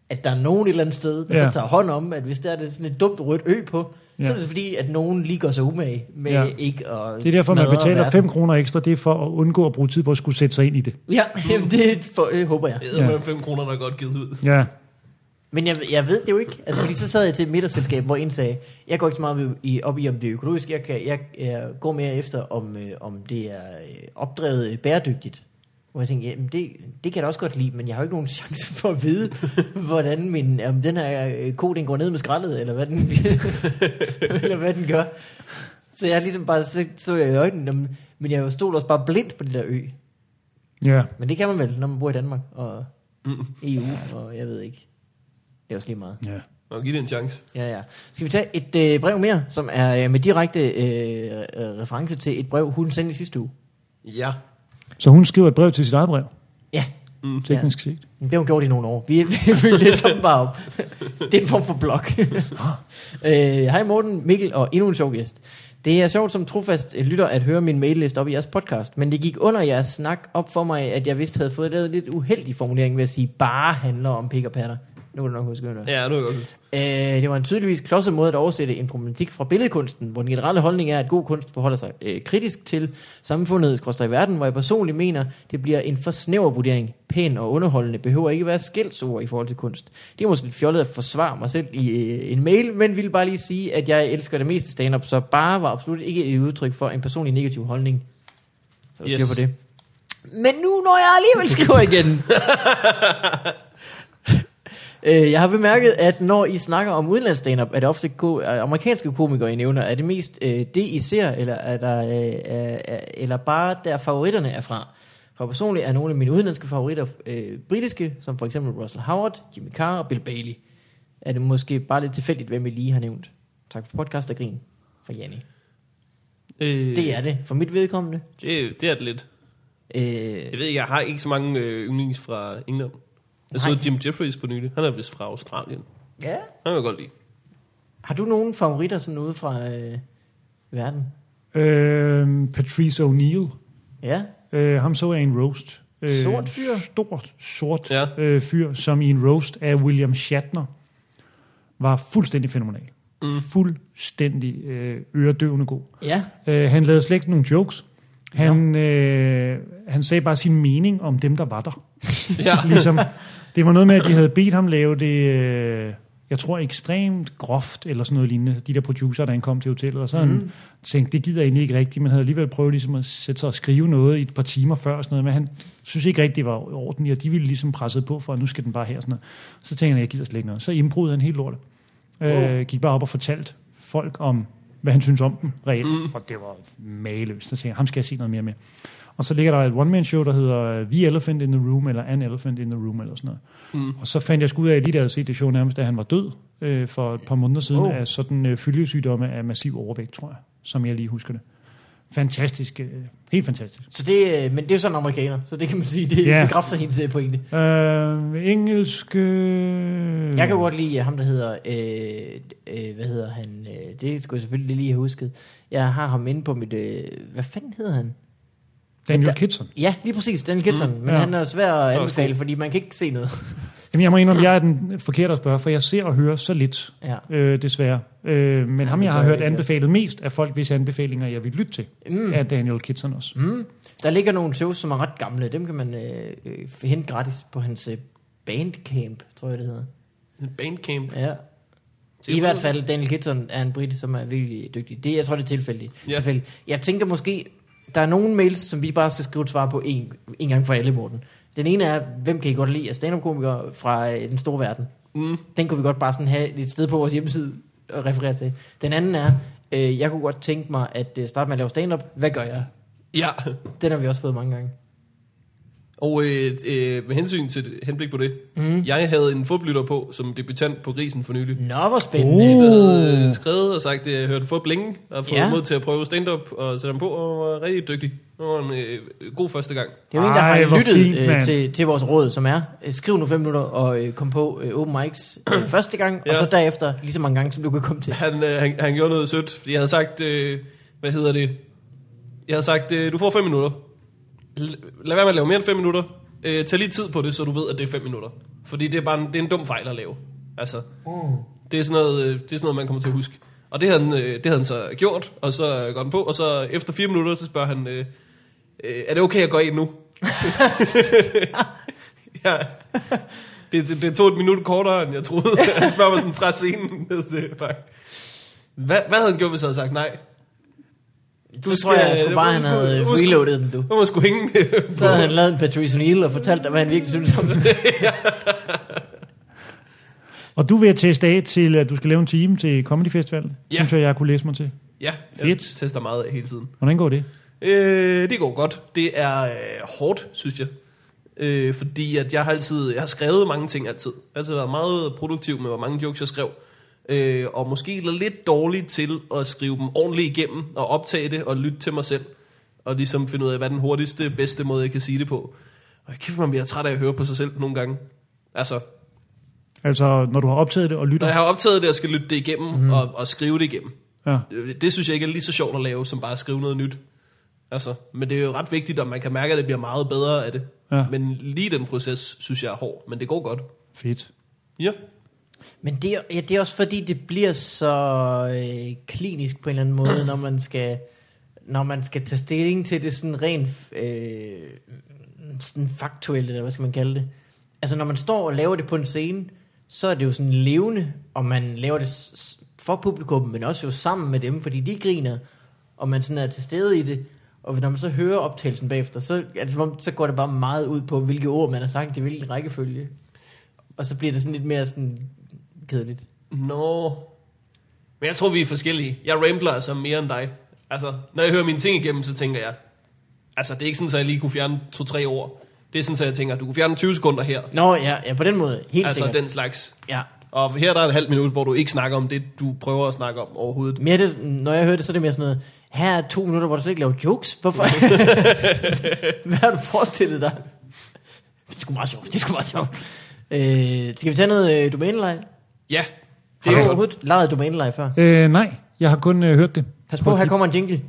Speaker 1: at der er nogen et eller andet sted, der ja.
Speaker 2: Ja.
Speaker 1: så tager hånd om, at hvis der er det sådan et dumt rødt ø på, ja. så
Speaker 2: Ja.
Speaker 1: er det så fordi, at nogen lige går sig umage med ja.
Speaker 2: Ja.
Speaker 1: ikke at
Speaker 2: Det er derfor, man
Speaker 1: smadre
Speaker 2: betaler
Speaker 1: verden.
Speaker 2: 5 kroner ekstra. Det er for at undgå at bruge tid på at skulle sætte sig ind i det.
Speaker 1: Ja, [LAUGHS] jamen, det for, øh, håber jeg.
Speaker 3: Det er med 5 kroner, der er godt givet ud.
Speaker 2: Ja.
Speaker 1: Men jeg, jeg ved det jo ikke. Altså, fordi så sad jeg til et middagsselskab, hvor en sagde, jeg går ikke så meget op i, op i om det er økologisk. Jeg, kan, jeg, jeg går mere efter, om, øh, om det er øh, opdrevet øh, bæredygtigt. Og jeg tænkte, jamen det, det kan jeg da også godt lide, men jeg har jo ikke nogen [LAUGHS] chance for at vide, hvordan min, om den her øh, ko, den går ned med skraldet, eller hvad den, [LAUGHS] eller hvad den gør. Så jeg har ligesom bare så, så jeg i øjnene, om- men jeg stod også bare blindt på det der ø.
Speaker 2: Ja.
Speaker 1: Men det kan man vel, når man bor i Danmark og EU, og jeg ved ikke. Det er også lige meget.
Speaker 2: Ja.
Speaker 3: Nå, giv det en chance.
Speaker 1: Ja, ja. Skal vi tage et øh, brev mere, som er øh, med direkte øh, øh, reference til et brev, hun sendte i sidste uge?
Speaker 3: Ja.
Speaker 2: Så hun skriver et brev til sit eget brev,
Speaker 1: Mm, Ja,
Speaker 2: teknisk set.
Speaker 1: men det har hun gjort i nogle år. Vi, [LAUGHS] vi læser dem bare op. Det er en form for blog. [LAUGHS] Øh, Hej Morten, Mikkel og endnu en sjov gæst. Det er sjovt som trofast øh, lytter at høre min mailliste op i jeres podcast, men det gik under jeres snak op for mig, at jeg vist havde fået lavet en lidt uheldig formulering ved at sige, bare handler om pik og patter. Nu kan du nok huske, hvad det var.
Speaker 3: Ja, nu er jeg godt huske.
Speaker 1: Øh, det var en tydeligvis klodset måde at oversætte en problematik fra billedkunsten, hvor den generelle holdning er, at god kunst forholder sig øh, kritisk til samfundet skrøster i verden, hvor jeg personligt mener, det bliver en for snæver vurdering. Pæn og underholdende behøver ikke være skældsord i forhold til kunst. Det er måske lidt fjollet at forsvare mig selv i øh, en mail, men ville bare lige sige, at jeg elsker det meste stand-up, så bare var absolut ikke et udtryk for en personlig negativ holdning. Så yes.
Speaker 3: Yes.
Speaker 1: på det. Men nu når jeg alligevel skriver igen, Øh, jeg har bemærket, at når I snakker om udenlandsstand-up, er det ofte ko- øh, amerikanske komikere, I nævner. Er det mest øh, det, I ser, eller, er der, øh, øh, øh, eller bare der favoritterne er fra? For personligt er nogle af mine udenlandske favoritter øh, britiske, som for eksempel Russell Howard, Jimmy Carr og Bill Bailey. Er det måske bare lidt tilfældigt, hvem I lige har nævnt? Tak for podcast og grin fra Janni.
Speaker 3: Øh,
Speaker 1: Det er det, for mit vedkommende.
Speaker 3: det, det er det lidt.
Speaker 1: Øh,
Speaker 3: Jeg ved ikke, jeg har ikke så mange øh, yndlings fra England. Jeg så
Speaker 1: Nej.
Speaker 3: Jim Jeffries på nylig. Han er vist fra Australien.
Speaker 1: ja.
Speaker 3: Han kan jeg godt lide.
Speaker 1: Har du nogen favoritter sådan ude fra øh, verden?
Speaker 2: Øh, Patrice O'Neill.
Speaker 1: Ja.
Speaker 2: Øh, ham så jeg i en roast. Øh,
Speaker 1: Sort fyr?
Speaker 2: Stort, sort
Speaker 3: Ja.
Speaker 2: ja. øh, fyr, som i en roast af William Shatner var fuldstændig fænomenal. Mm. Fuldstændig øh, øredøvende god.
Speaker 1: Ja.
Speaker 2: Øh, han lavede slet ikke nogen jokes. Han, øh, han sagde bare sin mening om dem, der var der.
Speaker 3: Ja.
Speaker 2: [LAUGHS] Ligesom, det var noget med, at de havde bedt ham lave det, øh, jeg tror, ekstremt groft, eller sådan noget lignende. De der producer, der han kom til hotellet, og så mm. han tænkte, det gider jeg egentlig ikke rigtigt, men havde alligevel prøvet ligesom at sætte sig og skrive noget i et par timer før, og sådan noget, men han synes ikke rigtigt, det var ordentligt, og de ville ligesom presset på for, at nu skal den bare her, sådan noget. Så tænkte han, jeg gider slet ikke noget. Så imprudede han helt lortet. Øh, gik bare op og fortalte folk om, hvad han synes om dem reelt. Mm. Og det var mageløst. Så tænkte jeg, ham skal jeg se noget mere med. Og så ligger der et one-man-show, der hedder øh, The Elephant in the Room, eller An Elephant in the Room, eller sådan noget. Mm. Og så fandt jeg sgu ud af, at lige da jeg havde set det show nærmest, da han var død øh, for et par måneder siden,
Speaker 1: Oh.
Speaker 2: oh. af sådan øh, følgesygdomme af massiv overvægt, tror jeg, som jeg lige husker det. Fantastisk. Øh, helt fantastisk.
Speaker 1: Så det, øh, men det er jo sådan amerikaner, så det kan man sige, det
Speaker 2: Ja.
Speaker 1: yeah. bekræfter hendes øh, pointe.
Speaker 2: Øh, engelsk... Øh,
Speaker 1: Jeg kan godt lide øh, ham, der hedder, øh, øh, hvad hedder han, øh, det skulle jeg selvfølgelig lige have husket. Jeg har ham inde på mit, øh, hvad fanden hedder han?
Speaker 2: Daniel Kitson.
Speaker 1: Ja, lige præcis, Daniel Kitson, mm, men ja.
Speaker 2: ja.
Speaker 1: han er svær at
Speaker 3: er også
Speaker 1: anbefale, fordi man kan ikke se noget.
Speaker 2: Jamen, jeg må indrømme, jeg er den forkerte at spørge, for jeg ser og hører så lidt,
Speaker 1: ja.
Speaker 2: øh, desværre. Øh, men ham,
Speaker 1: det
Speaker 2: jeg har
Speaker 1: gør jeg
Speaker 2: hørt
Speaker 1: ikke,
Speaker 2: anbefalet mest af folk, hvis anbefalinger jeg vil lytte til, mm. er Daniel Kitson også. Mm.
Speaker 1: Der ligger nogle shows, som er ret gamle, dem kan man øh, øh, hente gratis på hans øh, bandcamp, tror jeg det hedder.
Speaker 3: Bandcamp.
Speaker 1: Ja. I hvert fald, Daniel Kitson er en brit, som er virkelig dygtig. Det, jeg tror, det er tilfældigt.
Speaker 3: Ja.
Speaker 1: Ja. tilfældigt. Jeg tænker måske, der er nogle mails, som vi bare skal skrive et svar på en, en gang for alle, Morten. Den ene er, hvem kan I godt lide af stand-up-komikere fra øh, den store verden? Mm. Den kunne vi godt bare sådan have et sted på vores hjemmeside at referere til. Den anden er, øh, jeg kunne godt tænke mig at øh, starte med at lave stand-up. Hvad gør jeg?
Speaker 3: Ja.
Speaker 1: Den har vi også fået mange gange.
Speaker 3: Og øh, øh, med hensyn til henblik på det. Mm. Jeg havde en fodlytter på, som debutant på Grisen for nylig.
Speaker 1: Nå, hvor spændende.
Speaker 3: Jeg havde øh, skrevet og sagt, at jeg hørte få længe, og fået
Speaker 1: Ja.
Speaker 3: ja. mod til at prøve stand-up, og sætte ham på, og var rigtig dygtig. Det var en øh, god første gang.
Speaker 1: Det er jo en, der har
Speaker 2: Ej, hvor
Speaker 1: lyttet
Speaker 2: fint,
Speaker 1: øh,
Speaker 2: mand.
Speaker 1: til, til vores råd, som er, øh, skriv nu 5 minutter og øh, kom på øh, open mics øh, [CLEARS THROAT] første gang, ja.
Speaker 3: Ja.
Speaker 1: og så derefter lige så mange gange, som du kan komme til.
Speaker 3: Han, øh, han, han gjorde noget sødt, fordi jeg havde sagt, øh, hvad hedder det? Jeg havde sagt, øh, du får 5 minutter. L- lad være med at lave mere end 5 minutter. Øh, tag lige tid på det, så du ved, at det er 5 minutter. Fordi det er bare en, det er en dum fejl at lave. Altså, mm. det, er sådan noget, øh, det er sådan noget, man kommer til at huske. Og det havde, han, øh, det havde han så gjort, og så øh, går den på, og så efter 4 minutter, så spørger han, øh, øh, er det okay, jeg går ind nu? [LAUGHS] ja. Det, det, det tog et minut kortere, end jeg troede. Han spørger mig sådan fra scenen ned til mig. Hvad, hvad havde han gjort, hvis jeg havde sagt nej?
Speaker 1: Du så tror jeg, jeg skulle bare, han havde øh, reloadet den, du.
Speaker 3: Nu må jeg sgu hænge øh, det.
Speaker 1: Så havde han lavet en Patrice O'Neill og fortalt dig, hvad han virkelig synes om det.
Speaker 2: Og du vil teste af til, at du skal lave en time til Comedy Festival,
Speaker 3: Ja.
Speaker 2: ja. synes jeg, jeg kunne læse mig til.
Speaker 3: Ja, jeg
Speaker 2: Fedt.
Speaker 3: tester meget af hele tiden.
Speaker 2: Hvordan går det?
Speaker 3: Øh, det går godt. Det er øh, hårdt, synes jeg. Øh, fordi at jeg har altid, jeg har skrevet mange ting altid. Jeg har altid været meget produktiv med, hvor mange jokes jeg skrev. Øh, og måske lidt dårlig til at skrive dem ordentligt igennem, og optage det, og lytte til mig selv. Og ligesom finde ud af, hvad den hurtigste, bedste måde, jeg kan sige det på. Og jeg kæft, man bliver træt af at høre på sig selv nogle gange. Altså,
Speaker 2: Altså, når du har optaget det og lytter?
Speaker 3: når jeg har optaget det, og skal lytte det igennem,
Speaker 1: Mhm.
Speaker 3: mm. og, og skrive det igennem. øh,
Speaker 2: Ja.
Speaker 3: Det, det synes jeg ikke er lige så sjovt at lave, som bare at skrive noget nyt. Altså, men det er jo ret vigtigt, og man kan mærke, at det bliver meget bedre af det.
Speaker 2: Ja.
Speaker 3: Men lige den proces, synes jeg er hård, men det går godt.
Speaker 2: Fedt.
Speaker 3: Ja.
Speaker 1: Men det, er- ja, det er også fordi, det bliver så øh, klinisk på en eller anden måde, når man skal, når man skal tage stilling til det sådan rent øh, sådan faktuelt, eller hvad skal man kalde det. Altså når man står og laver det på en scene, så er det jo sådan levende, og man laver det s- s- for publikum, men også jo sammen med dem, fordi de griner, og man sådan er til stede i det. Og når man så hører altså, optagelsen bagefter, så, er det, som om, så går det bare meget ud på, hvilke ord man har sagt i hvilken rækkefølge. og så bliver det sådan lidt mere sådan kedeligt.
Speaker 3: Nå. Men jeg tror, vi er forskellige. Jeg rambler altså mere end dig. Altså, når jeg hører mine ting igennem, så tænker jeg... Altså, det er ikke sådan, at jeg lige kunne fjerne to-tre ord. Det er sådan, at jeg tænker, du kunne fjerne 20 sekunder her.
Speaker 1: Nå, ja, ja på den måde. Helt
Speaker 3: altså,
Speaker 1: sikkert.
Speaker 3: den slags.
Speaker 1: Ja.
Speaker 3: Og her der er et halvt minut, hvor du ikke snakker om det, du prøver at snakke om overhovedet.
Speaker 1: Mere det, når jeg hører det, så er det mere sådan noget, her er to minutter, hvor du slet ikke laver jokes. Hvorfor? [LAUGHS] Hvad har du forestillet dig? Det er sgu meget sjovt. Det er sgu meget sjovt. Øh, skal vi tage noget øh, domæneleje?
Speaker 3: Ja, det
Speaker 1: Har du
Speaker 3: er godt.
Speaker 1: overhovedet lejet domæneleje før?
Speaker 2: Øh, nej, jeg har kun øh, hørt det.
Speaker 1: Pas på, her kommer en jingle.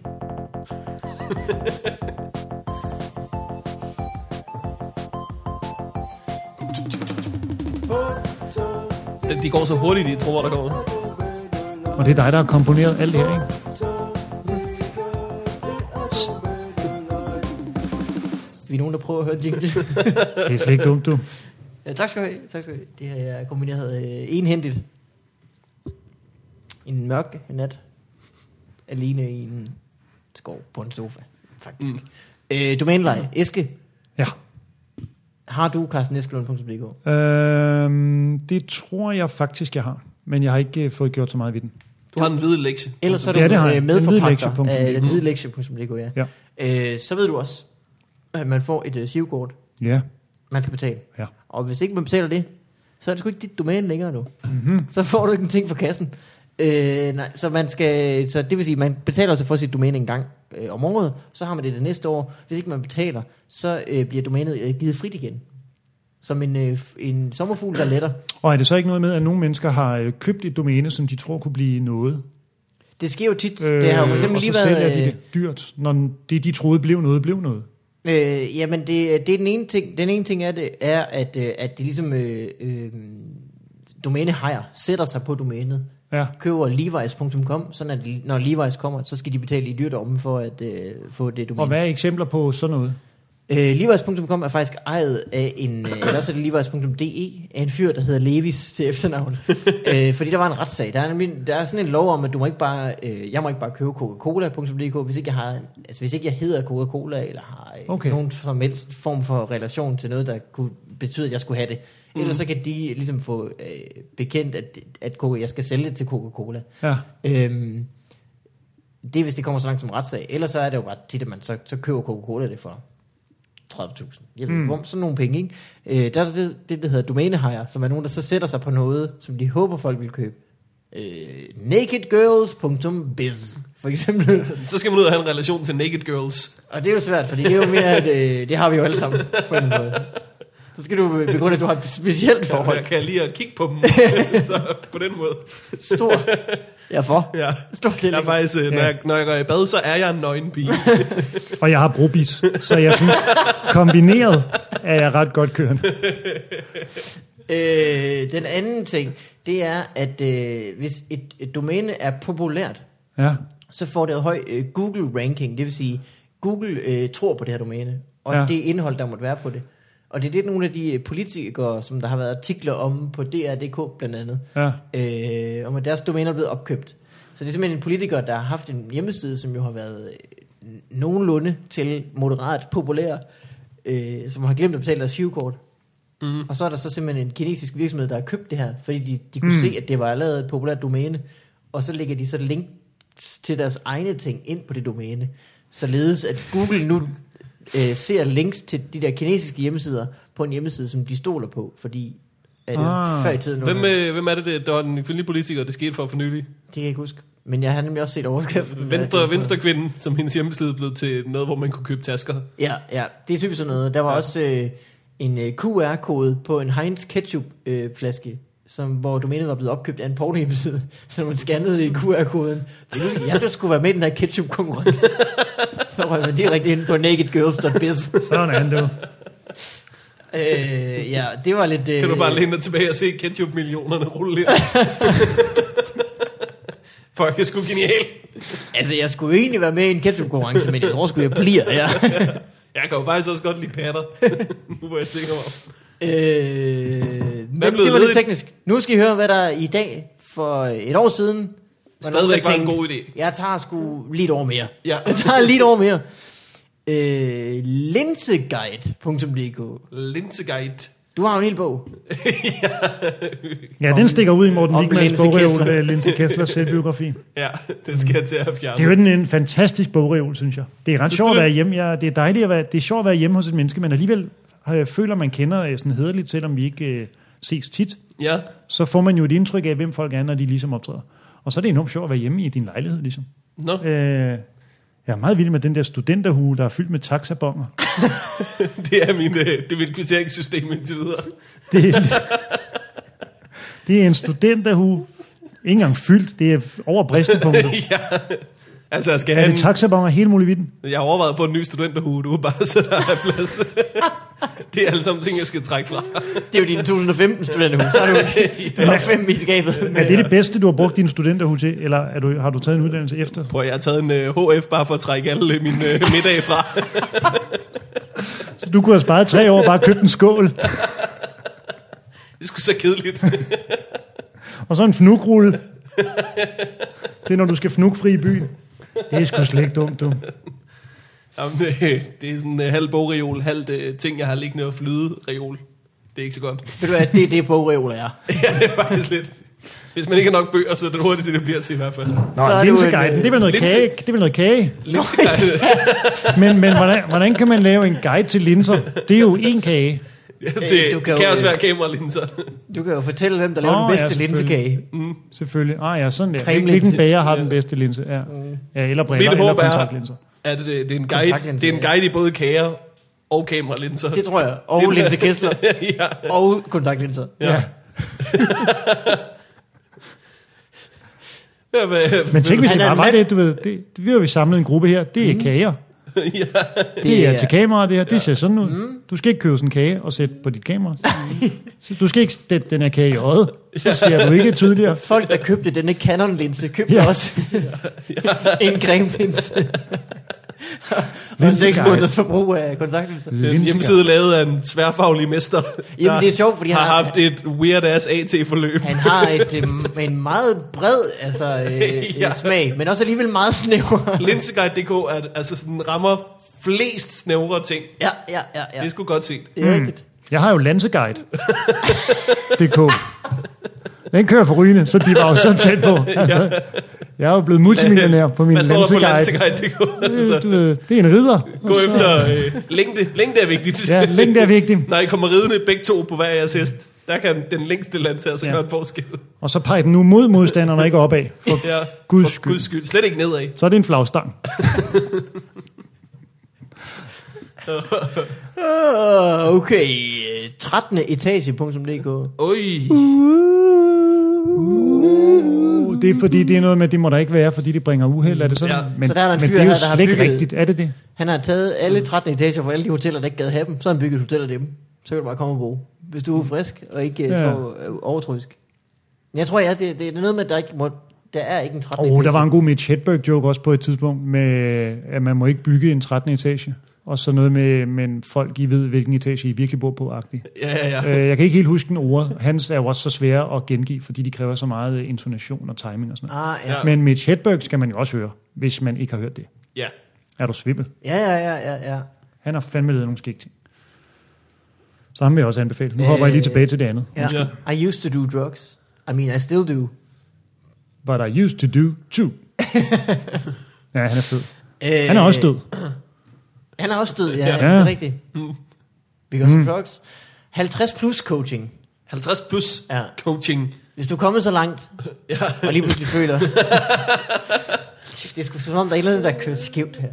Speaker 3: Den- De går så hurtigt, de tror, der kommer.
Speaker 2: Og det er dig, der har komponeret alt det her, ikke?
Speaker 1: Vi er nogen, der prøver at høre en jingle.
Speaker 2: Det er slet ikke dumt, du.
Speaker 1: ja, Øh, tak skal du have. Tak skal du have. Det her er kombineret øh, enhændigt. En mørk nat. Alene i en skov på en sofa, faktisk. Mm. Øh, domæneleje. Eske,
Speaker 2: Ja.
Speaker 1: Har du karsteneskelund.dk?
Speaker 2: Øh, det tror jeg faktisk, jeg har. Men jeg har ikke øh, fået gjort så meget ved den.
Speaker 3: Du har en hvid lektie.
Speaker 1: Ellers så er du
Speaker 2: Ja, det har
Speaker 1: ja,
Speaker 2: jeg.
Speaker 1: medforpagter
Speaker 2: Hvidlektie.dk.
Speaker 1: af hvidlektie.dk, ja.
Speaker 2: Ja.
Speaker 1: ja. Øh, så ved du også, at man får et øh, sivkort,
Speaker 2: Ja,
Speaker 1: man skal betale.
Speaker 2: ja.
Speaker 1: Og hvis ikke man betaler det, så er det sgu ikke dit domæne længere nu.
Speaker 2: Mhm.
Speaker 1: Mm-hmm. Så får du ikke en ting fra kassen. Øh, nej, så, man skal, så det vil sige, man betaler altså for sit domæne en gang øh, om året, så har man det det næste år. Hvis ikke man betaler, så øh, bliver domænet øh, givet frit igen. Som en, øh, f- en sommerfugl, der letter.
Speaker 2: Og er det så ikke noget med, at nogle mennesker har øh, købt et domæne, som de tror kunne blive noget?
Speaker 1: Det sker jo tit. Øh, det har jo for eksempel
Speaker 2: og
Speaker 1: lige
Speaker 2: så sælger
Speaker 1: været...
Speaker 2: de
Speaker 1: øh,
Speaker 2: det dyrt, når det, de troede blev noget, blev noget.
Speaker 1: Øh, jamen, det, det er den ene ting. Den ene ting er, det, er at, øh, at det ligesom øh, øh, domænehajer sætter sig på domænet,
Speaker 2: Ja.
Speaker 1: køber levi's.com, sådan at når levi's kommer, så skal de betale i dyrt om for at øh, få det
Speaker 2: Og
Speaker 1: domæne.
Speaker 2: hvad er eksempler på sådan noget?
Speaker 1: Øh, levi's.com er faktisk ejet af en, øh, eller også er det levi's.de, af en fyr, der hedder Levis til
Speaker 2: [LAUGHS]
Speaker 1: efternavn. øh, fordi der var en retssag. Der er, nemlig, der er sådan en lov om, at du må ikke bare, øh, jeg må ikke bare købe coca-cola.dk, hvis ikke jeg, har, altså, hvis ikke jeg hedder Coca-Cola, eller har øh,
Speaker 2: Okay.
Speaker 1: okay. nogen som helst form for relation til noget, der kunne betyde, at jeg skulle have det. Mm.
Speaker 2: Mhm.
Speaker 1: Ellers så kan de ligesom få øh, bekendt, at, at Coca- jeg skal sælge det til Coca-Cola.
Speaker 2: Ja.
Speaker 1: Øhm, det er, hvis det kommer så langt som retssag. Ellers så er det jo bare tit, at man så, så køber Coca-Cola det for 30.000. Jeg ved
Speaker 3: Hmm.
Speaker 1: mm. hvor, sådan nogle penge, ikke? Øh, der er så det, det, der hedder domænehajer, som er nogen, der så sætter sig på noget, som de håber, folk vil købe. Øh, nakedgirls.biz for eksempel.
Speaker 3: Så skal man ud og have en relation til Naked Girls.
Speaker 1: Og det er jo svært, fordi det er jo mere, at øh, det har vi jo alle sammen på en måde. Så skal du begrunde, at du har et specielt
Speaker 3: Og
Speaker 1: forhold.
Speaker 3: jeg kan lige at kigge
Speaker 1: [LAUGHS]
Speaker 3: på dem. så på den måde.
Speaker 1: Stor. Jeg er for.
Speaker 3: Ja.
Speaker 1: Stor
Speaker 3: Jeg er
Speaker 1: tilhænger.
Speaker 3: faktisk, øh, når,
Speaker 2: Ja.
Speaker 3: jeg, når jeg går i bad, så er jeg en nøgen
Speaker 1: [LAUGHS]
Speaker 3: pige.
Speaker 2: Og jeg har brobis, så jeg synes, kombineret er jeg ret godt kørende.
Speaker 1: Øh, den anden ting, det er, at øh, hvis et, et domæne er populært,
Speaker 2: Ja.
Speaker 1: så får det høj øh, Google-ranking. Det vil sige, Google øh, tror på det her domæne, og
Speaker 2: Ja.
Speaker 1: ja. det indhold, der måtte være på det. Og det er det, nogle af de øh, politikere, som der har været artikler om på DR.dk blandt andet,
Speaker 2: Ja.
Speaker 1: øh, om at deres domæner er blevet opkøbt. Så det er simpelthen en politiker, der har haft en hjemmeside, som jo har været øh, nogenlunde til moderat populær, øh, som har glemt at betale deres sivkort. Mm.
Speaker 3: Mhm.
Speaker 1: Og så er der så simpelthen en kinesisk virksomhed, der har købt det her, fordi de, de
Speaker 3: Mhm.
Speaker 1: kunne mm. se, at det var lavet et populært domæne. Og så lægger de så links til deres egne ting ind på det domæne, således at Google nu øh, ser links til de der kinesiske hjemmesider på en hjemmeside, som de stoler på, fordi at
Speaker 2: Ah.
Speaker 1: ah. før i tiden...
Speaker 3: Hvem, øh, hvem er det, det, der var den kvindelige politiker, det skete for for nylig?
Speaker 1: Det kan jeg ikke huske. Men jeg har nemlig også set overskriften. øh,
Speaker 3: Venstre, venstre kvinden, som hendes hjemmeside blev til noget, hvor man kunne købe tasker.
Speaker 1: Ja, ja. Det er typisk sådan noget. Der var ja. også øh, en øh, QR-kode på en Heinz Ketchup-flaske, øh, flaske, som, hvor domænet var blevet opkøbt af en [LAUGHS] pornohjemmeside, så man scannede i QR-koden. Så nu skal- jeg så skulle være med i den her
Speaker 3: [LAUGHS]
Speaker 1: ketchup-konkurrence. så røg man direkte ind på nakedgirls.biz.
Speaker 2: Sådan, du.
Speaker 1: Øh, ja, det var lidt... Øh,
Speaker 3: Kan du bare læne dig tilbage og se ketchup-millionerne rulle
Speaker 1: [LAUGHS]
Speaker 3: lidt? Fuck, det er sgu genialt.
Speaker 1: Altså, jeg skulle jo egentlig være med i en ketchup-konkurrence, men jeg tror sgu, jeg bliver, ja.
Speaker 3: Jeg kan jo faktisk også godt lide patter. [LAUGHS] nu hvor jeg tænker mig om.
Speaker 1: Øh, men
Speaker 3: Hvad blev
Speaker 1: det var lidt
Speaker 3: ledigt?
Speaker 1: teknisk. Nu skal I høre, hvad der i dag for et år siden... var nogen, der
Speaker 3: Stadigvæk var en
Speaker 1: tænkte,
Speaker 3: god idé.
Speaker 1: Jeg tager sgu lige et år mere.
Speaker 3: Ja.
Speaker 1: [LAUGHS] Jeg tager lige et år mere. Øh, linseguide.dk
Speaker 3: Linseguide.
Speaker 1: Du har jo en hel bog.
Speaker 2: Ja, den stikker ud i Morten
Speaker 1: Om
Speaker 2: Wigmans
Speaker 1: Linse
Speaker 2: bogreol,
Speaker 1: Kessler.
Speaker 2: øh, Linse Kesslers selvbiografi.
Speaker 3: Ja, [LAUGHS] den skal jeg til at
Speaker 2: Det er
Speaker 3: fjerne.
Speaker 2: jo en, en fantastisk bogreol, synes jeg. Det er ret
Speaker 3: Synes
Speaker 2: sjovt
Speaker 3: du
Speaker 2: at
Speaker 3: det?
Speaker 2: være hjemme. Jeg, det er dejligt at være, det er sjovt at være hjemme hos et menneske, men alligevel øh, føler man kender øh, sådan hederligt, selvom vi ikke øh, ses tit.
Speaker 3: Ja,
Speaker 2: Så får man jo et indtryk af, hvem folk er, når de ligesom optræder. Og så er det enormt sjovt at være hjemme i din lejlighed, ligesom.
Speaker 3: nå.
Speaker 2: Øh, jeg er meget vild med den der studenterhue, der er fyldt med taxabonger.
Speaker 3: [LAUGHS] Det er, min, øh, det er mit kvitteringssystem indtil videre.
Speaker 2: Det er, [LAUGHS] det er en studenterhue. Ikke engang fyldt, det er over bristepunktet.
Speaker 3: ja. Altså, jeg skal
Speaker 2: Er
Speaker 3: have en,
Speaker 2: det taxabonger hele muligheden?
Speaker 3: Jeg har overvejet at få en ny studenterhue, du [LAUGHS] er bare så der er plads. [LAUGHS] det er alle sammen ting, jeg skal trække fra.
Speaker 1: Det er jo din 2015 studenterhus. Så er du
Speaker 3: [LAUGHS]
Speaker 1: ikke. Du har fem i skabet.
Speaker 2: Er det det bedste, du har brugt din studenterhue til, eller er du, har du taget en uddannelse efter?
Speaker 3: Prøv, jeg har taget en øh, HF bare for at trække alle øh, mine øh, middage fra. [LAUGHS]
Speaker 2: Så du kunne have sparet tre år og bare købt en skål,
Speaker 3: det skulle så kedeligt. [LAUGHS]
Speaker 2: og så en fnugrulle. Det er, når du skal fnugfri i byen. Det er sgu slet ikke dumt, du.
Speaker 3: Jamen, øh, det er sådan øh, halv bogreol, halvt øh, ting, jeg har liggende og flyde reol. Det er ikke så godt. [LAUGHS]
Speaker 1: Ved du hvad, det er det bogreoler er.
Speaker 3: ja, det er faktisk lidt. Hvis man ikke har nok bøger, så er det hurtigt, det, det bliver til i hvert fald.
Speaker 2: Nå,
Speaker 1: Så er det jo
Speaker 2: linseguiden,
Speaker 1: en, øh,
Speaker 2: det er vel noget
Speaker 3: linse-
Speaker 2: kage, det er vel noget kage.
Speaker 3: Linseguide.
Speaker 2: Men, men hvordan, hvordan kan man lave en guide til linser? Det er jo en kage.
Speaker 3: Ja,
Speaker 1: Øh,
Speaker 3: det
Speaker 1: du
Speaker 3: øh,
Speaker 1: kan
Speaker 3: kan,
Speaker 1: jo,
Speaker 3: også
Speaker 1: øh,
Speaker 3: være kameralinser.
Speaker 1: Du kan jo fortælle, hvem der laver
Speaker 2: Åh,
Speaker 1: oh, den bedste
Speaker 2: ja,
Speaker 1: ja,
Speaker 2: selvfølgelig.
Speaker 1: linsekage.
Speaker 2: Selvfølgelig. Ah ja, sådan der. Hvil-
Speaker 1: Cremelinse.
Speaker 2: Hvilken bager har den bedste linse? Ja,
Speaker 1: Mm.
Speaker 2: ja eller briller,
Speaker 3: Mit
Speaker 2: eller
Speaker 3: håb er-
Speaker 2: kontaktlinser.
Speaker 3: At øh, det er en guide, det
Speaker 1: Kontaktlinser,
Speaker 3: er en guide i både kager og kameralinser.
Speaker 1: Det tror jeg. Og
Speaker 3: Det er-
Speaker 1: Linse Kessler.
Speaker 3: [LAUGHS] ja.
Speaker 1: Og kontaktlinser.
Speaker 2: Ja.
Speaker 3: Ja, hvad-
Speaker 2: Men tænk, hvis
Speaker 1: Han
Speaker 2: det
Speaker 1: er
Speaker 2: bare
Speaker 1: en mand.
Speaker 2: var
Speaker 1: Mm.
Speaker 2: det, du ved. Det, det, vi har jo samlet en gruppe her. Det er kager.
Speaker 3: [LAUGHS] ja.
Speaker 2: Det er
Speaker 1: er- Mm.
Speaker 2: til kamera, det her. Det ser sådan ud. Du skal ikke købe sådan en kage og sætte på
Speaker 1: [LAUGHS]
Speaker 2: dit kamera. Så Du skal ikke sætte den her kage i øjet. Så ser du ikke tydeligere.
Speaker 1: Folk, der købte denne Canon-linse, købte
Speaker 2: Ja.
Speaker 1: ja. også en cremelinse. og
Speaker 2: Linseguide.
Speaker 1: 6 måneders forbrug af kontaktlinser.
Speaker 3: En hjemmeside lavet af en tværfaglig mester,
Speaker 1: Jamen, det er sjovt, fordi
Speaker 3: har
Speaker 1: han har-
Speaker 3: haft et weird ass AT-forløb.
Speaker 1: Han
Speaker 3: [LAUGHS]
Speaker 1: har et, øh, en meget bred altså, øh,
Speaker 3: Ja.
Speaker 1: ja. smag, men også alligevel meget snæver.
Speaker 3: Linseguide.dk er, altså sådan, rammer flest snævre ting. Ja.
Speaker 1: ja, ja, ja, ja.
Speaker 3: Det er sgu godt set.
Speaker 1: Det er rigtigt.
Speaker 2: Jeg har jo Lanseguide. DK. Den kører for rygende, så de var jo så tæt på. Altså, jeg er jo blevet multimillionær på min
Speaker 3: [LAUGHS] Hvad står der på
Speaker 2: Lanseguide.
Speaker 1: [LAUGHS]
Speaker 3: Linseguide.dk?
Speaker 2: Øh, Du ved, det er en ridder.
Speaker 3: Gå efter øh, længde. Længde er vigtigt.
Speaker 2: Ja, længde er vigtigt.
Speaker 3: Når I kommer ridende begge to på hver jeres hest, der kan den længste land her så
Speaker 2: Ja.
Speaker 3: ja. gøre en forskel.
Speaker 2: Og så peg den nu mod modstanderne og ikke opad. For
Speaker 3: Ja.
Speaker 2: Guds
Speaker 3: For
Speaker 2: skyld.
Speaker 3: Guds skyld. Slet ikke nedad.
Speaker 2: så er det en flagstang.
Speaker 1: Øh, okay, øh, 13. etage.dk.
Speaker 3: Oj.
Speaker 2: Uh, det er fordi, det er noget med, det må der ikke være, fordi det bringer uheld, er det sådan?
Speaker 3: Ja.
Speaker 2: Men,
Speaker 1: Så der er der en
Speaker 2: men
Speaker 1: fyr
Speaker 2: det er jo
Speaker 1: her, der har
Speaker 2: slet ikke
Speaker 1: bygget-
Speaker 2: rigtigt, er det det?
Speaker 1: Han har taget alle 13 etager fra alle de hoteller, der ikke gad have dem. Så har han bygget et hotel af dem. Så kan du bare komme og bo. Hvis du er frisk og ikke
Speaker 2: Ja.
Speaker 1: ja. så overtrysk. Jeg tror, ja, det, det er noget med, at der ikke må... Der er ikke en 13.
Speaker 2: Åh, oh, der var en god Mitch Hedberg joke også på et tidspunkt med, at man må ikke bygge en 13. etage. Og så noget med, men folk, I ved, hvilken etage I virkelig bor på, agtigt.
Speaker 3: Ja, ja, ja.
Speaker 2: Øh, jeg kan ikke helt huske den ord. Hans er jo også så svære at gengive, fordi de kræver så meget øh, intonation og timing og sådan noget.
Speaker 1: Ah, ja.
Speaker 3: Ja.
Speaker 2: Men Mitch Hedberg skal man jo også høre, hvis man ikke har hørt det.
Speaker 3: ja.
Speaker 2: Er du svimmel?
Speaker 1: Ja, ja, ja, ja, ja.
Speaker 2: Han har fandme lavet nogle skægge ting. Så ham vil jeg også anbefale. Nu hopper jeg lige tilbage til det andet.
Speaker 1: ja. I used to do drugs. I mean, I still do.
Speaker 2: But I used to do [LAUGHS] too. ja, han er fed. Han er også død.
Speaker 1: Han er også død, ja.
Speaker 3: Ja.
Speaker 1: ja. Det er rigtigt. Because mm. of drugs. 50 plus coaching.
Speaker 3: 50 plus
Speaker 1: Ja.
Speaker 3: coaching.
Speaker 1: Hvis du er kommet så langt,
Speaker 3: Ja.
Speaker 1: og lige pludselig føler... det er sgu som om, der er et eller andet, der kører skævt her.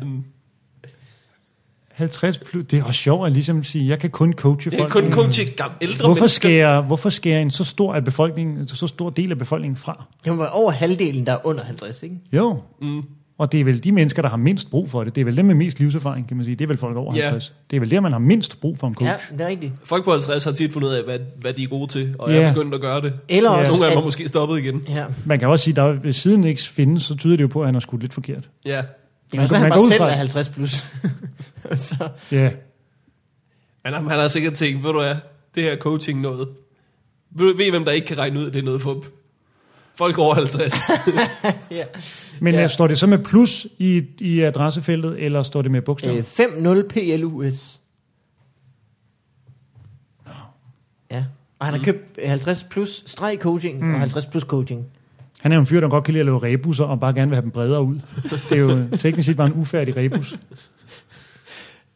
Speaker 2: 50 plus. Det er også sjovt at ligesom sige, jeg kan kun coache
Speaker 3: Det er
Speaker 2: folk.
Speaker 3: kun coaching gam- ældre
Speaker 2: Hvorfor
Speaker 3: mennesker.
Speaker 2: skærer, hvorfor skærer en så stor, af befolkningen, så stor del af befolkningen fra?
Speaker 1: Det må være over halvdelen, der er under 50, ikke?
Speaker 2: Jo. Mm. Og det er vel de mennesker, der har mindst brug for det. Det er vel dem med mest livserfaring, kan man sige. Det er vel folk over
Speaker 3: Ja.
Speaker 2: 50. Det er vel der, man har mindst brug for en
Speaker 1: Ja,
Speaker 2: coach.
Speaker 1: det er rigtigt.
Speaker 3: Folk på 50 har tit fundet ud af, hvad, hvad de er gode til, og
Speaker 2: Ja.
Speaker 3: yeah. er begyndt at gøre det.
Speaker 1: Eller
Speaker 2: Ja.
Speaker 1: også...
Speaker 3: Nogle af dem
Speaker 1: at-
Speaker 3: har måske stoppet igen.
Speaker 1: Ja.
Speaker 2: Man kan også sige, at hvis siden ikke findes, så tyder det jo på, at han har skudt lidt forkert.
Speaker 3: Ja.
Speaker 1: Det
Speaker 2: Man
Speaker 1: kan også
Speaker 2: kan-
Speaker 1: være,
Speaker 2: man
Speaker 1: han
Speaker 2: går ud
Speaker 1: bare selv
Speaker 2: fra-
Speaker 1: er 50 plus. [LAUGHS] så,
Speaker 2: Ja.
Speaker 3: Men han, han har sikkert tænkt, ved du hvad, det her coaching noget. Ved, ved I, hvem der ikke kan regne ud, at det er noget fup? Folk over 50.
Speaker 1: ja.
Speaker 2: Men
Speaker 1: Ja.
Speaker 2: ja. står det så med plus i, i adressefeltet, eller står det med bogstaver?
Speaker 1: Øh, 5-0 PLUS. Ja. Og han har købt øh, 50 plus streg coaching mm. og 50 plus coaching.
Speaker 2: Han er jo en fyr, der godt kan lide at lave rebusser, og bare gerne vil have dem bredere ud. Det er jo teknisk set bare en ufærdig rebus.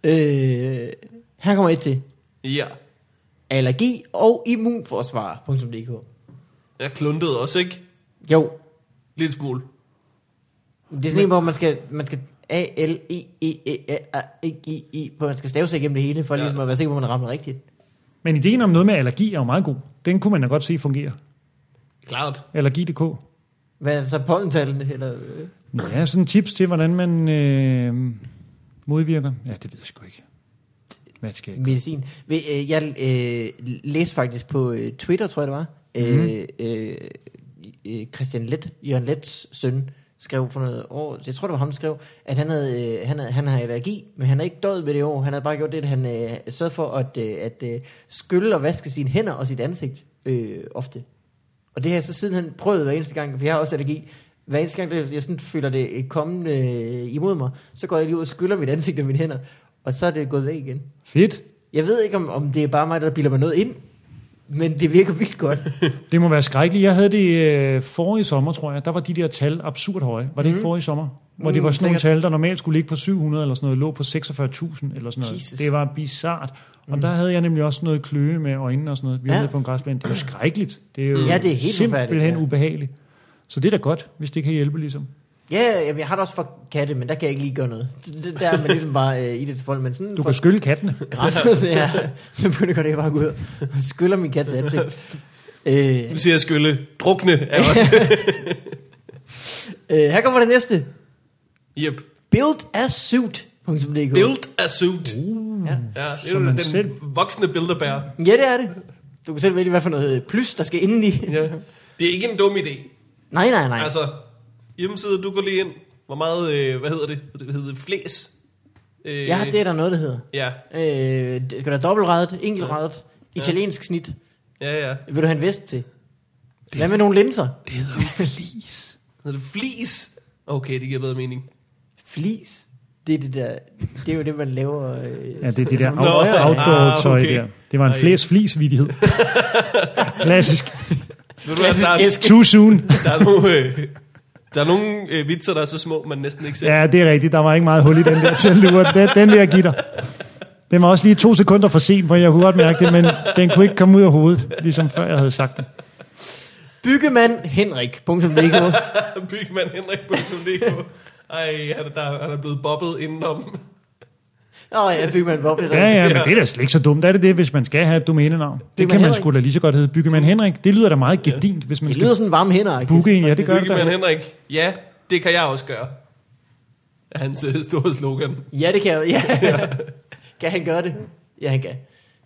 Speaker 1: Øh, her kommer et til.
Speaker 3: Ja.
Speaker 1: Allergi og immunforsvar.dk
Speaker 3: Jeg kluntede også, ikke?
Speaker 1: Jo,
Speaker 3: Lidt smule.
Speaker 1: det er sådan en, hvor man skal, man skal a l e e e a e i i hvor man skal stave sig igennem det hele, for
Speaker 3: Ja.
Speaker 1: ja. ligesom at være sikker på, at man rammer rigtigt.
Speaker 2: Men ideen om noget med allergi er jo meget god. Den kunne man da godt se fungere.
Speaker 3: Klart.
Speaker 2: Allergi.dk.
Speaker 1: Hvad er så pollentallene? Eller, øh?
Speaker 2: Ja, sådan tips til, hvordan man øh, modvirker. Ja, det ved jeg sgu ikke. Hvad skal jeg?
Speaker 1: medicin. Ved, øh, Jeg øh, læste faktisk på øh, Twitter, tror jeg det var, øh, øh, øh, Christian Let, Jørgen Lets søn, skrev for noget år, jeg tror det var ham, der skrev, at han, havde, øh, han, havde, han har allergi, men han er ikke død ved det år. Han havde bare gjort det, at han øh, sørgede for at, øh, at øh, skylle og vaske sine hænder og sit ansigt øh, ofte. Og det har jeg så sidenhen prøvet hver eneste gang, for jeg har også allergi. Hver eneste gang, jeg sådan føler det øh, komme øh, imod mig, så går jeg lige ud og skyller mit ansigt og mine hænder, og så er det gået væk igen.
Speaker 2: Fedt.
Speaker 1: Jeg ved ikke, om, om det er bare mig, der bilder mig noget ind, men det virker vildt
Speaker 3: [LAUGHS]
Speaker 1: godt.
Speaker 2: Det må være skrækkeligt. Jeg havde det øh, forrige sommer, tror jeg. Der var de der tal absurd høje. Var det ikke forrige sommer? Hvor det
Speaker 1: Mm,
Speaker 2: var sådan nogle
Speaker 1: sikkert.
Speaker 2: tal, der normalt skulle ligge på 700 eller sådan noget, lå på 46.000 eller sådan noget.
Speaker 1: Jesus. Mm.
Speaker 2: Det var bizart. Og der havde jeg nemlig også noget kløe med øjnene og sådan noget. Vi var
Speaker 1: Ja.
Speaker 2: nede på en græsplæne. Det er jo skrækkeligt. Det er jo
Speaker 1: Ja, det er helt
Speaker 2: simpelthen
Speaker 1: forfærdeligt, ja.
Speaker 2: ubehageligt. Så det er da godt, hvis det kan hjælpe ligesom.
Speaker 1: Ja, jamen, jeg har det også for katte, men der kan jeg ikke lige gøre noget. Det, der er man ligesom bare øh, i det til folk, men sådan
Speaker 2: Du
Speaker 1: for
Speaker 2: kan skylle kattene.
Speaker 1: græsset, [LAUGHS] ja, så begynder godt, at jeg bare at gå ud og skyller min kats
Speaker 3: [LAUGHS]
Speaker 1: ansigt. Øh,
Speaker 3: Nu siger jeg skylle. Drukne er
Speaker 1: [LAUGHS]
Speaker 3: også.
Speaker 1: øh, her kommer det næste.
Speaker 3: yep.
Speaker 1: Buildasuit.dk
Speaker 3: Build a suit.
Speaker 1: Ja.
Speaker 3: Ja, det er
Speaker 2: Som
Speaker 3: jo
Speaker 2: man
Speaker 3: den
Speaker 2: selv-
Speaker 3: voksne builderbær.
Speaker 1: ja, det er det. Du kan selv vælge, hvad for noget øh, plus, der skal indeni.
Speaker 3: Ja. Det er ikke en dum idé.
Speaker 1: Nej, nej, nej.
Speaker 3: Altså, hjemmeside, du går lige ind. Hvor meget, øh, hvad hedder det? Det hedder flæs. Øh,
Speaker 1: Ja, det er der noget, der hedder.
Speaker 3: Ja,
Speaker 1: Øh, det skal der dobbeltredet, enkeltredet, italiensk snit.
Speaker 3: ja, ja.
Speaker 1: Vil du have en vest til? Hvad med nogle linser?
Speaker 3: Hedder det flis? Okay, det giver bedre mening.
Speaker 1: Flis. Det er, det, der, det er jo det, man laver. Øh,
Speaker 2: Ja, det er det der
Speaker 1: som-
Speaker 3: Altså, Nå,
Speaker 2: out-
Speaker 3: ja.
Speaker 2: outdoor-tøj
Speaker 3: Ah, okay.
Speaker 2: der. Det var en
Speaker 3: Ej.
Speaker 2: flæs flis vidighed Klassisk.
Speaker 3: Ved du hvad, der, er,
Speaker 1: Klassisk
Speaker 2: Too soon.
Speaker 3: der er nogle, øh, der er nogle øh, vitser, der er så små, man næsten ikke ser.
Speaker 2: Ja, det er rigtigt. Der var ikke meget hul i den der tjallure. Den, den vil jeg give dig. Den var også lige to sekunder for sent, for jeg kunne godt mærke det, men den kunne ikke komme ud af hovedet, ligesom før jeg havde sagt det.
Speaker 1: Byggemand Henrik. Punktum
Speaker 2: [LAUGHS]
Speaker 1: DK.
Speaker 3: Bygman Henrik på Ej, han er, der, han er blevet bobbet indenom.
Speaker 1: Nå ja, byggemand Bob. Det er
Speaker 2: Ja,
Speaker 1: rigtigt.
Speaker 2: ja, men det er da slet ikke så dumt. Er det det, hvis man skal have et domænenavn? Det kan man
Speaker 1: Henrik.
Speaker 2: sgu da lige så godt hedde Byggemand Henrik. Det lyder da meget gedint, hvis man
Speaker 1: Det lyder
Speaker 2: skal
Speaker 1: sådan varme hænder. ikke?
Speaker 2: booke en. Ja, det gør det
Speaker 3: Bygman
Speaker 2: da.
Speaker 3: Henrik, ja, det kan jeg også gøre. Er hans øh, store slogan.
Speaker 1: Ja, det kan jeg jo.
Speaker 2: [LAUGHS]
Speaker 1: Ja. kan han gøre det? Ja, han kan.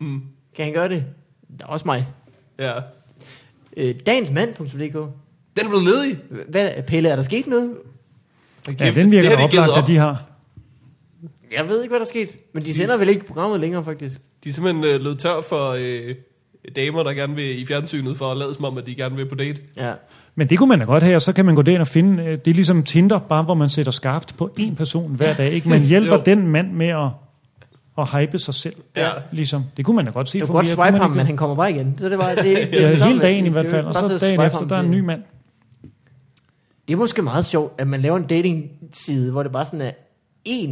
Speaker 3: Mm,
Speaker 1: Kan han gøre det? Der er også mig.
Speaker 3: ja.
Speaker 1: Øh, Dansmand.dk
Speaker 3: Den er blevet ledig.
Speaker 1: Hvad, Pelle, er der sket noget?
Speaker 2: Ja, den virker
Speaker 3: det
Speaker 2: da
Speaker 3: har de givet
Speaker 2: oplagt, at
Speaker 3: op.
Speaker 2: de har.
Speaker 1: Jeg ved ikke, hvad der er sket. Men de sender vel ikke programmet længere, faktisk.
Speaker 3: De er simpelthen øh, lød tør for øh, damer, der gerne vil i fjernsynet for at lade som om, at de gerne vil på date.
Speaker 1: Ja.
Speaker 2: Men det kunne man da godt have, og så kan man gå derind og finde, øh, det er ligesom Tinder, bare hvor man sætter skarpt på en person hver dag. Ikke? Man
Speaker 3: [LAUGHS]
Speaker 2: hjælper
Speaker 3: Jo.
Speaker 2: den mand med at, at hype sig selv.
Speaker 3: Ja.
Speaker 2: Ligesom. Det kunne man da godt se.
Speaker 1: Du kan
Speaker 2: fungere.
Speaker 1: godt
Speaker 2: Kunne man
Speaker 1: swipe ham,
Speaker 2: ikke
Speaker 1: men han kommer bare igen. Så det var det. det,
Speaker 2: det?
Speaker 1: [LAUGHS]
Speaker 2: Ja,
Speaker 1: samme.
Speaker 2: hele dagen i
Speaker 1: Det-
Speaker 2: hvert
Speaker 1: det-
Speaker 2: fald, og
Speaker 1: bare
Speaker 2: så
Speaker 1: sidde
Speaker 2: dagen
Speaker 1: swipe
Speaker 2: efter,
Speaker 1: ham
Speaker 2: der er en
Speaker 1: til-
Speaker 2: ny mand.
Speaker 1: Det er måske meget sjovt, at man laver en dating-side, hvor det bare sådan er én.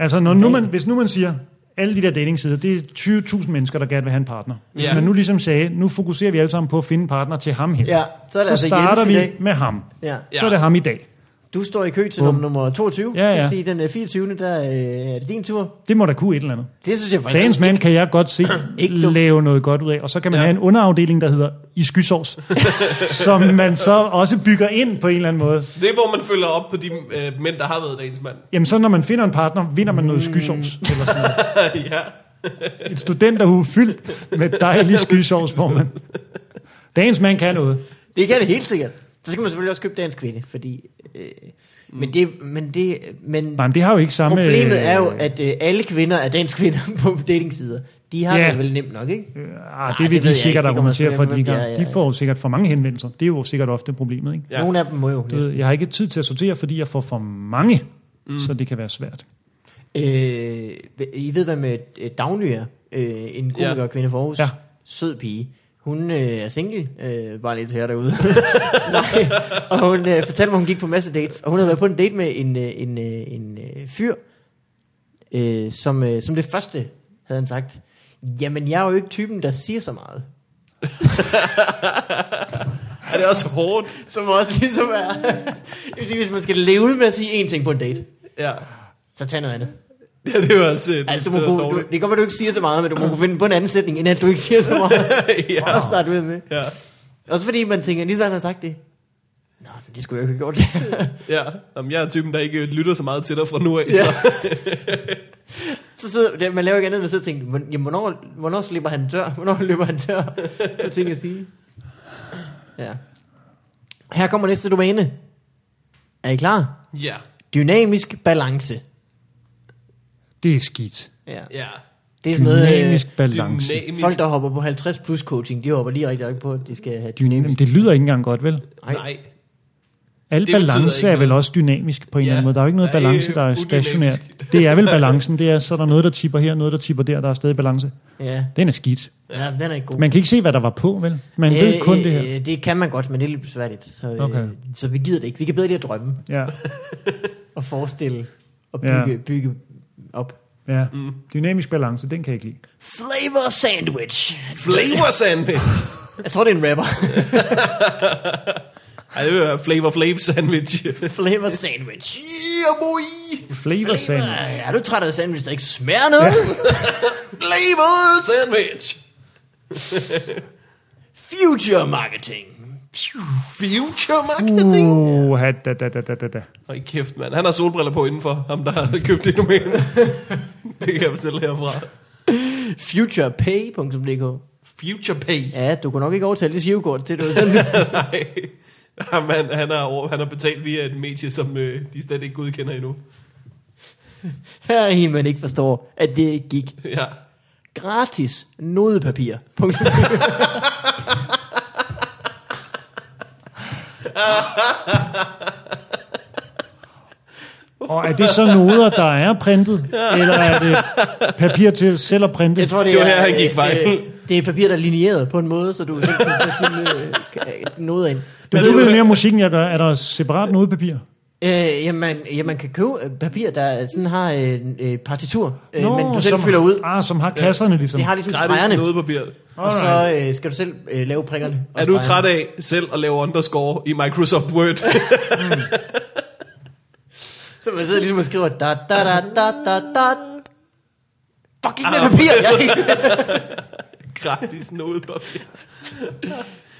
Speaker 2: Altså, når nu man, hvis nu man siger, alle de der datingsider, det er 20.000 mennesker, der gerne vil have en partner. Hvis
Speaker 3: Ja.
Speaker 2: man nu ligesom sagde, nu fokuserer vi alle sammen på at finde en partner til ham her.
Speaker 1: Ja, så er det
Speaker 2: så
Speaker 1: altså
Speaker 2: starter
Speaker 1: Jens i
Speaker 2: vi
Speaker 1: dag.
Speaker 2: med ham.
Speaker 1: Ja.
Speaker 2: Så er det ham i dag.
Speaker 1: Du står i kø til
Speaker 2: Bum.
Speaker 1: nummer, nummer 22.
Speaker 2: Ja,
Speaker 1: Det
Speaker 2: ja.
Speaker 1: vil sige, den øh, 24. der øh, er det din tur.
Speaker 2: Det må da kunne et eller andet.
Speaker 1: Det synes jeg faktisk.
Speaker 2: Dagens mand kan jeg godt se
Speaker 1: [CLEARS THROAT] Ikke dumt.
Speaker 2: lave noget godt ud af, og så kan man
Speaker 3: Ja.
Speaker 2: ja. have en underafdeling, der hedder i
Speaker 1: [LAUGHS]
Speaker 2: skysovs, som man så også bygger ind på en eller anden måde.
Speaker 3: Det er, hvor man følger op på de øh, mænd, der har været dagens mand. [LAUGHS]
Speaker 2: Jamen så når man finder en partner, vinder man noget skysovs.
Speaker 1: Mm.
Speaker 2: Eller sådan noget.
Speaker 3: ja.
Speaker 2: Et studenterhue fyldt med
Speaker 1: [LAUGHS]
Speaker 2: dejlig skysovs, hvor man... Dagens mand kan noget.
Speaker 1: Det kan det helt sikkert. Så skal man selvfølgelig også købe dagens kvinde, fordi... Øh, men det... Men det men
Speaker 2: Nej, men det har jo ikke samme...
Speaker 1: Problemet er jo, at øh, alle kvinder er dansk kvinder [LAUGHS] på datingsider. De har
Speaker 2: Ja.
Speaker 1: det vel nemt nok, ikke?
Speaker 2: Ah,
Speaker 1: Nej,
Speaker 2: det
Speaker 1: det
Speaker 2: vil
Speaker 1: ved
Speaker 2: de
Speaker 1: jeg ikke.
Speaker 2: sikkert
Speaker 1: Det kommer
Speaker 2: argumentere for,
Speaker 1: selvfølgelig
Speaker 2: at de ikke
Speaker 1: an på,
Speaker 2: har.
Speaker 1: hvem det er,
Speaker 2: De får jo sikkert for mange henvendelser. Det er jo sikkert ofte problemet, ikke?
Speaker 3: Ja.
Speaker 1: Ja. Nogle af dem må jo.
Speaker 2: Du ved, jeg har ikke tid til at sortere, fordi jeg får for mange,
Speaker 1: Mm.
Speaker 2: så det kan være svært.
Speaker 1: Øh, I ved, hvad med Dagny er? Øh, en komiker
Speaker 3: Ja.
Speaker 1: ja. kvinde for Aarhus,
Speaker 2: Ja.
Speaker 1: ja. sød pige. Hun øh, er single, øh, bare lige til jer derude. [LAUGHS] Nej, og hun øh, fortalte mig, at hun gik på masse dates, og hun havde været på en date med en, øh, en, øh, en øh, fyr, øh, som, øh, som det første havde han sagt, jamen jeg er jo ikke typen, der siger så meget.
Speaker 3: Er det også hårdt?
Speaker 1: Som også ligesom er, [LAUGHS] det vil sige, hvis man skal leve med at sige én ting på en date,
Speaker 3: Ja.
Speaker 1: så tag noget andet.
Speaker 3: Ja, det er jo også... øh,
Speaker 1: Altså, du må
Speaker 3: det er
Speaker 1: kunne, du,
Speaker 3: dårligt.
Speaker 1: det kan godt være, du ikke siger så meget, men du må kunne finde på en anden sætning, end at du ikke siger så meget.
Speaker 3: [LAUGHS] Ja.
Speaker 1: ja. Og starte ud med.
Speaker 3: Ja,
Speaker 1: Også fordi man tænker, lige så han har sagt det. Nå, men det skulle jeg jo ikke have gjort.
Speaker 3: ja. Jamen, jeg er typen, der ikke lytter så meget til dig fra nu af.
Speaker 1: Ja.
Speaker 3: Ja. Så.
Speaker 1: så sidder, det- man laver ikke andet end at sidde og tænke, "Hvorn- jamen, hvornår, hvornår slipper han tør? Hvornår løber han tør? Hvad ting at sige. Ja. Her kommer næste domæne. Er I klar?
Speaker 3: Ja.
Speaker 1: Dynamisk balance.
Speaker 2: Det er skidt.
Speaker 1: Ja.
Speaker 3: Ja.
Speaker 1: Det er sådan noget, øh,
Speaker 2: Dynamisk balance.
Speaker 3: Dynamisk.
Speaker 1: folk der hopper på 50 plus coaching, de hopper lige rigtig nok på, at de skal have dynamisk.
Speaker 2: Dynamisk. Det lyder ikke engang godt, vel?
Speaker 3: Nej.
Speaker 2: Al
Speaker 3: Det betyder
Speaker 2: balance
Speaker 3: ikke
Speaker 2: er vel
Speaker 3: noget.
Speaker 2: også dynamisk på en
Speaker 3: Ja,
Speaker 2: eller anden måde. Der er jo ikke noget
Speaker 3: der er
Speaker 2: balance,
Speaker 3: ikke
Speaker 2: der er
Speaker 3: udynamisk.
Speaker 2: stationært. Det
Speaker 1: [LAUGHS]
Speaker 2: er vel balancen. Det er, så er der noget, der tipper her, noget, der tipper der. Der er stadig balance.
Speaker 1: Ja.
Speaker 2: Den er skidt.
Speaker 1: ja, den er ikke god.
Speaker 2: Man kan ikke se, hvad der var på, vel? Man ved kun det her.
Speaker 1: øh, Det kan man godt, men det er lidt besværligt. Så, øh,
Speaker 2: Okay.
Speaker 1: okay. så vi gider det ikke. Vi kan bedre lige at drømme
Speaker 2: Ja,
Speaker 1: og forestille og
Speaker 2: Ja.
Speaker 1: bygge, ja. bygge op.
Speaker 2: ja.
Speaker 1: Mm.
Speaker 2: Dynamisk balance, den kan jeg ikke lide.
Speaker 1: Flavor sandwich.
Speaker 3: Flavor sandwich.
Speaker 1: Jeg tror, det er en rapper.
Speaker 3: Ej, det er flavor flav sandwich.
Speaker 1: [LAUGHS] Flavor sandwich.
Speaker 3: Yeah, boy.
Speaker 2: Flavor sandwich.
Speaker 1: Ej, Er du træt af sandwich, der ikke smager noget? Ja.
Speaker 3: Flavor sandwich.
Speaker 1: Future marketing.
Speaker 3: Future marketing. Uh.
Speaker 2: Uh, da, da, da, da, da, da.
Speaker 3: Hold kæft, mand. Han har solbriller på indenfor, ham der har købt det domæne. det kan jeg fortælle herfra.
Speaker 1: Futurepay.dk
Speaker 3: Future Pay.
Speaker 1: Ja, du kunne nok ikke overtale det sivkort til, du
Speaker 3: [LAUGHS]
Speaker 1: sådan.
Speaker 3: Nej. Jamen, han, han, har, over- han har betalt via et medie, som øh, de slet ikke godkender endnu.
Speaker 1: Her er en, man ikke forstår, at det ikke gik.
Speaker 3: Ja.
Speaker 1: Gratis nodepapir. Punktum.
Speaker 2: Og er det så noder, der er printet? Eller er det papir til selv at printe?
Speaker 1: Jeg tror, det,
Speaker 3: Det var
Speaker 1: er,
Speaker 3: her, han gik
Speaker 1: øh,
Speaker 3: fejl.
Speaker 1: øh, [LAUGHS] det er papir, der er linjeret på en måde, så du selv kan sætte sin øh, noget ind.
Speaker 2: Du, du ved mere om musikken, jeg gør. Er der separat nodepapir?
Speaker 1: Øh, jamen, ja, man kan købe øh, papir, der sådan har øh, øh, partitur, øh,
Speaker 2: Nå,
Speaker 1: men du selv
Speaker 2: som-
Speaker 1: fylder ud.
Speaker 2: Ah, som har kasserne ligesom.
Speaker 1: Det har ligesom
Speaker 3: Gratis
Speaker 1: stregerne,
Speaker 3: nodepapir.
Speaker 1: og så øh, skal du selv øh, lave prikkerne. og
Speaker 3: Er du
Speaker 1: stregerne.
Speaker 3: træt af selv at lave underscore i Microsoft Word?
Speaker 1: Så man sidder ligesom og skriver, da, da, da, da, da, da. Fucking
Speaker 3: Ah.
Speaker 1: med papir! [LAUGHS] Jeg,
Speaker 3: Gratis nodepapir. Det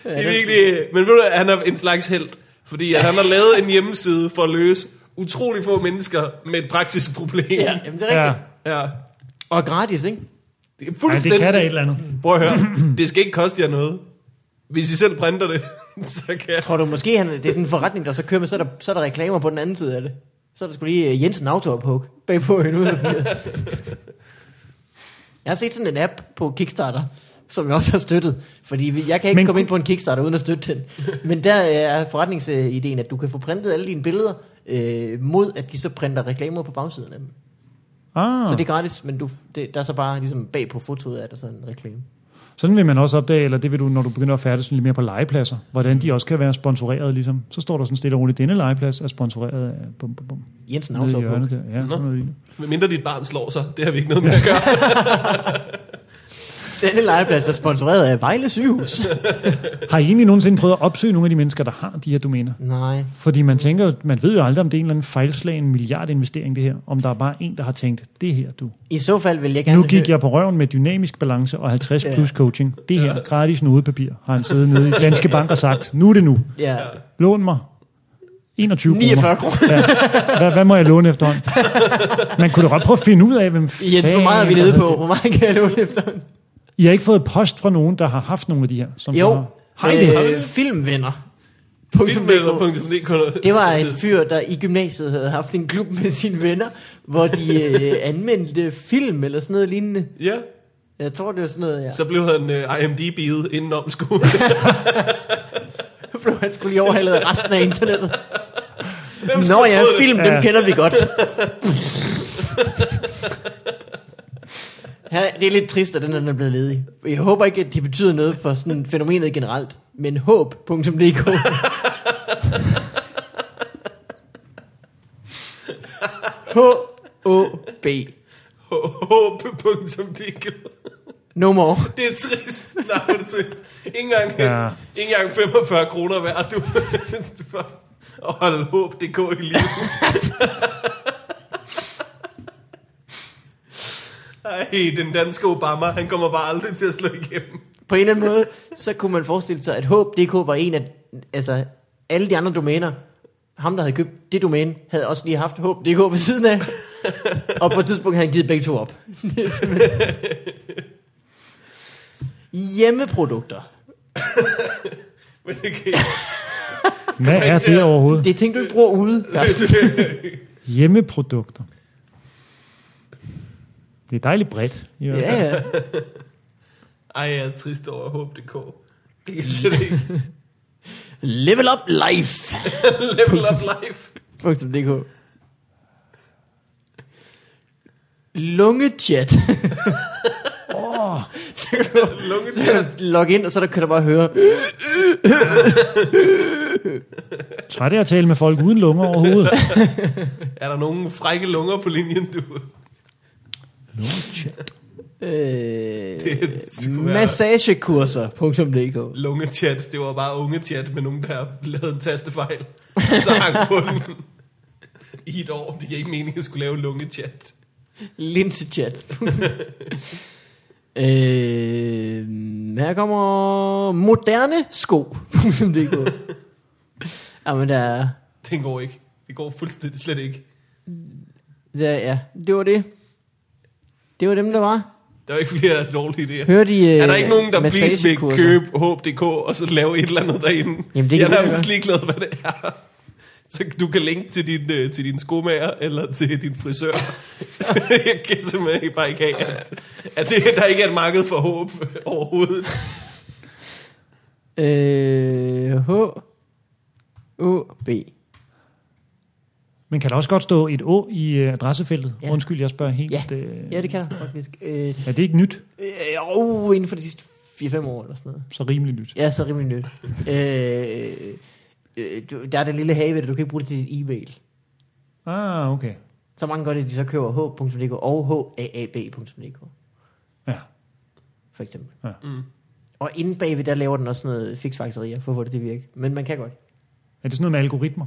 Speaker 3: er virkelig... Men ved du, han er en slags held. Fordi at han har lavet en hjemmeside for at løse utrolig få mennesker med et praktisk problem.
Speaker 1: ja,
Speaker 3: Ja.
Speaker 1: jamen, det er
Speaker 2: Ja.
Speaker 1: rigtigt. Ja.
Speaker 3: ja.
Speaker 1: Og gratis, ikke?
Speaker 3: Det er
Speaker 2: Ej,
Speaker 3: fuldstændig...
Speaker 2: det kan da et eller andet.
Speaker 3: Prøv at høre. Det skal ikke koste jer noget. Hvis I selv printer det, [LAUGHS] så kan jeg...
Speaker 1: Tror du måske, han, det er sådan en forretning, der så kører med, så er der, så er der reklamer på den anden side af det. Så er der skulle lige øh, Jensen Auto på bagpå hende ud af papiret. Jeg har set sådan en app på Kickstarter, som jeg også har støttet. Fordi vi- jeg kan ikke
Speaker 2: Men
Speaker 1: Men komme
Speaker 2: ku-
Speaker 1: ind på en Kickstarter uden at støtte den. Men der øh, er forretningsideen, at du kan få printet alle dine billeder, øh, mod at de så printer reklamer på bagsiden af dem.
Speaker 2: Ah,
Speaker 1: Så det er gratis, men du, det, der er så bare ligesom bag på fotoet, er der sådan en reklame.
Speaker 2: sådan vil man også opdage, eller det vil du, når du begynder at færdes lidt mere på legepladser, hvordan de også kan være sponsoreret ligesom. Så står der sådan stille og roligt, denne legeplads er sponsoreret af bum, bum, bum.
Speaker 1: Jensen
Speaker 2: Nede i
Speaker 1: Auto på.
Speaker 2: hjørnet der. Ja, sådan noget lignende.
Speaker 3: Mindre dit barn slår sig, det har vi ikke noget med at
Speaker 1: [LAUGHS]
Speaker 3: gøre.
Speaker 1: Denne legeplads er sponsoreret af Vejle
Speaker 2: [LAUGHS]
Speaker 1: sygehus.
Speaker 2: Har I egentlig nogensinde prøvet at opsøge nogle af de mennesker, der har de her domæner?
Speaker 1: Nej.
Speaker 2: Fordi man tænker jo, man ved jo aldrig, om det er en eller anden fejlslagen milliardinvestering, det her. Om der er bare en, der har tænkt, det her du.
Speaker 1: I så fald vil jeg gerne
Speaker 2: Nu gik
Speaker 1: høre-
Speaker 2: jeg på røven med dynamisk balance og 50 plus coaching. Det her, gratis nodepapir, har han siddet nede i Danske Bank og sagt, nu er det nu.
Speaker 1: Ja.
Speaker 2: Lån mig 21
Speaker 1: 49
Speaker 2: kroner.
Speaker 1: kroner.
Speaker 2: Hvad, hvad må jeg låne efterhånden? Man kunne da godt prøve at finde ud af, hvem
Speaker 1: Jens, hvor meget er vi
Speaker 2: fanden-
Speaker 1: nede på? Hvor meget kan jeg låne efter?
Speaker 2: I har ikke fået post fra nogen, der har haft nogle af de her? Som så
Speaker 1: Jo,
Speaker 2: har- Har I det?
Speaker 1: øh, filmvenner.
Speaker 3: Filmmelder.dk
Speaker 1: Det var en fyr, der i gymnasiet havde haft en klub med sine venner, hvor de øh, anvendte film eller sådan noget lignende.
Speaker 3: Ja,
Speaker 1: Jeg tror, det var sådan noget, ja.
Speaker 3: så blev han uh, IMDb'et indenom skole.
Speaker 1: Så blev han skulle lige overhalet af resten af internettet.
Speaker 3: Hvem skulle
Speaker 1: [LAUGHS] Nå ja,
Speaker 3: tro det?
Speaker 1: film,
Speaker 2: Ja.
Speaker 1: dem kender vi godt. Her, det er lidt trist, at den her, den er blevet ledig. Jeg håber ikke, at det betyder noget for sådan fænomenet generelt, men håb.dk. H-O-B.
Speaker 3: Håb.dk.
Speaker 1: No more.
Speaker 3: Det er trist. [LAUGHS] Nej, hvor er det trist. Ingen gang,
Speaker 2: Ja.
Speaker 3: ja. ingen gang 45 kroner værd, du. for at holde håb.dk i live. [LAUGHS] Ej, den danske Obama, han kommer bare aldrig til at slå igennem.
Speaker 1: På en eller anden måde, så kunne man forestille sig, at håb.dk var en af altså, alle de andre domæner. Ham, der havde købt det domæne, havde også lige haft håb.dk ved siden af. Og på et tidspunkt havde han givet begge to op. Det er simpelthen- Hjemmeprodukter.
Speaker 3: Men det kan
Speaker 2: Hvad er det overhovedet?
Speaker 1: Det er ting, du ikke bruger ude. Carsten.
Speaker 2: Hjemmeprodukter. Det er dejligt bredt. I hvert fald.
Speaker 1: Ja, ja.
Speaker 3: Ej, jeg er trist over håb.dk. Det er slet ikke.
Speaker 1: Level up life.
Speaker 3: Level up life.
Speaker 1: .dk Lungechat.
Speaker 2: Åh,
Speaker 1: [LAUGHS] så kan du, så kan
Speaker 3: Lungechat.
Speaker 1: du logge ind, og så der kan du bare høre.
Speaker 2: træt af at tale med folk uden lunger overhovedet.
Speaker 3: Er der nogen frække lunger på linjen, du?
Speaker 2: Lungechat.
Speaker 3: Det skulle
Speaker 1: Øh,
Speaker 3: være-
Speaker 1: massagekurser.dk
Speaker 3: Lungechat, det var bare ungechat med nogen, der lavede en tastefejl. Og så hang på den i et år. Det giver ikke mening, at jeg skulle lave lungechat.
Speaker 1: Linsechat.
Speaker 3: [LAUGHS]
Speaker 1: øh, her kommer moderne
Speaker 3: [LAUGHS]
Speaker 1: sko.dk Jamen, der er...
Speaker 3: Den går ikke. Det går fuldstændig slet ikke.
Speaker 1: Ja, ja, det var det. Det var dem, der var.
Speaker 3: Der er ikke flere af deres dårlige idéer.
Speaker 1: Hører de
Speaker 3: Er der ikke nogen, der please vil
Speaker 1: øh, massagekurser?
Speaker 3: købe HBDK og så lave et eller andet derinde?
Speaker 1: Jamen, det kan vi
Speaker 3: jeg er
Speaker 1: da
Speaker 3: nærmest
Speaker 1: godt.
Speaker 3: ligeglad, hvad det er. Så du kan linke til din, øh, til din skomager eller til din
Speaker 1: [LAUGHS]
Speaker 3: frisør. jeg kan simpelthen bare ikke have, at, at det, der ikke er et marked for håb overhovedet.
Speaker 1: Øh, H O B.
Speaker 2: Men kan der også godt stå et å i øh, adressefeltet?
Speaker 1: Ja.
Speaker 2: Undskyld, jeg spørger helt...
Speaker 1: Ja.
Speaker 2: øh,
Speaker 1: Ja, det kan der faktisk. Øh,
Speaker 2: Er det ikke nyt?
Speaker 1: øh, oh, inden for de sidste 4-5 år eller sådan noget.
Speaker 2: Så rimelig nyt.
Speaker 1: Ja, så rimelig nyt. øh, øh, du- der er den lille have ved det, du kan ikke bruge det til din e-mail.
Speaker 2: Ah, okay.
Speaker 1: Så mange gør det, at de så køber h.dk og haab.dk
Speaker 2: Ja.
Speaker 1: for eksempel.
Speaker 2: Ja.
Speaker 3: Mm.
Speaker 1: Og inde bagved, der laver den også noget fiksfakserier for at få det til at virke. Men man kan godt.
Speaker 2: Er det sådan noget med algoritmer?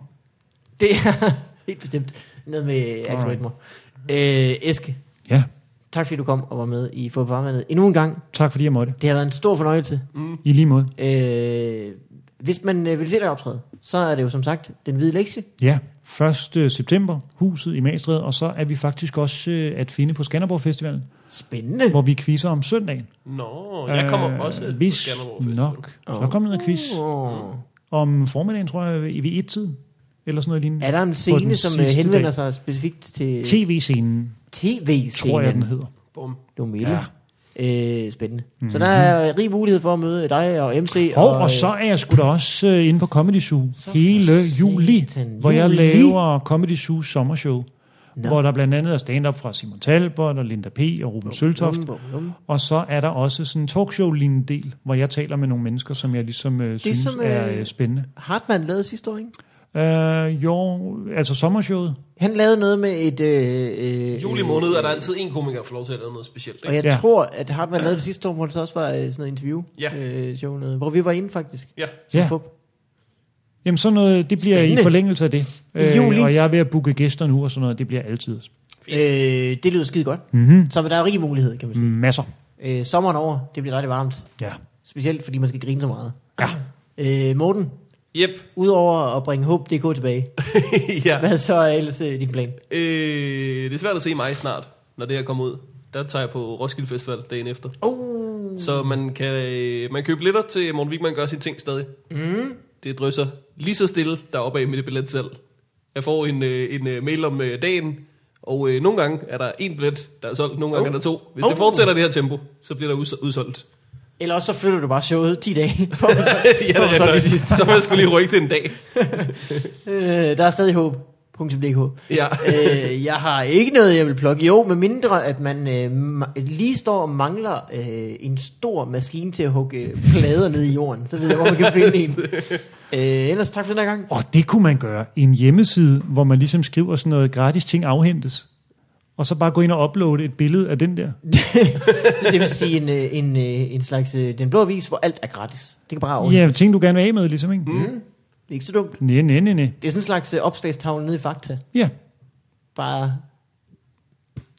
Speaker 1: Det er [LAUGHS] helt bestemt noget med algoritmer. Øh, Eske,
Speaker 2: Ja.
Speaker 1: tak fordi du kom og var med i Få Farvandet endnu en gang.
Speaker 2: Tak fordi jeg måtte.
Speaker 1: Det har været en stor fornøjelse.
Speaker 2: I lige måde.
Speaker 1: Øh, hvis man øh, vil se dig optræde, så er det jo som sagt den hvide lektie.
Speaker 2: Ja, 1. september, huset i Magstred, og så er vi faktisk også øh, at finde på Skanderborg Festivalen,
Speaker 1: Spændende.
Speaker 2: hvor vi quizzer om søndagen.
Speaker 3: Nå, jeg kommer øh, også
Speaker 2: Øh,
Speaker 3: på
Speaker 2: Hvis
Speaker 3: Skanderborg Festival.
Speaker 2: nok. Så kommer der en quiz
Speaker 1: Oh.
Speaker 2: om formiddagen, tror jeg, ved et tid eller sådan noget lignende.
Speaker 1: Er der en
Speaker 2: På den
Speaker 1: scene, som øh,
Speaker 2: sidste
Speaker 1: henvender
Speaker 2: dag.
Speaker 1: sig specifikt til
Speaker 2: TV-scenen, tror jeg, den
Speaker 1: tv-scenen?
Speaker 2: hedder.
Speaker 3: Bum.
Speaker 1: Du ja. øh, spændende. Mm-hmm. Så der er rig mulighed for at møde dig og øh, MC.
Speaker 2: Mhm. Og, og så er jeg sgu da også øh, inde på Comedy Zoo
Speaker 1: for
Speaker 2: hele juli,
Speaker 1: satan.
Speaker 2: hvor jeg
Speaker 1: Juli?
Speaker 2: laver Comedy Zoo sommershow,
Speaker 1: Nå.
Speaker 2: no. hvor der blandt andet er stand-up fra Simon Talbot og Linda P. og Ruben Søltoft.
Speaker 1: Bum, bum, bum.
Speaker 2: Og så er der også sådan en talkshow-lignende del, hvor jeg taler med nogle mennesker, som jeg ligesom øh, synes
Speaker 1: som,
Speaker 2: som,
Speaker 1: øh,
Speaker 2: øh... er øh, spændende.
Speaker 1: Hartmann lavede sidste år, ikke?
Speaker 2: Øh, jo, altså sommershowet.
Speaker 1: Han lavede noget med et... Øh, øh,
Speaker 3: Juli måned er der altid en komiker, der får lov til at lave noget specielt.
Speaker 1: Og
Speaker 3: Ikke?
Speaker 1: jeg ja.
Speaker 2: Ja.
Speaker 1: tror, at Hartmann lavede det sidste år, hvor det så også var øh, sådan noget interview
Speaker 3: Ja.
Speaker 1: øh, show noget, hvor vi var inde faktisk.
Speaker 3: Ja.
Speaker 1: Så
Speaker 2: Ja.
Speaker 1: fup.
Speaker 2: Jamen sådan noget, det bliver
Speaker 1: Spændende.
Speaker 2: Spændende. i forlængelse af det. Øh,
Speaker 1: I juli.
Speaker 2: og jeg er ved at booke gæster nu og sådan noget, det bliver altid
Speaker 1: Øh, det lyder skide godt.
Speaker 2: Mhm.
Speaker 1: Så der er rig mulighed, kan man sige.
Speaker 2: masser.
Speaker 1: Øh, sommeren over, det bliver rigtig varmt.
Speaker 2: Ja.
Speaker 1: Specielt fordi man skal grine så meget. Ja. Øh, Morten,
Speaker 3: Yep.
Speaker 1: udover at bringe håb.dk [LAUGHS] tilbage,
Speaker 3: [LAUGHS] ja.
Speaker 1: hvad så er ellers øh, din plan?
Speaker 3: Øh, det er svært at se mig snart, når det her kommer ud. Der tager jeg på Roskilde Festival dagen efter.
Speaker 1: Oh,
Speaker 3: Så man kan, øh, man kan købe billetter til Morten Wigman gør sine ting stadig. Mm. Det drysser lige så stille deroppe af med det billet selv. Jeg får en, øh, en øh, mail om øh, dagen, og øh, nogle gange er der en billet, der er solgt, nogle gange
Speaker 1: Oh.
Speaker 3: er der to. Hvis
Speaker 1: Oh.
Speaker 3: det fortsætter i det her tempo, så bliver der us- udsolgt.
Speaker 1: eller også så flytter du bare showet 10
Speaker 3: [LAUGHS]
Speaker 1: dage. For at så,
Speaker 3: ja, det er
Speaker 1: så det
Speaker 3: rigtig nok.
Speaker 1: sidste.
Speaker 3: Så man skulle lige rykke det en dag.
Speaker 1: Øh, der er stadig håb. .dk.
Speaker 3: Ja.
Speaker 1: øh, jeg har ikke noget, jeg vil plukke. Jo, med mindre, at man øh, ma- lige står og mangler øh, en stor maskine til at hugge øh, plader ned i jorden. Så ved jeg, hvor man kan finde en. Øh, ellers tak for den her gang.
Speaker 2: Og det kunne man gøre. En hjemmeside, hvor man ligesom skriver sådan noget gratis ting afhentes. Og så bare gå ind og uploade et billede af den der.
Speaker 1: Så det vil sige en, øh, en, øh, en slags øh, den blå avis, hvor alt er gratis. Det kan bare
Speaker 2: Ja,
Speaker 1: overhænges.
Speaker 2: ting du gerne vil af med, ligesom, ikke? Mm.
Speaker 1: Det er ikke så dumt.
Speaker 2: Næ, næ, næ, næ.
Speaker 1: Det er sådan en slags øh, opslagstavle nede i Fakta.
Speaker 2: Ja,
Speaker 1: Bare...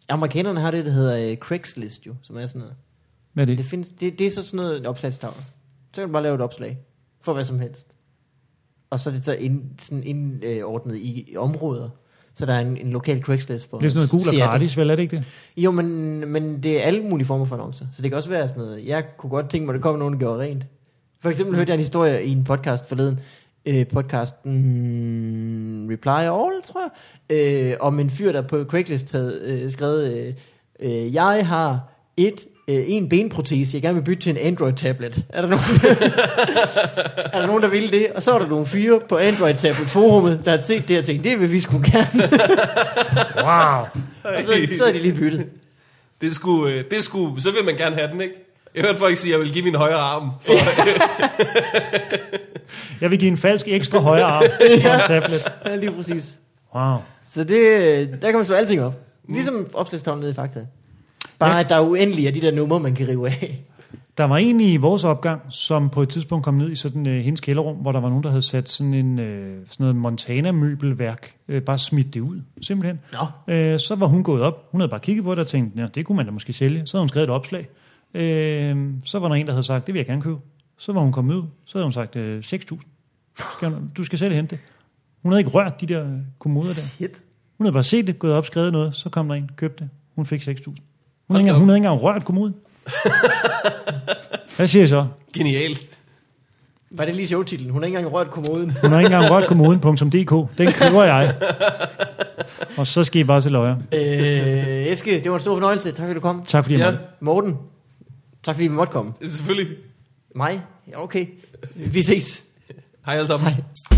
Speaker 1: Amerikanerne har det, der hedder øh, Craigslist jo, som er sådan noget.
Speaker 2: hvad er
Speaker 1: Det,
Speaker 2: det?
Speaker 1: findes, det, det er så sådan noget en opslagstavle. Så kan du bare lave et opslag for hvad som helst. Og så er det så ind, sådan indordnet i, i områder. Så der er en, en lokal Craigslist for
Speaker 2: Det er sådan noget gul og
Speaker 1: Seattle.
Speaker 2: gratis, vel er det ikke det?
Speaker 1: Jo, men, men det er alle mulige former for annoncer. Så det kan også være sådan noget. Jeg kunne godt tænke mig, at der kom nogen, der gjorde rent. For eksempel hørte jeg en historie i en podcast forleden. Øh, podcasten Reply All, tror jeg. Øh, om en fyr, der på Craigslist havde øh, skrevet, øh, øh, jeg har et øh, en benprotese, jeg gerne vil bytte til en Android-tablet. Er der nogen, [LAUGHS] er der nogen der vil det? Og så er der nogle fyre på Android-tablet-forummet, der har set det og tænkt, det vil vi sgu gerne.
Speaker 2: Wow.
Speaker 1: Og så, så er de lige byttet.
Speaker 3: Det skulle, øh, det skulle, så vil man gerne have den, ikke? Jeg hørte folk sige, at jeg vil give min højre arm. For,
Speaker 2: Jeg vil give en falsk ekstra højre arm på en tablet.
Speaker 1: Ja, lige præcis.
Speaker 2: Wow.
Speaker 1: Så det, der kan man slå alting op. Ligesom opslagstavlen nede i Fakta. Bare at der er uendelige af de der numre, man kan rive af.
Speaker 2: Der var en i vores opgang, som på et tidspunkt kom ned i sådan øh, hendes kælderrum, hvor der var nogen, der havde sat sådan en øh, sådan noget Montana-møbelværk, øh, bare smidt det ud, simpelthen.
Speaker 1: Nå.
Speaker 2: Øh, så var hun gået op, hun havde bare kigget på det og tænkt, ja, det kunne man da måske sælge. Så havde hun skrevet et opslag. Øh, så var der en, der havde sagt, det vil jeg gerne købe. Så var hun kommet ud, så havde hun sagt, øh, 6.000. Skal hun- Du skal selv hente det. Hun havde ikke rørt de der øh, kommoder der.
Speaker 1: Shit.
Speaker 2: Hun havde bare set det, gået op, skrevet noget, så kom der en, købte det. Hun fik 6.000. Hun, havde
Speaker 3: da
Speaker 2: ikke-
Speaker 3: op.
Speaker 2: hun havde ikke engang rørt kommoden. Hvad siger jeg så?
Speaker 3: genialt.
Speaker 1: Var det lige showtitlen? Hun har ikke engang rørt kommoden.
Speaker 2: Hun har ikke engang rørt kommoden.dk. Den køber jeg. Og så skal I bare til løjer.
Speaker 1: øh, Eske, det var en stor fornøjelse. Tak fordi du kom.
Speaker 2: Tak fordi jeg
Speaker 3: Ja,
Speaker 2: måtte.
Speaker 1: Morten, tak fordi vi måtte komme.
Speaker 3: selvfølgelig.
Speaker 1: Mig? Ja, okay. Vi ses.
Speaker 3: Hej alle sammen.
Speaker 1: Hej.